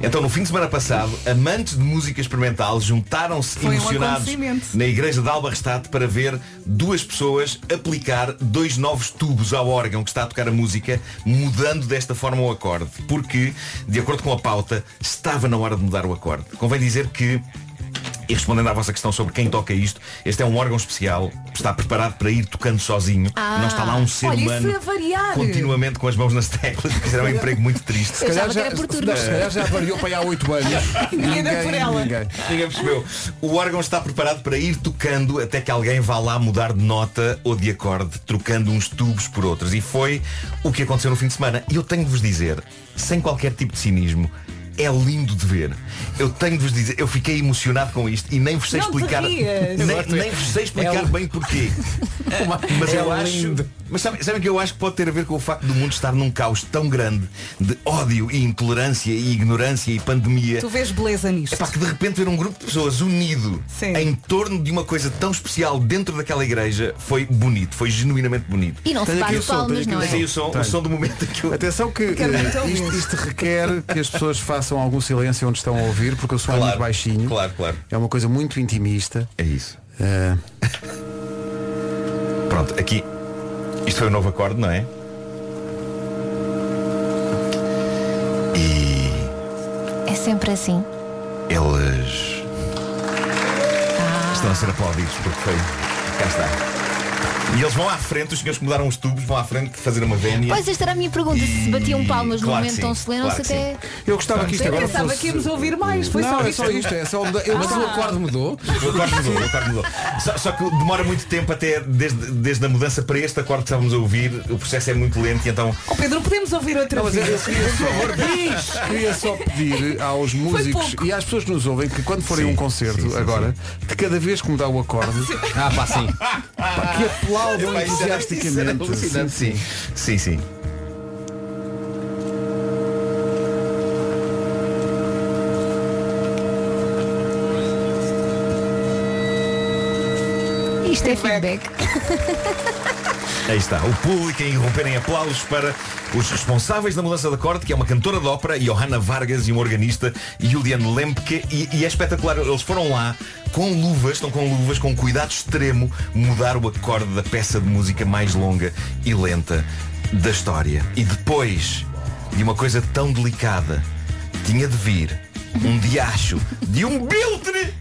S10: Então no fim de semana passado, amantes de música experimental juntaram-se
S3: Foi um
S10: emocionados
S3: acontecimento.
S10: na igreja de Albarrestado para ver duas pessoas aplicar dois novos tubos ao órgão que está a tocar a música, mudando desta forma o acorde. Porque, de acordo com a pauta, estava na hora de mudar o acorde. Convém dizer que e respondendo à vossa questão sobre quem toca isto, este é um órgão especial, está preparado para ir tocando sozinho,
S3: Ah.
S10: não está lá um ser
S3: Olha, isso
S10: humano
S3: é variar.
S10: continuamente com as mãos nas teclas, porque será um emprego muito triste.
S2: Se calhar, já, se calhar já variou para aí há 8 anos.
S10: Ninguém. Ninguém percebeu. O órgão está preparado para ir tocando até que alguém vá lá mudar de nota ou de acorde, trocando uns tubos por outros. E foi o que aconteceu no fim de semana. E eu tenho de vos dizer, sem qualquer tipo de cinismo, é lindo de ver. Eu tenho de vos dizer, eu fiquei emocionado com isto e nem vos sei
S3: Não te
S10: explicar.
S3: rias.
S10: nem,
S3: Agora tu-
S10: nem vos sei explicar
S3: É li-
S10: bem porquê. Mas
S8: É
S10: eu acho.
S8: lindo.
S10: Mas sabem sabe que eu acho que pode ter a ver com o facto do mundo estar num caos tão grande de ódio e intolerância e ignorância e pandemia.
S3: tu vês beleza nisto.
S10: É pá, que de repente ver um grupo de pessoas unido
S3: Sim.
S10: em torno de uma coisa tão especial dentro daquela igreja foi bonito, foi genuinamente bonito.
S4: E não se
S10: Tenho
S4: bate
S10: aqui o som,
S4: palmas,
S10: tenho aqui
S4: não
S10: o-
S4: é?
S10: tenho o som, o som do momento que eu...
S2: Atenção que
S10: Quero
S2: eh,
S10: muito ouvir.
S2: isto, isto requer que as pessoas façam algum silêncio onde estão a ouvir, porque o som é muito baixinho.
S10: Claro, claro.
S2: É uma coisa muito intimista.
S10: É isso.
S2: Eh,
S10: Pronto, aqui. Isto foi o novo acorde, não é?
S4: É sempre assim.
S10: Eles
S3: Ah.
S10: estão a ser aplaudidos porque foi. Cá está. E eles vão à frente, os senhores que mudaram os tubos vão à frente fazer uma vénia.
S3: é,
S4: Pois esta era a minha pergunta, se batiam palmas no
S10: é. claro
S4: momento
S10: que
S4: tão
S10: sim,
S4: solene ou se
S10: claro que
S4: até.
S2: Eu gostava que isto
S3: Eu
S2: agora
S3: pensava
S2: fosse.
S3: que íamos ouvir mais, foi
S2: não,
S3: só
S2: é só
S3: isto. Ah.
S2: isto, é só muda- eu-
S3: Mas o acorde
S2: mudou?
S10: O acorde mudou, o acorde mudou. Só, só que demora muito tempo até, desde, desde a mudança para este acorde que estávamos a ouvir, o processo é muito lento e então.
S3: Oh, Pedro, podemos ouvir outra
S2: Não, mas eu- eu
S3: vez?
S2: queria só, queria só pedir aos músicos e às pessoas que nos ouvem que quando forem a um concerto agora, de cada vez que mudar o acorde,
S8: Ah, pá, sim.
S2: pá, que aplaudam
S10: Epá, isso era- isso era
S2: entusiasticamente.
S10: alucinante, sim. Sim, sim.
S4: Isto é feedback.
S10: Aí está, o público a irromper em aplausos para os responsáveis da mudança de acorde, que é uma cantora de ópera, Johanna Vargas, e um organista, Julian Lempke, e, e é espetacular, eles foram lá com luvas, estão com luvas, com um cuidado extremo, mudar o acorde da peça de música mais longa e lenta da história. E depois de uma coisa tão delicada, tinha de vir um diacho de um biltre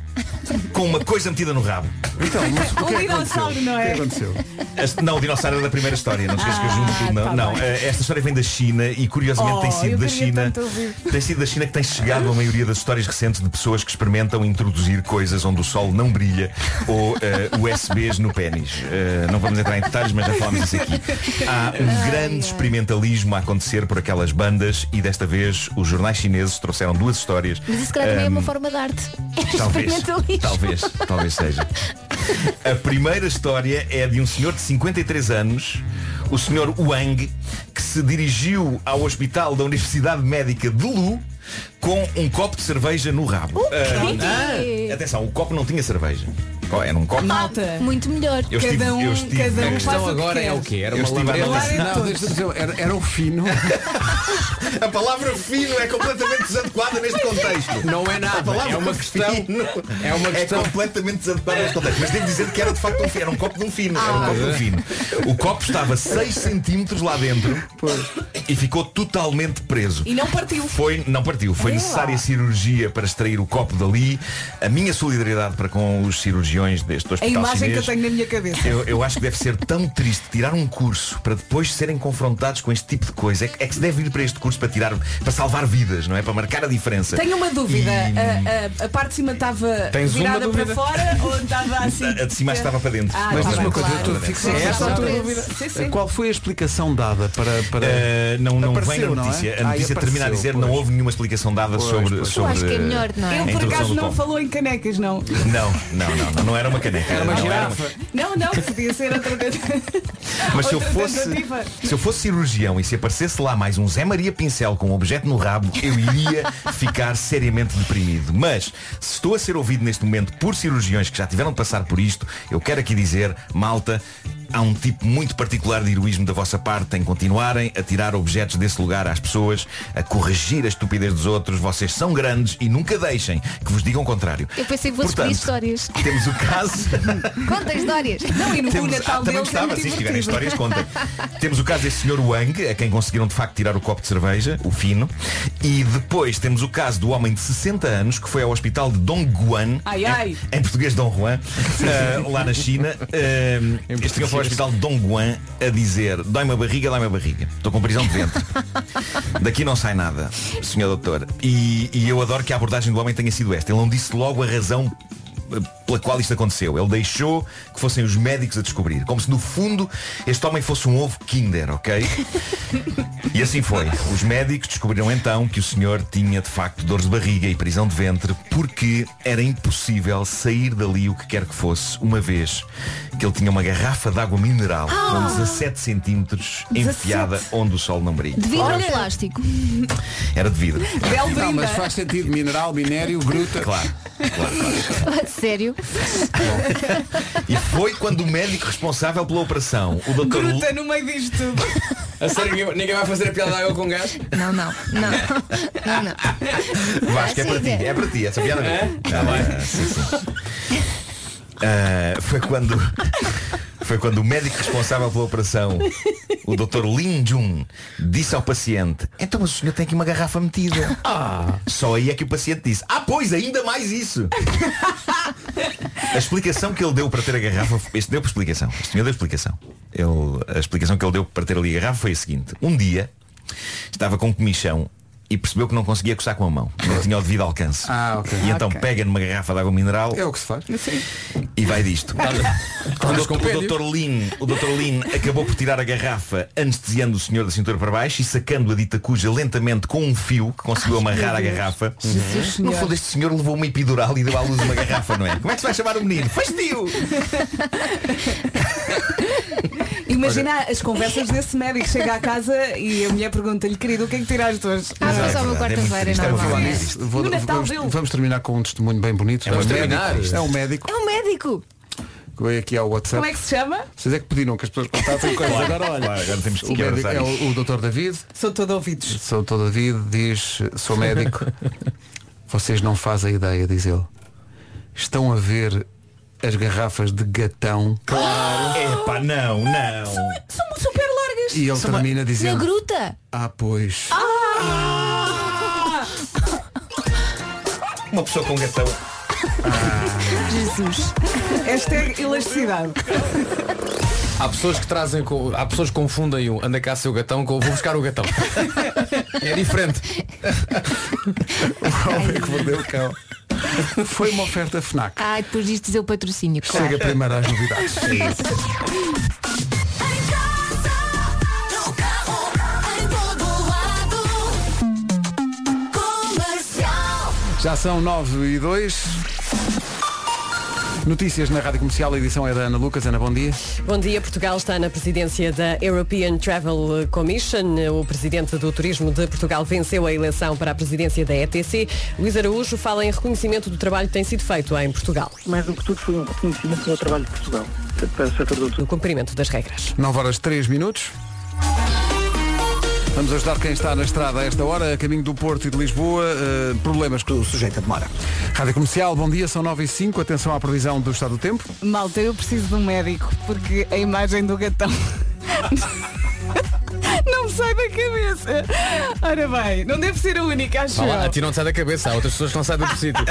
S10: com uma coisa metida no rabo.
S2: Então, mas o que é que aconteceu?
S3: Um dinossauro, não
S2: O que
S3: é?
S2: é que aconteceu?
S10: Este- não, o dinossauro era da primeira história, não esqueças que eu junto tudo. Não, não, eh, esta história vem da China e curiosamente
S3: Oh,
S10: tem sido
S3: eu
S10: da
S3: queria
S10: China.
S3: tanto ouvir.
S10: Tem sido da China que tem chegado a maioria das histórias recentes de pessoas que experimentam introduzir coisas onde o sol não brilha ou eh, USBs no pênis. Eh, não vamos entrar em detalhes, mas já falámos isso aqui. Há
S3: Ah,
S10: um grande experimentalismo a acontecer por aquelas bandas e desta vez os jornais chineses trouxeram duas histórias.
S4: Mas isso se calhar também é
S10: Ahm,
S4: uma forma de arte. É
S10: Talvez,
S4: experimentalismo.
S10: talvez, talvez seja. A primeira história é de um senhor de 53 anos, o senhor Wang, que se dirigiu ao hospital da Universidade Médica de Lu com um copo de cerveja no rabo.
S4: quê?
S10: Ah, atenção, o copo não tinha cerveja. Era um copo.
S3: Malta.
S4: Muito melhor.
S10: Eu estive- Cada um- eu estive- cada um
S8: A questão agora é o quê? Era
S10: Eu
S8: uma
S10: estive a
S8: labareda.
S10: anotar-
S2: Não, deixa-me dizer, era, era um fino.
S13: A palavra fino é completamente desadequada neste contexto.
S8: Não é nada,
S13: A palavra
S8: é uma questão-
S13: fino
S8: é uma questão-
S13: completamente desadequada neste contexto. Mas devo dizer que era de facto um fino. Era um copo de um fino. Era um
S10: Ah.
S13: copo de um fino. O copo estava 6 centímetros lá dentro e ficou totalmente preso.
S9: E não partiu.
S10: Foi, não partiu, foi
S9: Vê lá.
S10: necessária cirurgia para extrair o copo dali. A minha solidariedade para com os cirurgiões deste
S3: A
S10: hospital
S3: imagem que eu
S10: chinês.
S3: tenho na minha cabeça.
S10: Eu, eu acho que deve ser tão triste tirar um curso para depois serem confrontados com este tipo de coisa. É, que- é que se deve ir para este curso para tirar, para salvar vidas, não é? Para marcar a diferença.
S9: Tenho uma dúvida.
S10: E-
S9: A, a- a parte de cima estava
S10: Tens uma
S9: virada para
S10: dúvida?
S9: fora ou estava assim?
S10: A de cima estava para dentro.
S9: Ah,
S2: Mas
S9: tá
S2: diz-me
S9: bem,
S2: uma coisa,
S9: claro.
S2: eu tô- fico
S9: Sim,
S2: sem
S9: sim,
S2: essa
S9: sim.
S2: altura.
S9: Sim, sim.
S2: Qual foi a explicação dada para... para...
S10: Eh, não não
S2: Apareceu,
S10: vem a
S2: não é?
S10: notícia.
S2: Ah,
S10: A notícia
S2: apareceu,
S10: termina a dizer
S2: pois.
S10: não houve nenhuma explicação dada
S2: Pois,
S10: sobre,
S2: pois.
S10: sobre.
S4: é
S10: eh, a
S3: Ele por
S10: introdução
S3: acaso
S10: do
S3: é não
S10: copo.
S3: falou em canecas, não.
S10: Não, não, não, não, não era uma caneca.
S3: Era uma
S10: não,
S3: girafa. Não, não, podia ser outra coisa.
S10: Mas se eu
S3: Outra
S10: fosse
S3: tentativa.
S10: se eu fosse cirurgião e se aparecesse lá mais um Zé Maria Pincel com um objeto no rabo, eu iria ficar seriamente deprimido. Mas se estou a ser ouvido neste momento por cirurgiões que já tiveram de passar por isto, eu quero aqui dizer, malta, há um tipo muito particular de heroísmo da vossa parte em continuarem a tirar objetos desse lugar às pessoas, a corrigir a estupidez dos outros. Vocês são grandes e nunca deixem que vos digam o contrário.
S4: Eu pensei que vosses pedir
S10: Portanto,
S4: histórias.
S10: Temos o caso.
S4: Conta histórias. Não,
S10: Temos- ah,
S9: é
S10: também gostava, sim, se tiverem histórias, contem. temos o caso desse senhor Wang, a quem conseguiram de facto tirar o copo de cerveja, o fino. E depois temos o caso do homem de 60 anos que foi ao hospital de Dongguan,
S9: Ai, ai.
S10: em português Dom Juan, eh, lá na China. Eh, este senhor foi ao hospital de Dongguan a dizer dói-me a barriga, dói-me a barriga. Estou com prisão de ventre. Daqui não sai nada, senhor doutor. E, e eu adoro que a abordagem do homem tenha sido esta. Ele não disse logo a razão eh, pela qual isto aconteceu. Ele deixou que fossem os médicos a descobrir. Como se no fundo este homem fosse um ovo kinder, ok? E assim foi. Os médicos descobriram então que o senhor tinha de facto dores de barriga e prisão de ventre porque era impossível sair dali o que quer que fosse, uma vez que ele tinha uma garrafa de água mineral
S4: Ah!
S10: com 17 centímetros
S4: 17.
S10: enfiada onde o sol não brilha.
S4: De vidro ou plástico?
S10: Era de vidro.
S2: Não, mas faz sentido. Mineral, minério, gruta.
S10: Claro.
S4: Sério?
S10: E foi quando o médico responsável pela operação, o Dr. Lu-
S3: Gruta no meio disto tudo.
S8: A sério, ninguém, ninguém vai fazer a piada da água com gás?
S4: Não, não, não. Não, não.
S10: Vasco, é para ti, é para ti, essa piada não é. Não, é,
S8: Tá
S10: sim, sim. Ah, foi quando foi quando o médico responsável pela operação, o Dr. Lin Jun, disse ao paciente, então mas o senhor tem aqui uma garrafa metida. Ah, só aí é que o paciente disse, ah pois, ainda mais isso. A explicação que ele deu para ter a garrafa Este deu por explicação Este senhor deu explicação ele, A explicação que ele deu para ter ali a garrafa foi a seguinte Um dia estava com um comichão E percebeu que não conseguia coçar com a mão Não tinha o devido alcance
S2: Ah, ok.
S10: E então
S2: Ok.
S10: pega numa garrafa de água mineral
S2: É o que se faz.
S10: E vai disto
S2: Olha,
S10: Mas
S2: compêndio.
S10: o Dr. Lin O Dr. Lin acabou por tirar a garrafa Anestesiando o senhor da cintura para baixo E sacando a dita cuja lentamente com um fio Que conseguiu amarrar a garrafa Uhum.
S13: Jesus,
S10: No
S13: senhor.
S10: fundo este senhor levou uma epidural E deu à luz uma garrafa, não é? Como é que se vai chamar o menino? Fastio!
S3: Imagina as conversas desse médico. Chega à casa e a mulher pergunta-lhe, querido, o que é que tiraste hoje?
S4: Ah, foi só uma
S2: É muito
S4: quarta-feira,
S2: triste, é
S4: não
S2: uma
S4: é?
S2: violência. Vou-
S4: No Natal
S2: vamos,
S4: dele.
S2: vamos terminar com um testemunho bem bonito.
S8: vamos
S2: médico,
S8: terminar.
S2: isto é um médico
S4: É um médico.
S2: que veio aqui ao WhatsApp.
S3: Como é que se chama?
S2: Vocês é que pediram que as pessoas contassem coisas.
S3: Claro,
S2: Agora olha.
S10: claro, agora temos que
S2: o médico
S10: abraçar
S2: é
S10: isto.
S2: o, o Dr. David.
S3: Sou todo ouvidos.
S2: Sou todo ouvido, diz, sou médico. Vocês não fazem ideia, diz ele. Estão a ver as garrafas de gatão. Ah!
S10: Claro. Epá, não, não.
S3: São super largas.
S2: E ele termina dizendo.
S4: Na gruta.
S2: Ah, pois.
S4: Ah!
S10: Uma pessoa com gatão.
S14: Ah.
S3: Jesus. Esta é elasticidade.
S8: Há pessoas que trazem com. Há pessoas que confundem o anda cá seu gatão com vou buscar o gatão. É diferente.
S2: O homem que mordeu o cão. Foi uma oferta FNAC.
S4: Ah, depois disto dizer o patrocínio. claro.
S2: Chega primeiro às novidades.
S6: É
S2: Já são 9 e 2. Notícias na Rádio Comercial, a edição é da Ana Lucas. Ana, bom dia.
S9: Bom dia, Portugal está na presidência da European Travel Commission. O presidente do Turismo de Portugal venceu a eleição para a presidência da ETC. Luís Araújo fala em reconhecimento do trabalho que tem sido feito em Portugal.
S15: Mais do que tudo foi um reconhecimento do meu trabalho de Portugal.
S9: O cumprimento das regras.
S2: 9 horas 3 minutos. Vamos ajudar quem está na estrada a esta hora, a caminho do Porto e de Lisboa, eh, problemas que o sujeito demora. Rádio Comercial, bom dia, são 9 e 5 atenção à previsão do estado do tempo.
S3: Malta, eu preciso de um médico porque a imagem do gatão. Não me sai da cabeça. Ora bem, não devo ser a única, acho
S14: Vá
S3: eu.
S14: lá, a ti não te sai da cabeça, há outras pessoas que não saem do sítio.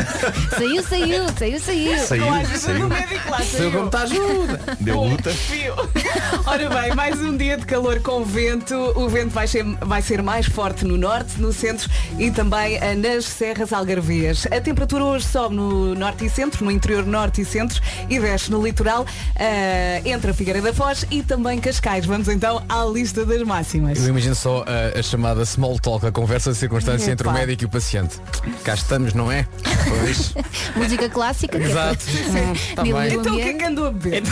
S4: Saiu, saiu, saiu, saiu.
S14: Saiu,
S3: Não, às vezes
S14: saiu.
S3: o médico lá
S14: Saiu
S3: saiu.
S14: como estás, miúda.
S10: Deu luta.
S3: Fio. Ora bem, mais um dia de calor com vento. O vento vai ser, vai ser mais forte no norte, no centro e também eh, nas serras algarvias. A temperatura hoje sobe no norte e centro, no interior norte e centro e desce no litoral eh, entre a Figueira da Foz e também Cascais. Vamos então à lista das máximas.
S14: Eu imagino só a, a chamada small talk, a conversa de circunstância entre o
S3: Epá.
S14: médico e o paciente. Cá estamos, não é? Pois.
S4: Música clássica. que é
S14: Exato.
S4: tudo.
S14: Sim, sim. Tá
S4: Nilo
S14: bem. Então, o que é
S4: Ambiente.
S3: que andou a beber?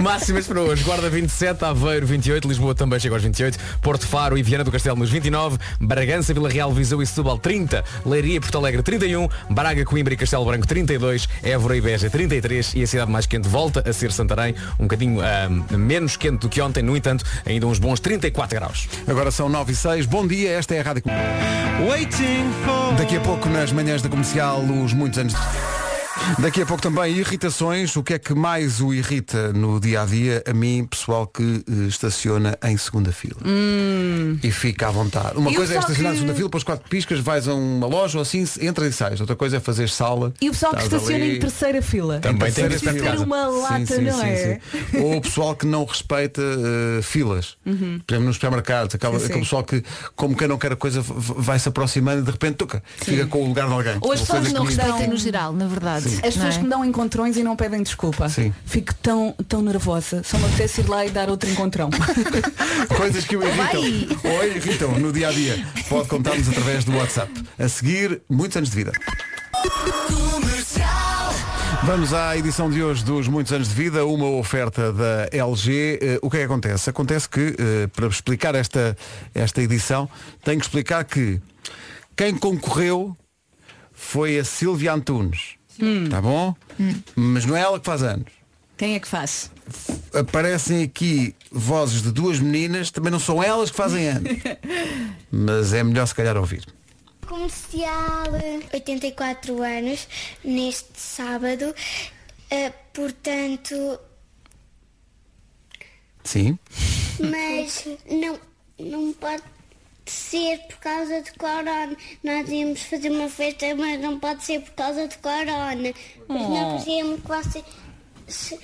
S14: Máximas para hoje. Guarda 27, Aveiro 28, Lisboa também chega aos 28, Porto Faro e Viana do Castelo nos 29, Bragança, Vila Real, Viseu e Setúbal 30, Leiria, e Porto Alegre 31, Braga, Coimbra e Castelo Branco 32, Évora e Beja 33 e a cidade mais quente volta a ser Santarém, um bocadinho ahm, menos quente do que ontem, no entanto, ainda uns bons 34 graus.
S2: Agora são 9 e 6. Bom dia, esta é a Rádio Comercial. Daqui a pouco, nas manhãs da comercial, os muitos anos. de- Daqui a pouco também irritações. O que é que mais o irrita no dia a dia? A mim, pessoal que eh, estaciona em segunda fila.
S3: Hum.
S2: E fica à vontade. Uma
S3: E o
S2: coisa é
S3: pessoal
S2: estacionar
S3: que-
S2: na segunda fila, depois quatro piscas, vais a uma loja ou assim, entras e sais. Outra coisa é fazer sala.
S3: E o pessoal que
S2: estás
S3: estaciona
S2: ali.
S3: em terceira fila.
S2: Também tem
S3: Preciso
S2: que
S3: ter uma lata, não é?
S2: Ou o pessoal que não respeita eh, filas.
S3: Uhum.
S2: Por exemplo, nos supermercados, aquela,
S3: Sim, sim.
S2: aquele pessoal que, como quem não quer a coisa, v- v- vai se aproximando e de repente toca, fica com o lugar de alguém.
S3: Ou as
S2: Tipo, Uma
S3: pessoas
S2: coisa que
S3: não
S2: me-
S3: respeitam
S4: no geral, na verdade.
S2: Sim.
S3: As pessoas
S2: Não é?
S3: que me dão encontrões e não pedem desculpa.
S2: Sim.
S3: Fico tão, tão nervosa. Só me apetece ir lá e dar outro encontrão.
S2: Coisas que o irritam. Ou irritam no dia a dia. Pode contar-nos através do WhatsApp. A seguir, muitos anos de vida. Vamos à edição de hoje dos Muitos Anos de Vida, uma oferta da LG. Eh, o que é que acontece? Acontece que, eh, para explicar esta, esta edição, tenho que explicar que quem concorreu foi a Silvia Antunes.
S3: Hum.
S2: Tá bom? Mas não é ela que faz anos.
S3: Quem é que faz?
S2: Aparecem aqui vozes de duas meninas, também não são elas que fazem anos. Mas é melhor se calhar ouvir.
S16: Comercial, 84 anos, neste sábado. Eh, portanto,
S2: Sim.
S16: mas não, não pode ser por causa de corona. Nós íamos fazer uma festa, mas não pode ser por causa de corona. Mas
S17: Oh.
S16: não queríamos que vocês se-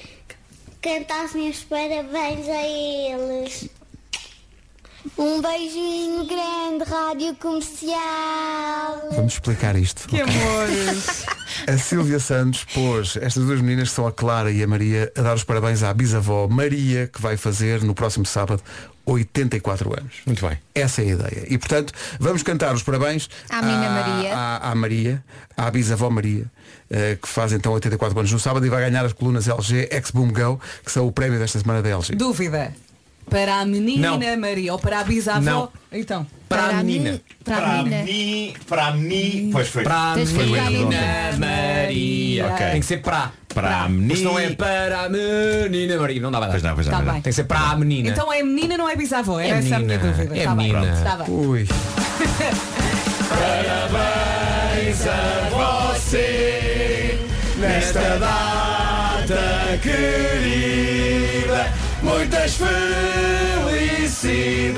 S16: cantassem os parabéns a eles. Um beijinho grande, Rádio Comercial.
S2: Vamos explicar isto.
S16: Que
S2: ok?
S16: amores.
S2: A Silvia Santos pôs estas duas meninas, que são a Clara e a Maria, a dar os parabéns à bisavó Maria, que vai fazer no próximo sábado 84 anos.
S14: Muito bem.
S2: Essa é a ideia. E portanto, vamos cantar os parabéns
S4: À menina Maria.
S2: À, à Maria, à bisavó Maria, eh, que faz então 84 anos no sábado e vai ganhar as colunas LG Ex Boom Go, que são o prémio desta semana da LG.
S3: Dúvida. Para a menina
S2: Não.
S3: Maria ou para a bisavó?
S2: Não.
S3: Então.
S2: Para a Para a menina.
S3: mim.
S2: mi-
S10: para a Para menina. mim. Para mim. Pois foi.
S14: Para a
S10: Pois foi o erro de
S14: menina
S10: ontem.
S14: Maria.
S10: Ok.
S14: Tem que ser para.
S10: Para a
S14: Mas não é para a menina Maria. Não dá para. Pois não,
S10: pois
S3: não, Tá pois não. bem.
S14: Tem que ser para a menina.
S3: Então é menina, não é bisavó? Era essa a minha dúvida.
S14: É
S3: Tá bem.
S14: menina.
S3: Tá bem.
S2: Ui.
S6: Parabéns a você nesta data querida. Muitas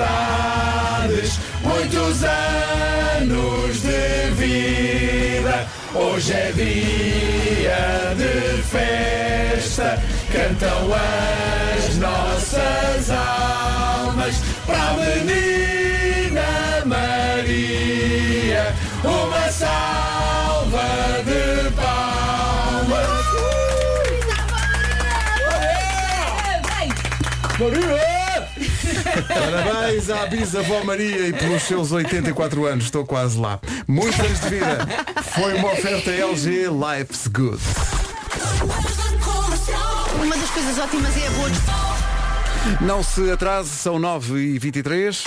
S6: felicidades, muitos anos de vida. Hoje é dia de festa, cantam as nossas almas para a menina Maria. Uma salva de palmas.
S2: Parabéns à bisavó Maria e pelos seus 84 anos, estou quase lá. Muitos anos de vida. Foi uma oferta LG Life's Good.
S18: Uma das coisas ótimas é a boa.
S2: Não se atrase, são 9h23.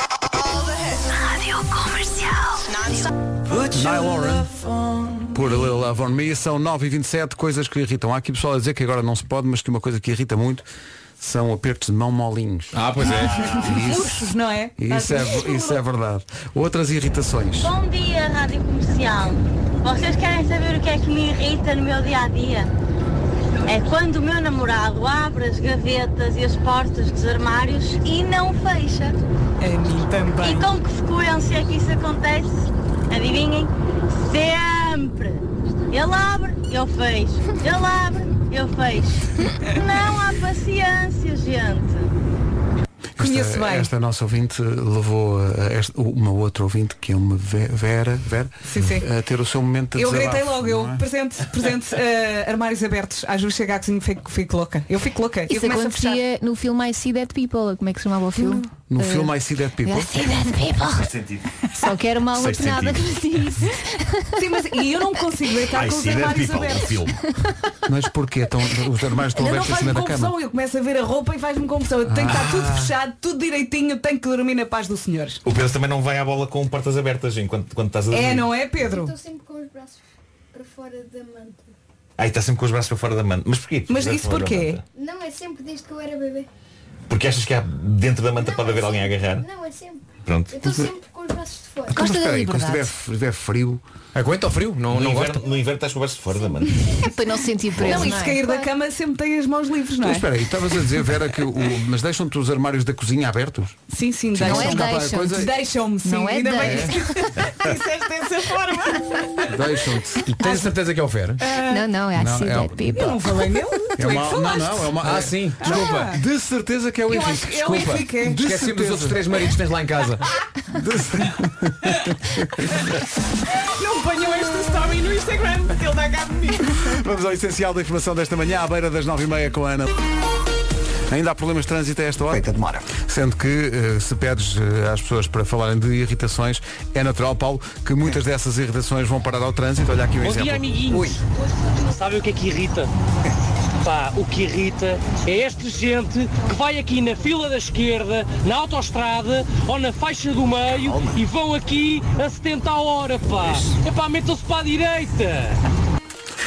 S18: Rádio comercial.
S2: Nyloren por A Little Love On Me são 9h27, coisas que irritam. Há aqui pessoal a dizer que agora não se pode, mas que uma coisa que irrita muito são apertos de mão molinhos.
S8: Ah, pois é.
S2: Isso,
S3: Murchos, não é?
S2: isso, é, isso é verdade. Outras irritações.
S17: Bom dia, Rádio Comercial. Vocês querem saber o que é que me irrita no meu dia a dia? É quando o meu namorado abre as gavetas e as portas dos armários e não fecha.
S3: A É mim também.
S17: E com que frequência é que isso acontece? Adivinhem? Sempre! Ele abre, eu fecho. Ele abre, eu fecho. Não há paciência, gente.
S3: Conheço
S2: esta,
S3: bem.
S2: Esta nossa ouvinte levou a esta- uma outra ouvinte, que é uma Ve- Vera, Vera
S3: Sim, sim.
S2: a ter o seu momento de
S3: Eu gritei
S2: Tá desabafo,
S3: logo, eu
S2: não é?
S3: presente, presente, eh, armários abertos. Às vezes chega a cozinha e fico, fico louca. Eu fico louca. eu
S4: Isso
S3: começo a fechar.
S4: acontecia no filme I See Dead People, como é que se chamava o filme?
S2: No
S4: Eh,
S2: filme I See Dead People.
S4: I See Dead People. Só que era uma
S2: Sexto
S4: alternada que disse.
S3: Sim, mas e eu não consigo deitar
S2: I
S3: com os
S2: See Dead
S3: armários
S2: People,
S3: abertos.
S2: o filme. Mas porquê? Estão, os armários estão
S3: Ainda não
S2: abertos em
S3: faz-me
S2: cima da cama.
S3: confusão, eu começo a ver a roupa e faz-me confusão. Eu tenho que estar
S10: Ah.
S3: tudo fechado, tudo direitinho, tenho que dormir na paz do senhor.
S10: O Pedro também não vai à bola com portas abertas enquanto quando estás a dormir.
S3: É, não é, Pedro?
S16: Estou sempre com os braços para fora da manta.
S10: Aí está sempre com os braços para fora da manta. Mas porquê?
S16: Mas
S10: Os braços
S16: isso
S10: para fora da
S16: porquê?
S10: manta?
S16: Não, é sempre desde que eu era bebê.
S10: Porque achas que há dentro da manta pode haver alguém a agarrar?
S16: Não, é sempre.
S10: Pronto.
S16: Eu estou sempre com os braços de fora.
S10: Mas espera aí,
S16: Mas
S10: quando
S16: espera
S10: estiver- estiver frio. Aguenta o frio, não, no não inverno, No inverno estás com o braço de fora da manta.
S4: É para não se sentir preso.
S3: Não, e
S4: é?
S3: se cair da cama sempre tem as mãos livres, não
S2: Mas
S3: é?
S2: espera aí, estavas a dizer, Vera, que o, mas deixam-te os armários da cozinha abertos?
S3: Sim, sim,
S2: Sim, não é
S3: deixam-me.
S2: deixam-te.
S3: Coisa- Deixam-me, sim.
S2: Não é
S3: ainda bem
S2: deixam.
S3: que disseste dessa forma.
S2: Deixam-te.
S8: E tens a certeza que é o Vera?
S4: Não, não, é I
S2: Não,
S4: See
S2: é
S4: Dead
S2: o-
S4: People.
S2: Eu não falei
S3: nele.
S2: É uma, não, não, é uma.
S8: Ah, sim, desculpa.
S2: É, de certeza que é
S8: Eu
S2: o Henrique.
S8: acho que é o
S2: desculpa.
S8: Henrique, é.
S2: De
S8: Esqueci-me dos
S2: certeza.
S8: outros três maridos que tens lá em casa.
S2: De
S3: Não ponham esta story no Instagram, porque ele dá cá de mim.
S2: Vamos ao essencial da informação desta manhã, à beira das 9h30 com a Ana. Ainda há problemas de trânsito a esta hora? Feita
S5: demora.
S2: Sendo que eh, se pedes eh, às pessoas para falarem de irritações, é natural, Paulo, que muitas dessas irritações vão parar ao trânsito. Olha aqui um
S19: Bom
S2: exemplo.
S19: dia, amiguinhos. Sabem o que é que irrita? Pá, o que irrita é esta gente que vai aqui na fila da esquerda, na autoestrada ou na faixa do meio e vão aqui a 70 a hora, pá. É pá, metam-se para a direita.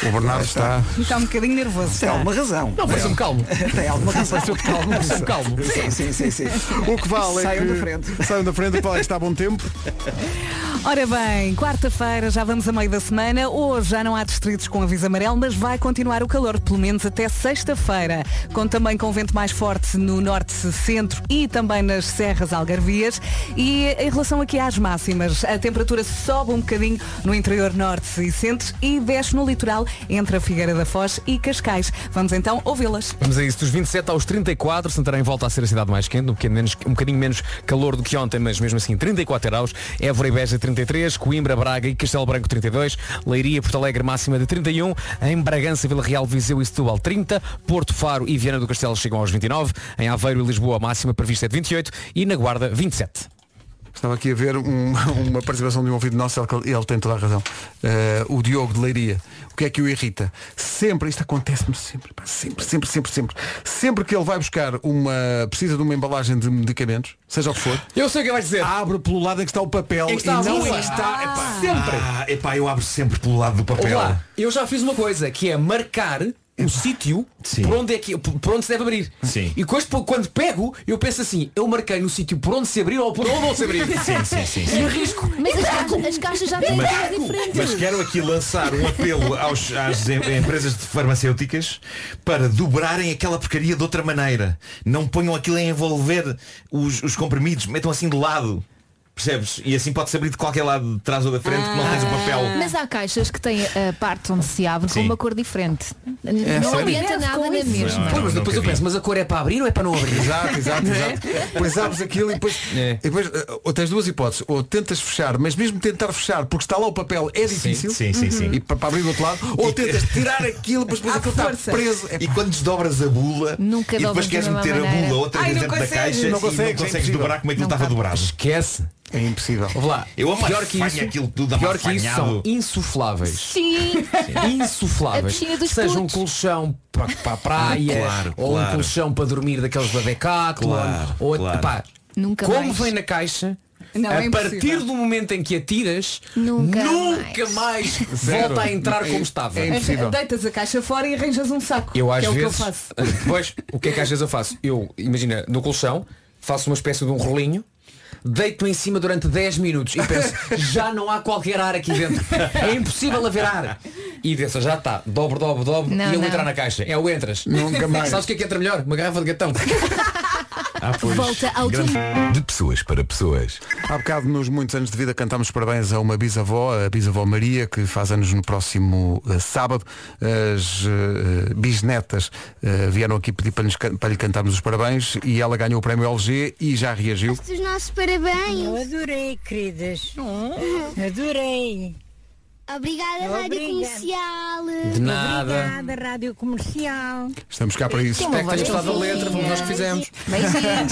S2: O Bernardo está.
S3: Está um bocadinho nervoso.
S5: Tem alguma razão.
S8: Não,
S2: É.
S8: parece um calmo.
S5: Tem alguma razão.
S8: Parece um calmo. Parece um calmo.
S5: Sim, sim, sim, sim.
S2: O que vale é
S5: Saiam
S2: que...
S5: da frente.
S2: Saiam da frente, Paulo, está a bom tempo.
S3: Ora bem, quarta-feira, já vamos a meio da semana. Hoje já não há distritos com aviso amarelo, mas vai continuar o calor, pelo menos até sexta-feira. Conto também com vento mais forte no norte, centro e também nas serras algarvias. E em relação aqui às máximas, a temperatura sobe um bocadinho no interior norte e centro e desce no litoral entre a Figueira da Foz e Cascais. Vamos então ouvi-las.
S8: Vamos a isso, dos 27 aos 34, Santarém volta a ser a cidade mais quente, um bocadinho menos, um bocadinho menos calor do que ontem, mas mesmo assim 34 graus, Évora e Beja 33, Coimbra, Braga e Castelo Branco 32, Leiria, Porto Alegre máxima de 31, em Bragança, Vila Real, Viseu e Setúbal 30, Porto Faro e Viana do Castelo chegam aos 29, em Aveiro e Lisboa a máxima prevista é de 28 e na Guarda 27.
S2: Estava aqui a ver um- uma participação de um ouvido nosso, ele- ele tem toda a razão. Eh, o Diogo de Leiria. O que é que o irrita? Sempre, isto acontece-me sempre, pá, sempre, sempre, sempre, sempre. Sempre que ele vai buscar uma. precisa de uma embalagem de medicamentos, seja o que for.
S8: Eu sei o que vais dizer.
S2: Abre pelo lado em que está o papel
S8: Em que está
S2: e
S8: a
S2: não
S8: bolsa.
S2: em que está.
S8: Ah, sempre.
S10: Ah, epá, eu abro sempre pelo lado do papel.
S8: Olá, eu já fiz uma coisa, que é marcar o sítio por onde, é que, por onde se deve abrir.
S10: Sim.
S8: E depois, pô, quando pego, eu penso assim, eu marquei no sítio por onde se abrir ou por onde não se abrir.
S10: Sim, sim, sim, sim.
S8: E arrisco.
S4: Mas as, caixas- as caixas já têm
S10: Mas-
S4: cores diferentes.
S10: Mas quero aqui lançar um apelo aos- às em- empresas de farmacêuticas para dobrarem aquela porcaria de outra maneira. Não ponham aquilo a envolver os, os comprimidos, metam assim de lado. Percebes? E assim pode-se abrir de qualquer lado, de trás ou da frente, que não tens o papel.
S4: Mas há caixas que têm a parte onde se abre com
S10: Sim.
S4: uma cor diferente. N-
S10: É
S4: não
S10: sério?
S4: adianta
S10: Deve
S4: nada
S10: com
S4: na
S10: isso.
S4: mesma.
S10: Não,
S8: Pô,
S10: não,
S8: mas depois eu
S10: nunca
S8: penso,
S10: vi.
S8: mas a cor é para abrir ou é para não abrir?
S2: Exato, exato,
S8: Não é?
S2: exato. Pois abres aquilo e depois,
S10: É.
S2: e depois eh, ou tens duas hipóteses, ou tentas fechar, mas mesmo tentar fechar, porque está lá o papel, é difícil.
S10: sim, sim, sim.
S2: E para, para abrir do outro lado, ou tentas tirar aquilo, mas depois
S10: À
S2: aquilo está
S10: força.
S2: preso. É
S10: E quando desdobras a bula
S4: Nunca
S10: e depois
S4: dobras
S10: queres
S4: da mesma
S10: meter a
S4: maneira.
S10: bula outra
S4: Ai,
S10: vez
S4: não
S10: dentro da
S4: consegues.
S10: caixa
S4: Não
S10: e não
S2: consegues, é
S10: consegues
S2: impossível.
S10: dobrar como aquilo
S2: Não
S10: estava
S2: dá.
S10: dobrado.
S8: Esquece.
S2: É impossível.
S8: Vamos lá.
S10: Eu amo
S8: pior
S10: a
S8: que
S10: fanha,
S8: isso,
S10: aquilo tudo
S8: pior que isso são
S10: afanhado.
S8: insufláveis.
S4: Sim. A
S8: Insufláveis.
S4: piscina dos
S8: Seja um
S4: putos.
S8: colchão para, para a praia,
S10: Claro,
S8: ou um
S10: claro.
S8: colchão para dormir daqueles da Decathlon,
S10: Claro,
S8: ou
S10: claro.
S8: pá,
S4: Nunca
S8: como
S4: mais.
S8: vem na caixa,
S3: Não,
S8: a
S3: é impossível.
S8: partir do momento em que atiras,
S3: Nunca
S8: nunca mais, É
S3: Zero.
S8: volta a entrar
S4: é
S8: como estava.
S3: Deitas a caixa fora e arranjas um saco.
S14: Eu às
S3: que é o
S14: vezes.
S3: que eu faço.
S8: Pois, o que é que às vezes eu faço? Eu, imagina, no colchão, faço uma espécie de um rolinho, deito-me em cima durante 10 minutos e penso, já não há qualquer ar aqui dentro. É impossível haver ar. E pensa, já está, dobro, dobro, dobro,
S14: Não,
S8: e eu
S14: não.
S8: entrar na caixa. É o entras.
S14: Nunca mais.
S8: Sabes o que é que entra melhor? Uma garrafa de gatão. Ah,
S10: Ah,
S4: Volta ao
S2: Grande-
S20: De pessoas para pessoas.
S2: Há bocado, nos muitos anos de vida, cantámos parabéns a uma bisavó, a bisavó Maria, que faz anos no próximo eh, sábado. As eh, bisnetas eh, vieram aqui pedir para, lhes can- para lhe cantarmos os parabéns e ela ganhou o prémio LG e já reagiu.
S16: Os nossos parabéns. Uhum.
S21: Eu adorei, queridas. Adorei.
S16: Obrigada, Rádio
S21: Obrigada.
S16: Comercial.
S2: De nada.
S21: Obrigada, Rádio Comercial.
S2: Estamos cá para isso.
S21: Tem uma Espero que tenhas voz gostado da letra, fofinha. nós que fizemos.
S4: Beijinhos.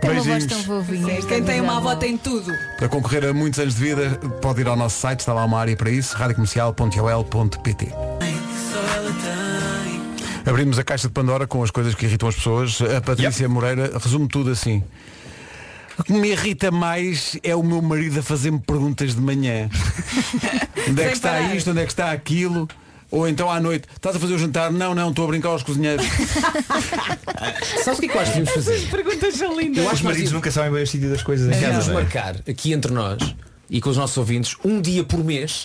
S4: Tem uma voz tão fofinha.
S3: Quem tem uma avó tem tudo.
S2: Para concorrer a muitos anos de vida, pode ir ao nosso site, está lá uma área para isso, radiocomercial.ol.pt. Abrimos a caixa de Pandora com as coisas que irritam as pessoas. A Patrícia Moreira resume tudo assim. O que me irrita mais é o meu marido a fazer-me perguntas de manhã. onde é que
S22: Sem
S2: está
S22: parar.
S2: isto, onde é que está aquilo? Ou então à noite, estás a fazer o jantar? Não, não, estou a brincar aos cozinheiros.
S8: Sabes o que é que nós tínhamos de fazer?
S3: perguntas são lindas.
S8: Eu acho que nós devíamos-
S13: nunca sabem bem o sítio das coisas em
S8: Devíamos
S13: casa. não é?
S8: marcar aqui entre nós e com os nossos ouvintes um dia por mês.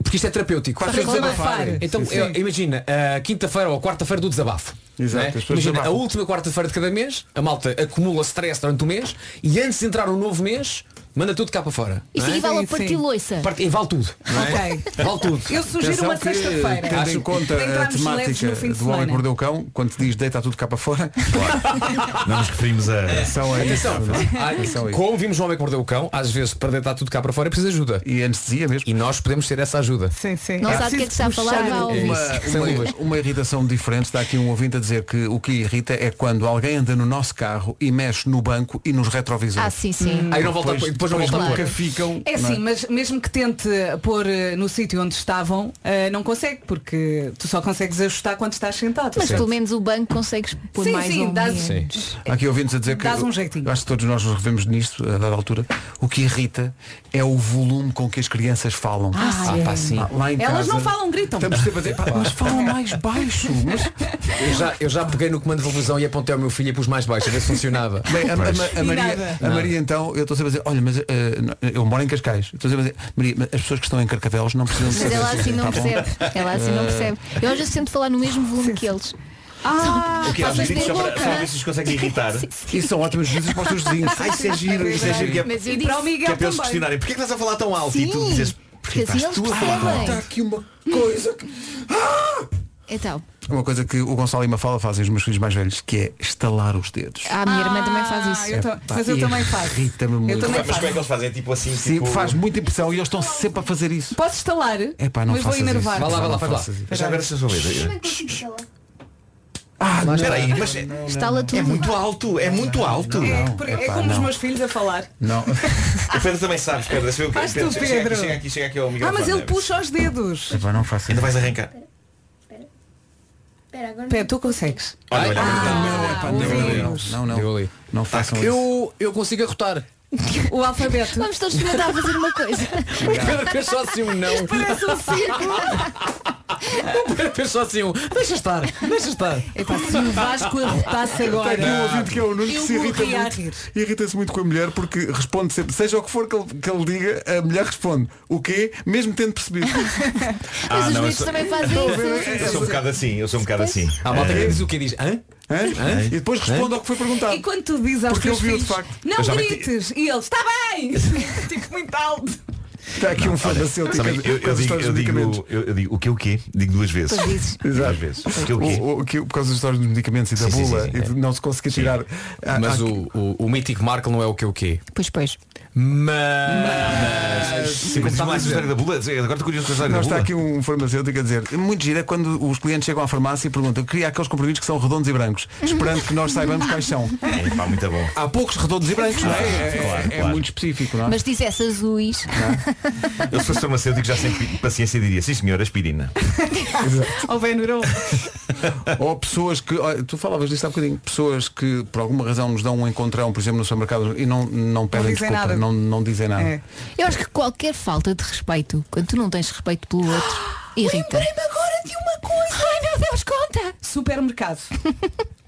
S8: Porque isto é terapêutico.
S13: Para desabafar.
S8: Então,
S13: Sim, sim.
S8: eu- imagina, a quinta-feira ou a quarta-feira do desabafo.
S13: Exato,
S8: né?
S13: as pessoas
S8: Imagina, a
S13: desabafam.
S8: última quarta-feira de cada mês, a malta acumula stress durante o mês e antes de entrar um novo mês, manda tudo cá para fora.
S4: Isso
S8: não é?
S4: aí vale a partiloiça.
S8: Parte- e vale tudo. não é?
S4: Ok.
S8: Vale tudo.
S4: Eu sugiro
S2: Atenção
S4: uma
S2: que,
S4: sexta-feira.
S2: Tendo em
S4: Acho-
S2: conta
S4: para
S2: a
S4: entrarmos leves
S2: temática
S4: no fim de
S2: do Homem que
S4: semana.
S2: Mordeu o Cão, quando se diz deita tudo cá para fora,
S13: Não nos referimos a.
S2: É. Atenção a isso. é?
S8: Atenção. Ah,
S2: Atenção a isso.
S8: Como vimos o homem que mordeu o cão, às vezes para deitar tudo cá para fora precisa de ajuda.
S2: é E anestesia mesmo.
S8: E nós podemos ser essa ajuda.
S3: Sim, sim.
S4: Não
S8: É
S4: sabe o que é que está a falar, vai
S2: Uma,
S4: ouvir.
S8: Sem
S2: uma-
S8: luvas.
S2: uma irritação diferente, está aqui um ouvinte a dizer que o que irrita é quando alguém anda no nosso carro e mexe no banco e nos retrovisores. Hum.
S4: Ah, sim, sim. Aí não volta a
S2: Depois-
S4: pôr- depois não
S2: depois
S4: volta a
S2: nunca
S4: pôr.
S2: ficam.
S3: É
S2: não
S3: assim, mas mesmo que tente pôr eh, no sítio onde estavam, eh, não consegue, porque tu só consegues ajustar quando estás sentado.
S4: Mas pelo menos o banco consegues pôr
S3: Sim,
S4: mais
S3: sim,
S4: um.
S3: dás-
S4: menos.
S3: Sim.
S2: Há aqui ouvintes a dizer que
S3: Dás um jeitinho.
S2: eu acho que todos nós nos revemos nisto a dada altura o que irrita é o volume com que as crianças falam
S3: Ah,
S4: é.
S3: sim.
S2: pá, sim. lá em
S3: Elas
S2: casa,
S3: não falam, gritam.
S2: estamos sempre a dizer, pá, mas falam mais baixo mas
S8: Eu já, eu já peguei no comando de televisão e apontei ao meu filho e pus mais baixo, a ver se funcionava.
S2: Bem, a, a- a- a Maria, a
S8: Não.
S2: Maria então, eu estou sempre a dizer, olha, mas eh, não, eu moro em Cascais. Estou sempre a dizer, Maria, mas as pessoas que estão em Carcavelos não precisam de
S4: Mas ela assim não
S2: tá bom?
S4: percebe. Ela assim não
S2: Eh,
S4: percebe. Eu às vezes tento falar no mesmo volume que eles. Ah,
S2: O que é,
S4: vocês têm
S2: os gritos só para-
S4: boca.
S2: só
S13: Talvez se os conseguem irritar.
S2: E são ótimas notícias para os teus vizinhos.
S13: né? Ai, isso é giro, isso é giro. Que é,
S4: Mas eu disse- Para o
S13: que
S4: Miguel
S13: é para eles
S4: também.
S13: questionarem. Porquê é que estás a falar tão alto? E tu
S4: Sim.
S13: dizes, porquê
S4: Porque assim
S13: estás
S4: eles
S13: tu a falar tão alto?
S4: percebem.
S2: aqui uma coisa que.
S3: Ah!
S4: Então,
S2: Uma coisa que o Gonçalo e Mafalda fazem os meus filhos mais velhos, que é estalar os dedos.
S4: a minha irmã também
S3: Ah,
S4: faz isso.
S2: É, pá, Irrita-me muito.
S13: Mas como é que eles fazem? É tipo assim,
S2: Sim,
S13: tipo...
S2: faz muita impressão e eles estão sempre a fazer isso.
S3: Posso instalar? É
S2: pá, não
S3: Mas vou
S2: faças isso.
S3: enervar.
S2: Vá lá, vá lá, faz lá.
S13: Mas já agora se resolver.
S2: Ah,
S13: mas espera aí, mas
S4: Instala
S13: é
S4: tudo.
S13: muito alto, é muito alto.
S3: É, como os meus filhos a falar.
S2: Não.
S13: O Pedro também sabes, Pedro. Deixa eu ver o
S3: Faz
S13: que-
S3: tu,
S13: Pedro, Chega
S3: Pedro.
S13: aqui, chega aqui, chega aqui ao
S3: Ah,
S13: microfone.
S3: mas ele puxa os dedos.
S2: Epá, não faço
S13: Ainda vais arrancar.
S18: Espera, agora
S3: Pé, tu consegues.
S13: Olha, olha,
S2: Não, não. Não, não façam isso.
S8: Eu, eu consigo arrotar.
S3: O alfabeto.
S4: Vamos todos experimentar fazer uma coisa.
S8: O Pedro fez só assim um não.
S3: Parece um círculo.
S8: O Pedro fez só assim um. Deixa estar, deixa estar.
S3: Epá, se o Vasco arrotasse agora.
S2: Tem um ouvinte que é o Nuno que
S3: Eu
S2: se irrita
S3: morri a rir.
S2: muito, irrita-se muito com a mulher porque responde sempre, seja o que for que ele, que ele diga, a mulher responde. O quê? Mesmo tendo percebido.
S13: Ah, não, eu
S4: miúdos
S13: sou-
S4: também fazem isso.
S13: Eu sou um bocado assim, eu sou um bocado assim.
S8: Há malta que
S13: Eh,
S8: diz o que diz. Hã? Hã?
S2: E depois
S10: Né?
S2: responde ao que foi perguntado.
S3: E quando tu dizes aos
S2: Porque
S3: teus
S2: ele viu, de
S3: filhos,
S2: facto. Eu
S3: não
S2: já meti-
S3: grites, e eles, está bem! Tipo muito alto.
S2: Está aqui um farmacêutico.
S13: Sabem, eu, eu, digo, eu, digo, eu, eu digo
S10: é
S13: o que o quê? Digo duas vezes.
S2: Pois dizes.
S13: Duas vezes. O que o quê?
S2: O, o que, por causa das histórias dos medicamentos e
S8: Sim,
S2: da
S8: sim,
S2: bula
S8: sim, sim,
S2: e de não se conseguir tirar.
S8: Mas o, o, o mítico Marco não é o que o quê?
S4: Pois, pois.
S14: Mas.
S10: Sim, mas diz-me lá essa história da bula. Agora estou curioso com a história da
S2: Não, está
S10: bula.
S2: aqui um farmacêutico a dizer Muito gira quando os clientes chegam à farmácia e perguntam Eu queria aqueles comprimidos que são redondos e brancos Esperando que nós saibamos quais são
S10: É, pá, muito bom.
S2: Há poucos redondos e brancos, não é? É,
S10: Claro,
S2: é
S10: claro.
S2: muito específico, não é?
S4: Mas dissesse azuis.
S10: Eu se fosse farmacêutico já sem pi- paciência diria, sim senhor, aspirina.
S3: Ou Benuron.
S2: Ou pessoas que, ó, tu falavas disto há bocadinho, pessoas que por alguma razão nos dão um encontrão, por exemplo, no supermercado e não, não pedem
S4: dizem
S2: desculpa,
S4: nada. É.
S2: Não, não dizem nada.
S3: É.
S4: Eu acho que qualquer falta de respeito, quando tu não tens respeito pelo outro, irrita.
S3: Lembrei-me agora de uma coisa. Ai meu Deus, conta! Supermercado.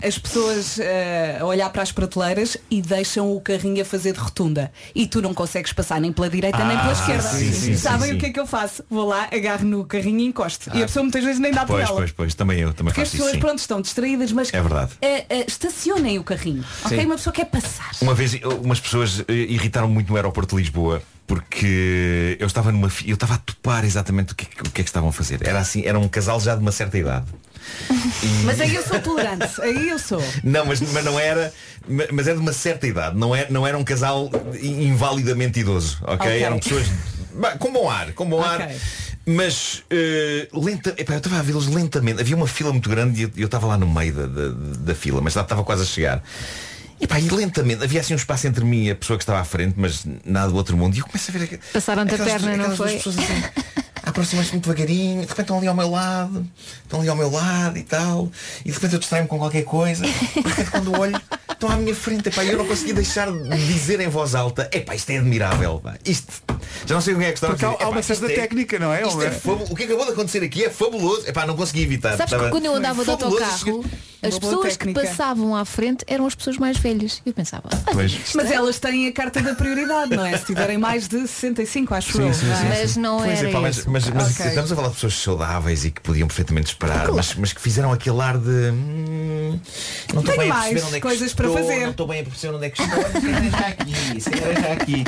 S3: As pessoas eh, a olhar para as prateleiras e deixam o carrinho a fazer de rotunda. E tu não consegues passar nem pela direita nem pela
S10: Ah,
S3: esquerda.
S10: sim, sim,
S3: Sabem
S10: sim, Ah,
S3: o que é que eu faço? Vou lá, agarro no carrinho e encosto. e a pessoa muitas vezes nem dá por
S10: Pois,
S3: ela.
S10: pois, pois, também eu, também
S3: Porque as
S10: faço isso.
S3: pessoas,
S10: sim.
S3: pronto, estão distraídas, mas
S10: É verdade.
S3: eh, eh, estacionem o carrinho. Ok?
S10: Sim.
S3: Uma pessoa quer passar.
S10: Uma vez eu- umas pessoas eh, irritaram muito no aeroporto de Lisboa porque eu estava numa fi- eu estava a topar exatamente o que, o que é que estavam a fazer. Era assim, era um casal já de uma certa idade.
S3: Mas aí eu sou tolerante. Aí eu sou.
S10: Não, mas, mas não era, ma- mas era de uma certa idade, não era, não era um casal i- invalidamente idoso, ok?
S3: Ok.
S10: Eram pessoas bah, com bom ar, com bom ar. Mas eh, lenta, epá, eu estava a vê-los lentamente. Havia uma fila muito grande e eu- eu estava lá no meio da, da, da fila, mas já estava quase a chegar. Epá, e lentamente, havia assim um espaço entre mim e a pessoa que estava à frente, mas nada do outro mundo. E eu começo a ver aqu-
S4: Passaram-te a
S10: É aquelas-
S4: perna, não
S10: aquelas duas
S4: foi?
S10: pessoas assim, aproximam-se muito devagarinho, de repente estão ali ao meu lado, estão ali ao meu lado e tal, e de repente eu distraio-me com qualquer coisa, de repente quando olho, estão à minha frente, epá, e eu não consegui deixar de dizer em voz alta, epá, isto é admirável, pá. isto, já não sei o que é que está
S2: Porque há- há uma certa técnica, não é?
S10: Isto é
S2: Ou é?
S10: fabu- O que acabou de acontecer aqui é fabuloso, epá, não consegui evitar.
S4: Sabes que
S10: Estava
S4: quando eu andava de
S10: fabuloso,
S4: autocarro, as
S3: Uma boa
S4: pessoas que
S3: técnica.
S4: passavam à frente eram as pessoas mais velhas. Eu pensava, "Ah,
S10: Pois.
S3: Mas elas têm a carta da prioridade, não é? Se tiverem mais de 65, acho eu. não é?
S4: mas não
S10: Pois é,
S4: era
S10: pá, mas,
S4: isso.
S10: mas- mas
S3: Ok.
S10: estamos a falar de pessoas saudáveis e que podiam perfeitamente esperar, mas, mas que fizeram aquele ar de. hum, não estou
S3: Tenho
S10: bem a
S3: mais
S10: perceber onde é que
S3: coisas para
S10: estou,
S3: fazer.
S10: Não estou bem a perceber onde é que estou. se calhar já aqui, se calhar já aqui.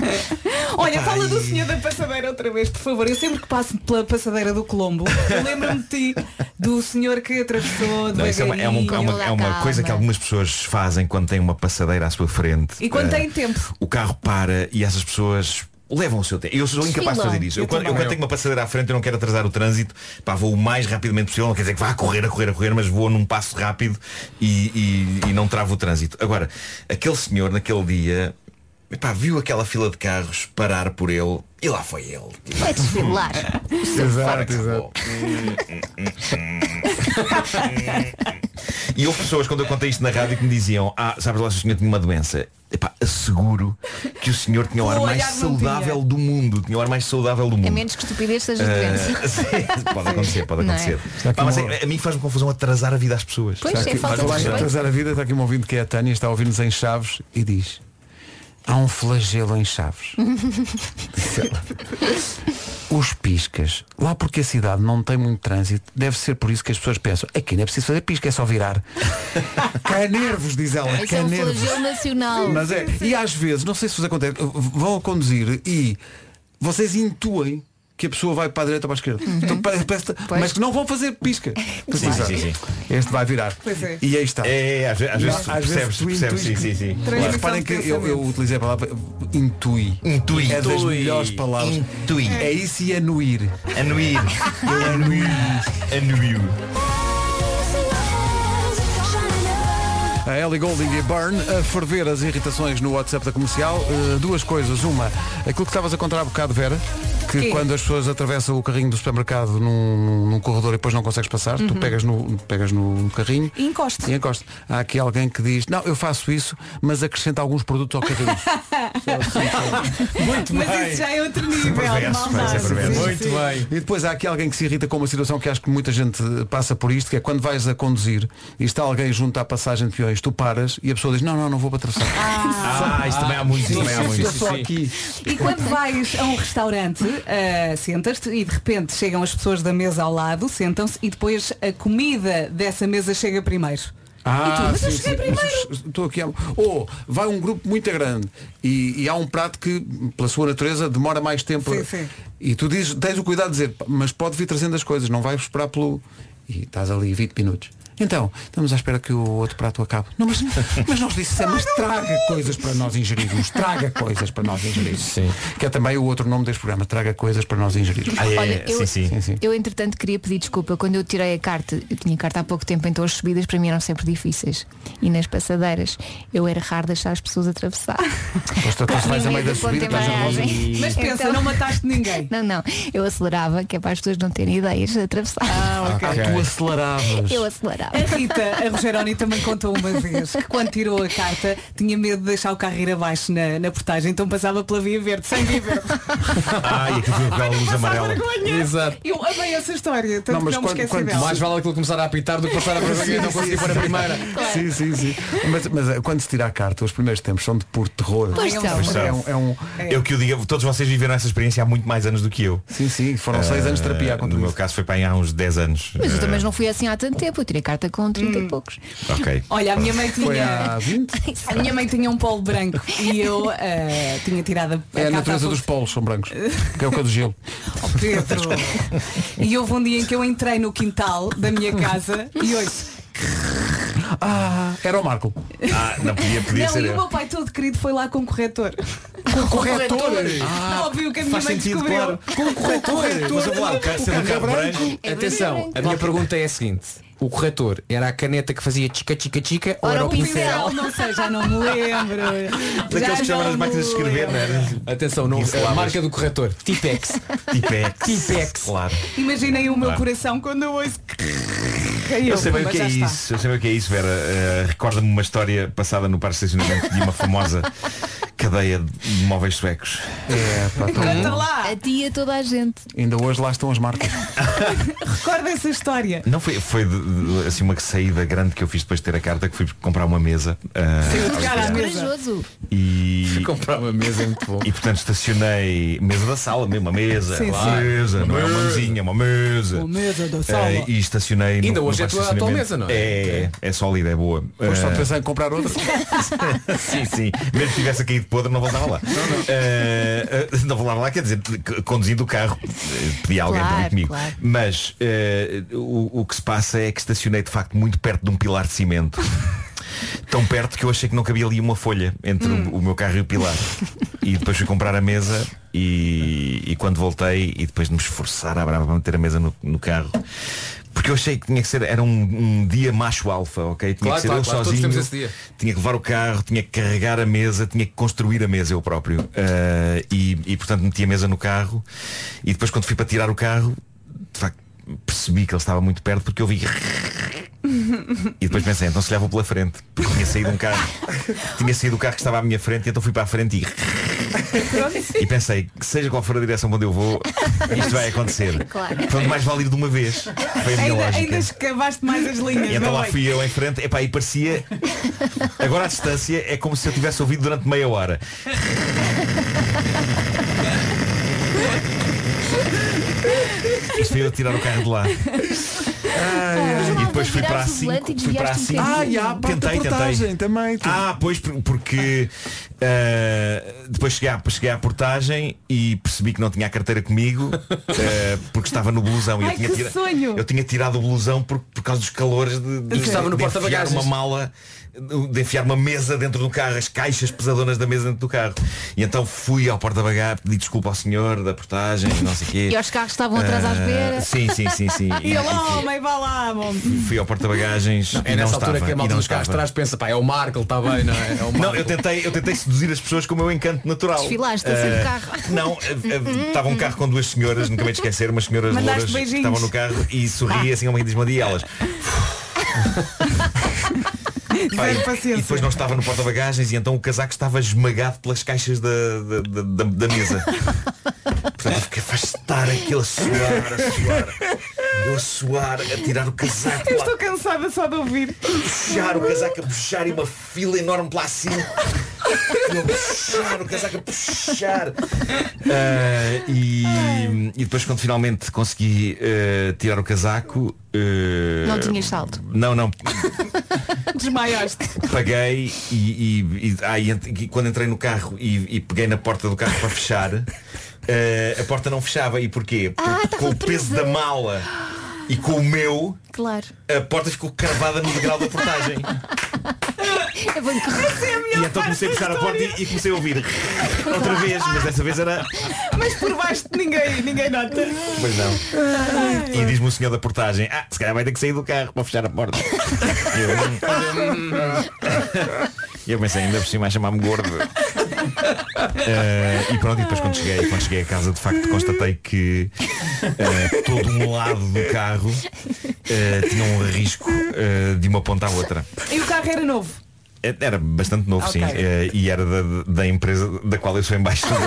S3: Olha,
S10: Epá,
S3: fala do
S10: e-
S3: senhor da passadeira outra vez, por favor. Eu sempre que passo pela passadeira do Colombo, eu lembro-me de ti, do senhor que atravessou
S10: Não, isso é uma, é uma- é uma- é uma
S3: devagarinho.
S10: coisa que algumas pessoas fazem quando têm uma passadeira à sua frente.
S3: E quando
S10: Eh,
S3: têm tempo.
S10: O carro para e essas pessoas levam o seu tempo. Eu sou incapaz de
S3: Desfilam.
S10: fazer isso. Eu,
S3: Eu
S10: quando, eu
S3: também.
S10: quando tenho uma passadeira à frente, eu não quero atrasar o trânsito. Pá, vou o mais rapidamente possível. Não quer dizer que vá a correr, a correr, a correr, mas vou num passo rápido e, e- e não travo o trânsito. Agora, aquele senhor naquele dia. Epá, viu aquela fila de carros parar por ele e lá foi ele. Tipo,
S4: É desfilar.
S10: Exato, exato. Hum, E houve pessoas, quando eu contei isto na rádio, que me diziam, ah, sabes lá se o senhor tinha uma doença. Epá, asseguro que o senhor tinha o ar
S4: O
S10: mais
S4: olhar não
S10: saudável do mundo. Tinha o ar mais saudável do
S4: A
S10: mundo.
S4: É menos que estupidez seja
S10: Ah,
S4: doença.
S10: sim, pode acontecer, pode
S4: Não é?
S10: acontecer.
S2: Está aqui
S10: Pá, mas
S2: uma-
S10: é- a mim faz-me confusão atrasar a vida às pessoas.
S4: Pois,
S10: Sabe
S4: é
S10: que-
S4: falta de
S10: faz-me
S2: Vai
S10: confusão.
S2: atrasar a vida, está aqui um ouvinte que é a Tânia, está a ouvir-nos em Chaves e diz Há um flagelo em Chaves. Os piscas, lá porque a cidade não tem muito trânsito, deve ser por isso que as pessoas pensam, aqui não é preciso fazer pisca, é só virar. Cai nervos, diz ela,
S4: Esse é
S2: cai
S4: um
S2: nervos.
S4: flagelo nacional.
S2: Mas é, e às vezes, não sei se vos acontece, vão a conduzir e vocês intuem que a pessoa vai para a direita ou para a esquerda. Então, parece- parece- mas que não vão fazer pisca.
S10: Uhum. Sim,
S2: Pois
S10: sim,
S2: é.
S10: sim.
S2: Este vai virar.
S10: Pois é.
S2: E aí está.
S10: É, é, às ve- às vezes
S2: Não,
S10: percebes,
S2: tu
S10: percebes,
S2: intuis
S10: sim,
S2: que-
S10: sim, sim.
S2: Claro.
S10: Transmissão
S2: Reparem
S10: de
S2: que eu, eu
S10: pensamento.
S2: utilizei a palavra intui.
S10: Intui.
S2: É das
S10: Intui.
S2: melhores palavras.
S10: Intui.
S2: É isso e anuir.
S10: Anuir. Eu anuio. Anuio.
S2: A Ellie Golding e Burn a ferver as irritações no WhatsApp da comercial. Eh, duas coisas. Uma, aquilo que estavas a contar há bocado, Vera, que
S3: Quê?
S2: quando as pessoas atravessam o carrinho do supermercado num, num corredor e depois não consegues passar, tu
S3: Uhum.
S2: pegas no, pegas no carrinho
S3: E encosto.
S2: e encosta. Há aqui alguém que diz, não, eu faço isso, mas acrescenta alguns produtos ao carrinho. Muito
S3: Mas
S2: bem.
S3: isso já é outro nível.
S2: Perverso,
S3: maldade.
S2: parece perverso.
S3: Sim,
S2: Muito
S3: sim.
S2: bem. E depois há aqui alguém que se irrita com uma situação que acho que muita gente eh, passa por isto, que é quando vais a conduzir e está alguém junto à passagem de peões, tu paras e a pessoa diz, não, não, não vou para atravessar.
S14: Ah, isso também há muito, isso também há muito.
S2: Estou só
S14: Sim.
S6: é
S2: aqui.
S3: E quando vais a um restaurante, ah, sentas-te e de repente chegam as pessoas da mesa ao lado, sentam-se e depois a comida dessa mesa chega primeiro. e
S10: Ah,
S3: tu, mas eu
S2: Ah, sim,
S3: cheguei
S2: sim.
S3: primeiro.
S2: Estou aqui. a- Ou vai um grupo muito grande e, e há um prato que, pela sua natureza, demora mais tempo.
S3: Sim, sim.
S2: E tu dizes, tens o cuidado de dizer, "Pá, mas pode vir trazendo as coisas, não vais esperar pelo. E estás ali 20 minutos. Então, estamos à espera que o outro prato acabe. Não, mas, mas nós dissemos, traga coisas para nós ingerirmos. Traga coisas para nós ingerirmos. Sim. Que é também o outro nome deste programa. Traga coisas para nós ingerirmos.
S10: Ah, é,
S4: Olha, eu, é, eu entretanto queria pedir desculpa quando eu tirei a carta, eu tinha carta há pouco tempo, então as subidas para mim eram sempre difíceis. E nas passadeiras eu era raro deixar as pessoas atravessar.
S2: Depois tu até então, se vais a meio da subida, estás nervosa.
S3: Mas pensa, não mataste ninguém.
S4: Então- Não, não. Eu acelerava, que é para as pessoas não terem ideias de atravessar.
S2: Ah, tu aceleravas.
S4: Eu acelerava.
S3: A Rita, a Rogeroni também contou uma vez que quando tirou a carta tinha medo de deixar o carro ir abaixo na, na portagem, então passava pela via verde, sem via verde.
S10: Ai, aqui foi aquela luz
S3: Passava
S10: amarela.
S3: vergonha.
S14: Exato.
S3: Eu amei essa história, tanto
S14: Não,
S3: que
S14: mas
S3: não me
S14: quando,
S3: esqueci
S14: quanto
S3: dela.
S14: mais vale aquilo começar a apitar do que passar a vergonha e não conseguir pôr a primeira.
S2: Sim, sim, sim. Mas, mas, eh, quando se tira a carta, os primeiros tempos são de puro terror.
S4: Pois são.
S10: Pois são.
S2: É um, é um-
S10: Eu que o digo, todos vocês viveram essa experiência há muito mais anos do que eu. Ah,
S2: Sim, sim, foram seis anos de terapia,
S10: No meu caso foi para aí há uns 10 anos.
S4: Mas eu
S10: Eh,
S4: também não fui assim há tanto tempo, eu tirei carta com 30
S3: Hum.
S4: e poucos.
S10: Ok.
S3: Olha, a minha mãe
S10: Foi
S3: tinha.
S10: há
S3: A minha mãe tinha um polo branco e eu eh, tinha tirado a
S2: É a
S3: carta há
S2: natureza
S3: pouco
S2: dos polos, são brancos. Que é o que é do gelo.
S3: Oh, Pedro. E houve um dia em que eu entrei no quintal da minha casa e ouço.
S2: Ah, era o Marco.
S10: Ah, não podia, podia
S3: Não,
S10: ser
S3: e o
S10: eu.
S3: meu pai todo querido foi lá com o corretor. Com
S2: o corretor?
S10: Ah,
S3: Óbvio que a minha
S10: faz
S3: mãe
S10: sentido,
S3: descobriu.
S10: claro.
S3: Com o corretor.
S10: Mas eu vou lá, o carro sendo um carro branco.
S14: Atenção, a minha pergunta é a seguinte. O corretor era a caneta que fazia chica chica chica ou era o pincel?
S3: Não sei, já não me lembro. Já
S10: Daqueles que chamam
S3: não
S10: as máquinas de
S3: me
S10: escrever, não é? era?
S14: Atenção, não, a
S10: Pinceladas.
S14: marca do corretor, Tipex.
S10: Tipex.
S14: Tipex.
S10: Claro.
S3: Imaginem o meu
S10: Claro.
S3: coração quando eu ouço.
S10: Eu, sei bem o
S3: mas
S10: que
S3: já
S10: é
S3: está.
S10: isso, eu sei bem o que é isso, Vera. Eh, Recorda-me uma história passada no parque de estacionamento de uma famosa cadeia de móveis suecos.
S2: É, pá,
S10: tá
S2: tão bom.
S4: A ti e a toda a gente.
S2: Ainda hoje lá estão as marcas.
S3: Recorda essa história.
S10: Não foi, foi de- de- assim uma saída grande que eu fiz depois de ter a carta, que fui comprar uma mesa. ah, ao
S4: Mas
S10: restaurante.
S4: corajoso.
S10: E... Fui
S14: comprar uma
S2: é
S14: mesa muito bom.
S10: E portanto estacionei mesa da sala mesmo, uma mesa,
S14: Sim,
S10: uma
S14: sim.
S10: mesa, não é uma
S14: Mesa.
S10: mesinha, uma mesa.
S14: Uma mesa da
S6: É,
S10: Eh,
S14: sala.
S10: e estacionei. no-
S14: Ainda
S10: no
S14: hoje é
S10: parque de
S14: tua- a tua
S10: estacionamento.
S14: mesa, não é?
S10: É, é, é sólida, é boa.
S2: Pois só
S10: Eh,
S2: de pensar em comprar outra.
S10: sim, sim. Mesmo que tivesse caído podre, não voltava lá. Não, não. não voltava lá, quer dizer, c- conduzindo o carro, eh, pedi a alguém para
S4: Claro,
S10: ir comigo.
S4: claro.
S10: Mas eh, o, o que se passa é que estacionei de facto muito perto de um pilar de cimento. Tão perto que eu achei que não cabia ali uma folha entre
S4: Hum.
S10: o- o, meu carro e o pilar. E depois fui comprar a mesa e, e quando voltei e depois de me esforçar à brava para meter a mesa no, no carro. Porque eu achei que tinha que ser, era um, um dia macho alfa, ok? Tinha
S14: Claro,
S10: que ser
S14: claro,
S10: eu
S14: claro, todos
S10: sozinho.
S14: temos esse dia.
S10: Tinha que levar o carro, tinha que carregar a mesa, tinha que construir a mesa eu próprio. Ah, e, e, portanto meti a mesa no carro e depois quando fui para tirar o carro, de facto percebi que ele estava muito perto porque eu vi e depois pensei, então se lhe vou pela frente, porque tinha saído um carro, tinha saído o carro que estava à minha frente, então fui para a frente e, e pensei, que seja qual for a direção para onde eu vou, isto vai acontecer.
S3: Claro.
S10: Portanto, mais vale ir de uma vez. Foi a minha
S3: Ainda,
S10: lógica.
S3: ainda escavaste mais as linhas.
S10: E então
S3: não
S10: lá
S3: é?
S10: fui eu em frente, epá, e parecia. Agora à distância é como se eu tivesse ouvido durante meia hora. Isto foi eu tirar o carro de lá. E depois fui para a
S4: Viraste o
S10: 5.
S4: volante e
S10: Fui para a
S4: desviaste um
S10: 5.
S4: bocadinho. Ah, e há a
S2: parte da portagem também. tipo.
S10: Ah, pois por- porque ah, depois cheguei à, cheguei à portagem e percebi que não tinha a carteira comigo ah, porque estava no blusão. e
S3: Ai,
S10: eu, tinha
S3: que
S10: tira-
S3: sonho!
S10: eu tinha tirado o blusão por, por causa dos calores de, de,
S14: Porque estava no
S10: de enfiar
S14: porta-bagagens.
S10: uma mala, de enfiar uma mesa dentro do carro, as caixas pesadonas da mesa dentro do carro. E então fui ao porta-bagagens, pedi desculpa ao senhor da portagem, não sei o quê.
S4: E aos carros estavam atrás à
S10: Ah,
S4: espera.
S10: Sim, sim, sim, sim.
S3: E ele,
S10: fui-
S3: homem, vá lá, homem.
S10: fui ao porta-bagagens.
S14: É
S10: e não
S14: nessa
S10: estava,
S14: altura que a malta
S10: e não
S14: dos carros
S10: estava.
S14: atrás pensa, pá, é o Markle, está bem, não é? É o
S10: Não,
S14: Markle.
S10: eu tentei, eu tentei seduzir as pessoas com o meu encanto natural.
S14: Desfilaste
S6: Ah,
S14: a sair do
S10: Eh,
S14: carro.
S10: Não, eh, eh, estava um carro com duas senhoras, nunca me esquecer, umas senhoras
S14: Mandaste
S10: louras que
S14: beijinhos.
S10: estavam no carro e sorri assim ao meio desmadi e elas. Pai, e depois não estava no porta-bagagens e então o casaco estava esmagado pelas caixas da, da, da- da- da mesa. Portanto, eu fiquei a afastar aquilo a suar, a suar. Eu a suar, a tirar o casaco
S3: Eu
S10: lá
S3: estou cansada só de ouvir.
S10: puxar o casaco a puxar e uma fila enorme para lá acima. Eu a puxar o casaco a puxar. Ah, e, e depois quando finalmente consegui ah, tirar o casaco. ah,
S4: Não tinhas salto.
S10: Não, não,
S3: Desmaiaste.
S10: paguei e, e- e- ah, e ent- e quando entrei no carro e, e peguei na porta do carro para
S4: Ah,
S10: fechar, eh, a porta não fechava. E porquê? Porque com o peso da mala E com o meu,
S4: Claro.
S10: a porta ficou cravada no degrau da portagem.
S1: É
S4: Eu vou É
S10: E então comecei a puxar a porta e, e comecei a ouvir. Outra vez, mas dessa vez era.
S3: Mas por baixo de ninguém, ninguém nota.
S10: Pois não. E diz-me o senhor da portagem, ah, se calhar vai ter que sair do carro para fechar a porta. E eu, hum, hum. E eu pensei, ainda por cima a chamar-me gordo. Eh, e pronto, e depois quando cheguei, quando cheguei a casa de facto constatei que eh, todo um lado do carro eh, tinha um risco eh, de uma ponta à outra. Eh,
S3: E o carro era novo.
S10: Era bastante novo, sim.
S3: Ok.
S10: Eh, e era da, da empresa da qual eu sou embaixador.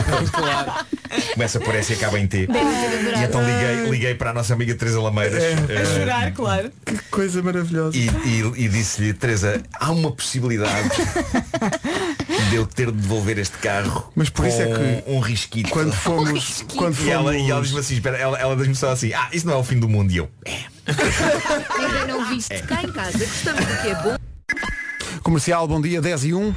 S10: Começa por S e acaba em T. E então liguei, liguei para a nossa amiga Teresa Lameiras. eh,
S3: claro.
S2: Que coisa maravilhosa.
S10: E, e- e disse-lhe, Teresa, há uma possibilidade de eu ter de devolver este carro.
S2: Mas por isso é
S10: com
S2: que
S10: um risquito.
S2: quando fomos- Um risquito. quando
S10: E ela,
S2: fomos-
S10: e ela diz-me assim, espera, ela, ela diz-me só assim, ah, isso não é o fim do mundo. E eu,
S1: Ainda não viste cá em casa. Gostamos do que é bom.
S2: Comercial, bom dia, 10 e 1.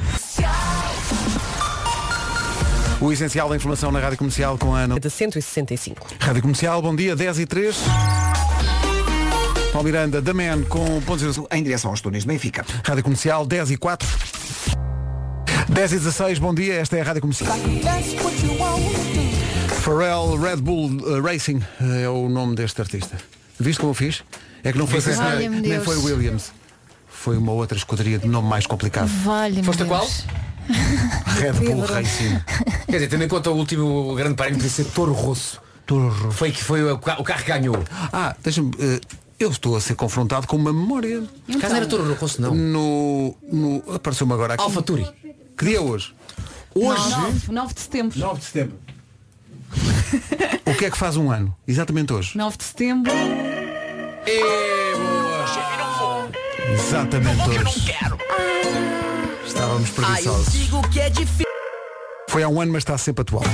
S2: O essencial da informação na Rádio Comercial com a Ana.
S9: De 165.
S2: Rádio Comercial, bom dia, 10 e 3. Paulo Miranda, da Man, com pontos
S5: em direção aos túneis de Benfica.
S2: Rádio Comercial, 10 e 4. 10 e 16, bom dia, esta é a Rádio Comercial. Pharrell Red Bull uh, Racing uh, é o nome deste artista. Viste como eu fiz? É que não foi
S4: Viste
S2: Ferrari,
S4: assim? Olha-me
S2: nem
S4: Deus.
S2: foi Williams. Foi uma outra escuderia de nome mais complicado.
S4: Vale,
S2: Foste a qual? Red Bull
S14: Pedro.
S2: Racing.
S14: Quer dizer, tendo em conta o último grande prémio podia ser Toro Rosso.
S2: Toro Rosso.
S14: Foi que foi o ca- o carro que ganhou.
S2: Ah, deixa-me. eh, eu estou a ser confrontado com uma memória.
S14: Então. Caso era Toro Rosso, não.
S2: No. no Apareceu-me agora aqui.
S14: Alfa Turi.
S2: Que dia é hoje? Hoje.
S3: 9, de setembro.
S2: 9 de setembro. O que é que faz um ano? Exatamente hoje.
S3: 9 de setembro.
S2: Exatamente
S14: é
S2: hoje. Estávamos
S10: Ah,
S2: preguiçosos.
S1: digo que é difícil.
S2: Foi há um ano, mas está sempre atual.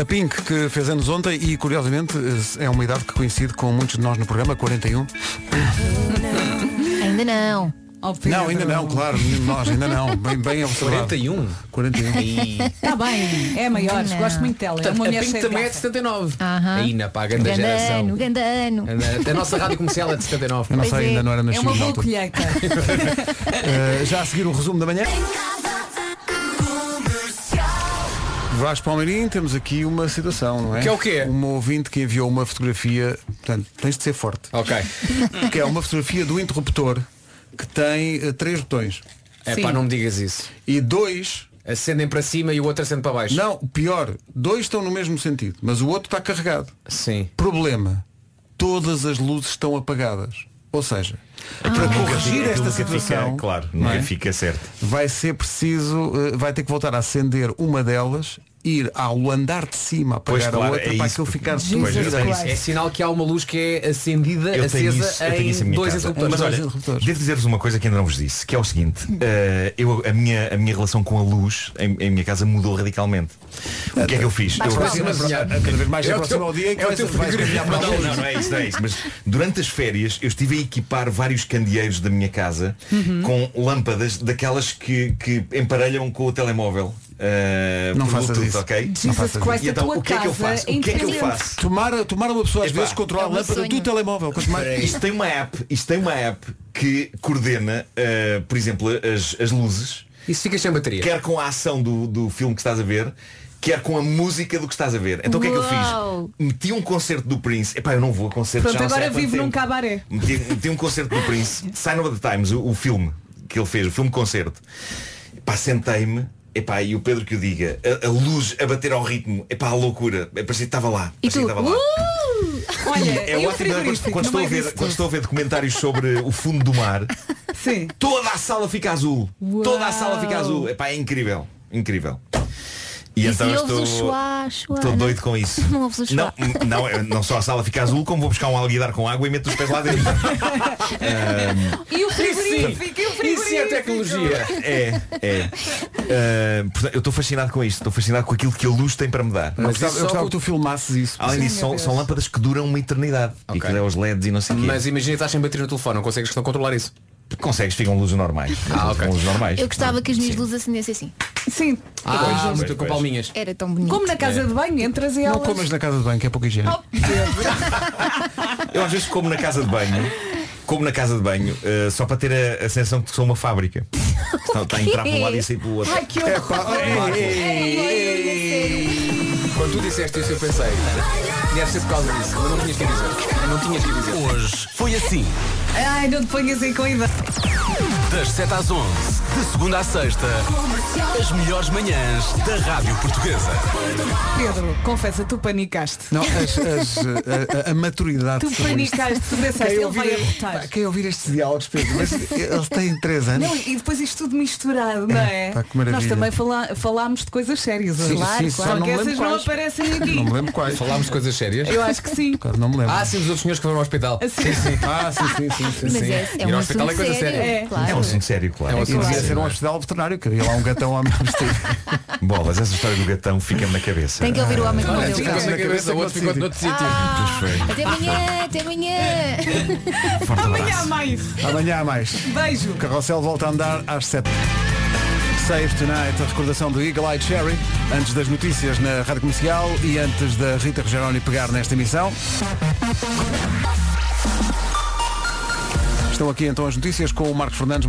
S2: A Pink, que fez anos ontem e, curiosamente, é uma idade que coincide com muitos de nós no programa, 41.
S4: Ainda não.
S3: é
S2: Não, ainda não, claro, nós ainda não. Bem, bem é observado. 41? 41.
S3: Está bem, é maior,
S4: Não.
S3: gosto muito dela.
S14: Portanto,
S3: é uma
S14: a
S3: mulher
S14: Pink
S3: cheia
S14: também é
S3: graça.
S14: de 79.
S4: Aham.
S14: Aí na paga da
S4: Ganda
S14: geração.
S4: ano, ganda ano.
S14: A a nossa rádio comercial é de 79.
S2: Eu não sei, Pois é. ainda não era
S3: É
S2: nascido
S3: uma
S2: na
S3: boa
S6: então.
S2: altura.
S3: colheita.
S2: Eh, já a seguir o resumo da manhã. Vasco Palmeirinho, temos aqui uma situação, não é?
S14: Que é o quê?
S2: Uma ouvinte que enviou uma fotografia, portanto, tens de ser forte.
S14: Ok.
S2: Que é uma fotografia do interruptor que tem eh, três botões.
S14: É pá, não me digas isso.
S2: E dois.
S14: Acendem para cima e o outro acende para baixo.
S2: Não, pior, dois estão no mesmo sentido, mas o outro está carregado.
S14: Sim.
S2: Problema, todas as luzes estão apagadas. Ou seja, para
S10: Aquilo Ah. nunca
S2: corrigir
S10: fica-
S2: esta
S10: aquilo nunca
S2: situação,
S10: Fica, claro,
S2: não
S10: nunca
S2: é?
S10: fica certo.
S2: vai ser preciso, eh, vai ter que voltar a acender uma delas, ir ao andar de cima
S10: Pois,
S2: apagar a
S10: claro,
S2: outra
S10: é
S2: para
S10: isso,
S2: aquilo ficar
S10: porque-
S2: tudo
S10: Pois, eu tenho
S2: direito.
S10: isso.
S14: É sinal que há uma luz que é acendida,
S10: Eu tenho
S14: acesa
S10: isso, eu tenho
S14: em
S10: isso em minha
S14: dois
S10: casa.
S14: interruptores. Hum.
S10: Mas olha, devo dizer-vos uma coisa que ainda não vos disse, que é o seguinte, eh, eu, a, minha, a minha relação com a luz em, em minha casa mudou radicalmente. O que é que eu fiz?
S2: Mais
S10: eu,
S2: próxima, próxima. Cada vez mais se
S10: É o
S2: aproxima
S10: teu-
S2: o dia em que
S10: é o
S2: vais-
S10: teu
S2: vais
S10: frigorífico.
S2: caminhar para a
S10: Não,
S2: luz.
S10: não, não é isso, não é isso. Mas durante as férias eu estive a equipar vários candeeiros da minha casa
S22: Uhum.
S10: com lâmpadas daquelas que, que emparelham com o telemóvel. eh,
S2: Não
S10: por
S2: faças
S10: Bluetooth,
S2: isso.
S10: ok?
S2: Jesus Não faças
S3: Christ,
S10: E
S3: a
S10: então,
S3: tua
S10: o que é que eu
S3: casa
S10: faço? O que é que eu faço?
S2: Tomara, tomar uma pessoa às
S10: Epá.
S2: vezes
S14: é
S2: controla a
S14: um
S2: lâmpada do telemóvel. quanto mais-
S10: Isto tem uma app, isto tem uma app que coordena, eh, por exemplo, as, as luzes.
S14: Isso fica sem bateria.
S10: Quer com a ação do, do filme que estás a ver, quer com a música do que estás a ver. Então o que é que eu
S3: Uau.
S10: fiz? Meti um concerto do Prince. Epá, eu não vou a concerto
S3: Pronto,
S10: já não sei há
S3: agora
S10: quanto
S3: vivo num
S10: tempo.
S3: cabaré.
S10: Meti, meti um concerto do Prince, Sign of the Times, o, o filme que ele fez, o filme concerto. Pá, sentei-me, epá, e o Pedro que o diga, a, a luz a bater ao ritmo, epá, a loucura, parecia que estava lá,
S4: E
S10: parecia
S4: tu?
S10: que estava lá.
S4: Uh!
S10: é ótimo não é? quando, quando estou a ver, quando estou a ver documentários sobre o fundo do mar, toda a sala fica azul.
S4: Uau.
S10: Toda a sala fica azul. Epá, é incrível. Incrível. E, então eu
S4: ouves
S10: estou.
S4: o chuá, chuá,
S10: Estou
S4: não? é?
S10: doido com isso.
S4: Não ouves o
S10: não,
S4: chuá.
S10: não, eu- não só a sala fica azul, como vou buscar um alguidar com água e meto os pés lá dentro. Ahm,
S3: E o
S10: frigorífico,
S3: e o frigorífico.
S14: Isso é tecnologia.
S10: é, é. Ahm, portanto, eu estou fascinado com isto, estou fascinado com aquilo que a luz tem para me dar.
S2: Eu gostava, eu gostava que tu filmasses isso.
S10: Além disso, são, são lâmpadas que duram uma eternidade. E aquilo é os LEDs e não sei o quê.
S14: Mas imagina que estás sem bateria no telefone, não consegues controlar isso.
S10: Consegues, ficam luzes normais. Ah, ok. Luzes normais.
S4: Eu gostava que as minhas luzes acendessem assim.
S3: Sim.
S10: Ah, Pois, muito pois, com pois. palminhas.
S4: Era tão bonito. Oh,
S3: Como na casa
S10: É.
S3: de banho, entras e
S2: Não
S3: elas-
S2: comas na casa de banho, que é pouco higiene.
S10: Eu às vezes como na casa de banho, como na casa de banho, eh, só para ter a, a sensação de que sou uma fábrica. Está, está a entrar para um lado e a sair para o outro.
S3: Ai, que
S10: É,
S3: horror.
S10: pá, é,
S3: Ai,
S8: Quando tu disseste isso eu pensei Deve ser por causa disso Mas não tinhas que dizer Não tinhas que dizer
S23: Hoje foi assim.
S3: Ai, não te ponhas em com ideia.
S23: Das 7 às 11, de segunda à sexta, as melhores manhãs da Rádio Portuguesa.
S3: Pedro, confessa, tu panicaste.
S2: Não, as- as, eh, a, a maturidade.
S3: Tu
S2: sobre isto.
S3: panicaste,
S10: É,
S3: tu pensaste,
S2: Quem
S3: ele
S2: ouvir-
S3: vai arrotar.
S2: pá, Quem ouvir estes diálogos, Pedro, mas eles têm 3 anos.
S3: Não, é. e depois isto tudo misturado, não é?
S2: pá, que maravilha.
S3: Nós também fala- falámos de coisas sérias hoje.
S2: Sim, sim, só
S3: Só que
S2: não me lembro
S3: essas não
S2: quais.
S3: aparecem aqui.
S2: Não me lembro quais.
S8: Falámos de coisas sérias?
S3: Eu acho que sim.
S2: Não me lembro.
S8: Ah, sim, os outros senhores que foram ao hospital. Sim, sim. Ah, sim, sim, sim, sim.
S2: Mas
S8: sim.
S2: é- é
S8: Ir ao
S2: um
S8: hospital é
S2: assunto
S8: coisa
S2: sério,
S8: séria.
S2: claro.
S10: É um assunto sério, claro.
S2: É um assunto Devia sério, ser um não é? hospital veterinário, que havia lá um gatão à
S10: Bolas, essa história do gatão fica-me na cabeça.
S4: Tem que ouvir o homem que
S10: Ah,
S4: morreu.
S10: fica-me na cabeça,
S8: outro ficou noutro sítio.
S3: Ah.
S10: Pois foi.
S4: Até amanhã, até amanhã.
S10: Forte
S3: Amanhã há
S10: abraço.
S3: mais.
S2: Amanhã há mais.
S3: Beijo.
S2: O carrossel volta a andar às 7. Save Tonight, a recordação do Eagle Eye Cherry, antes das notícias na Rádio Comercial e antes da Rita Rogeroni pegar nesta emissão. Estão aqui então as notícias com o Marcos Fernandes.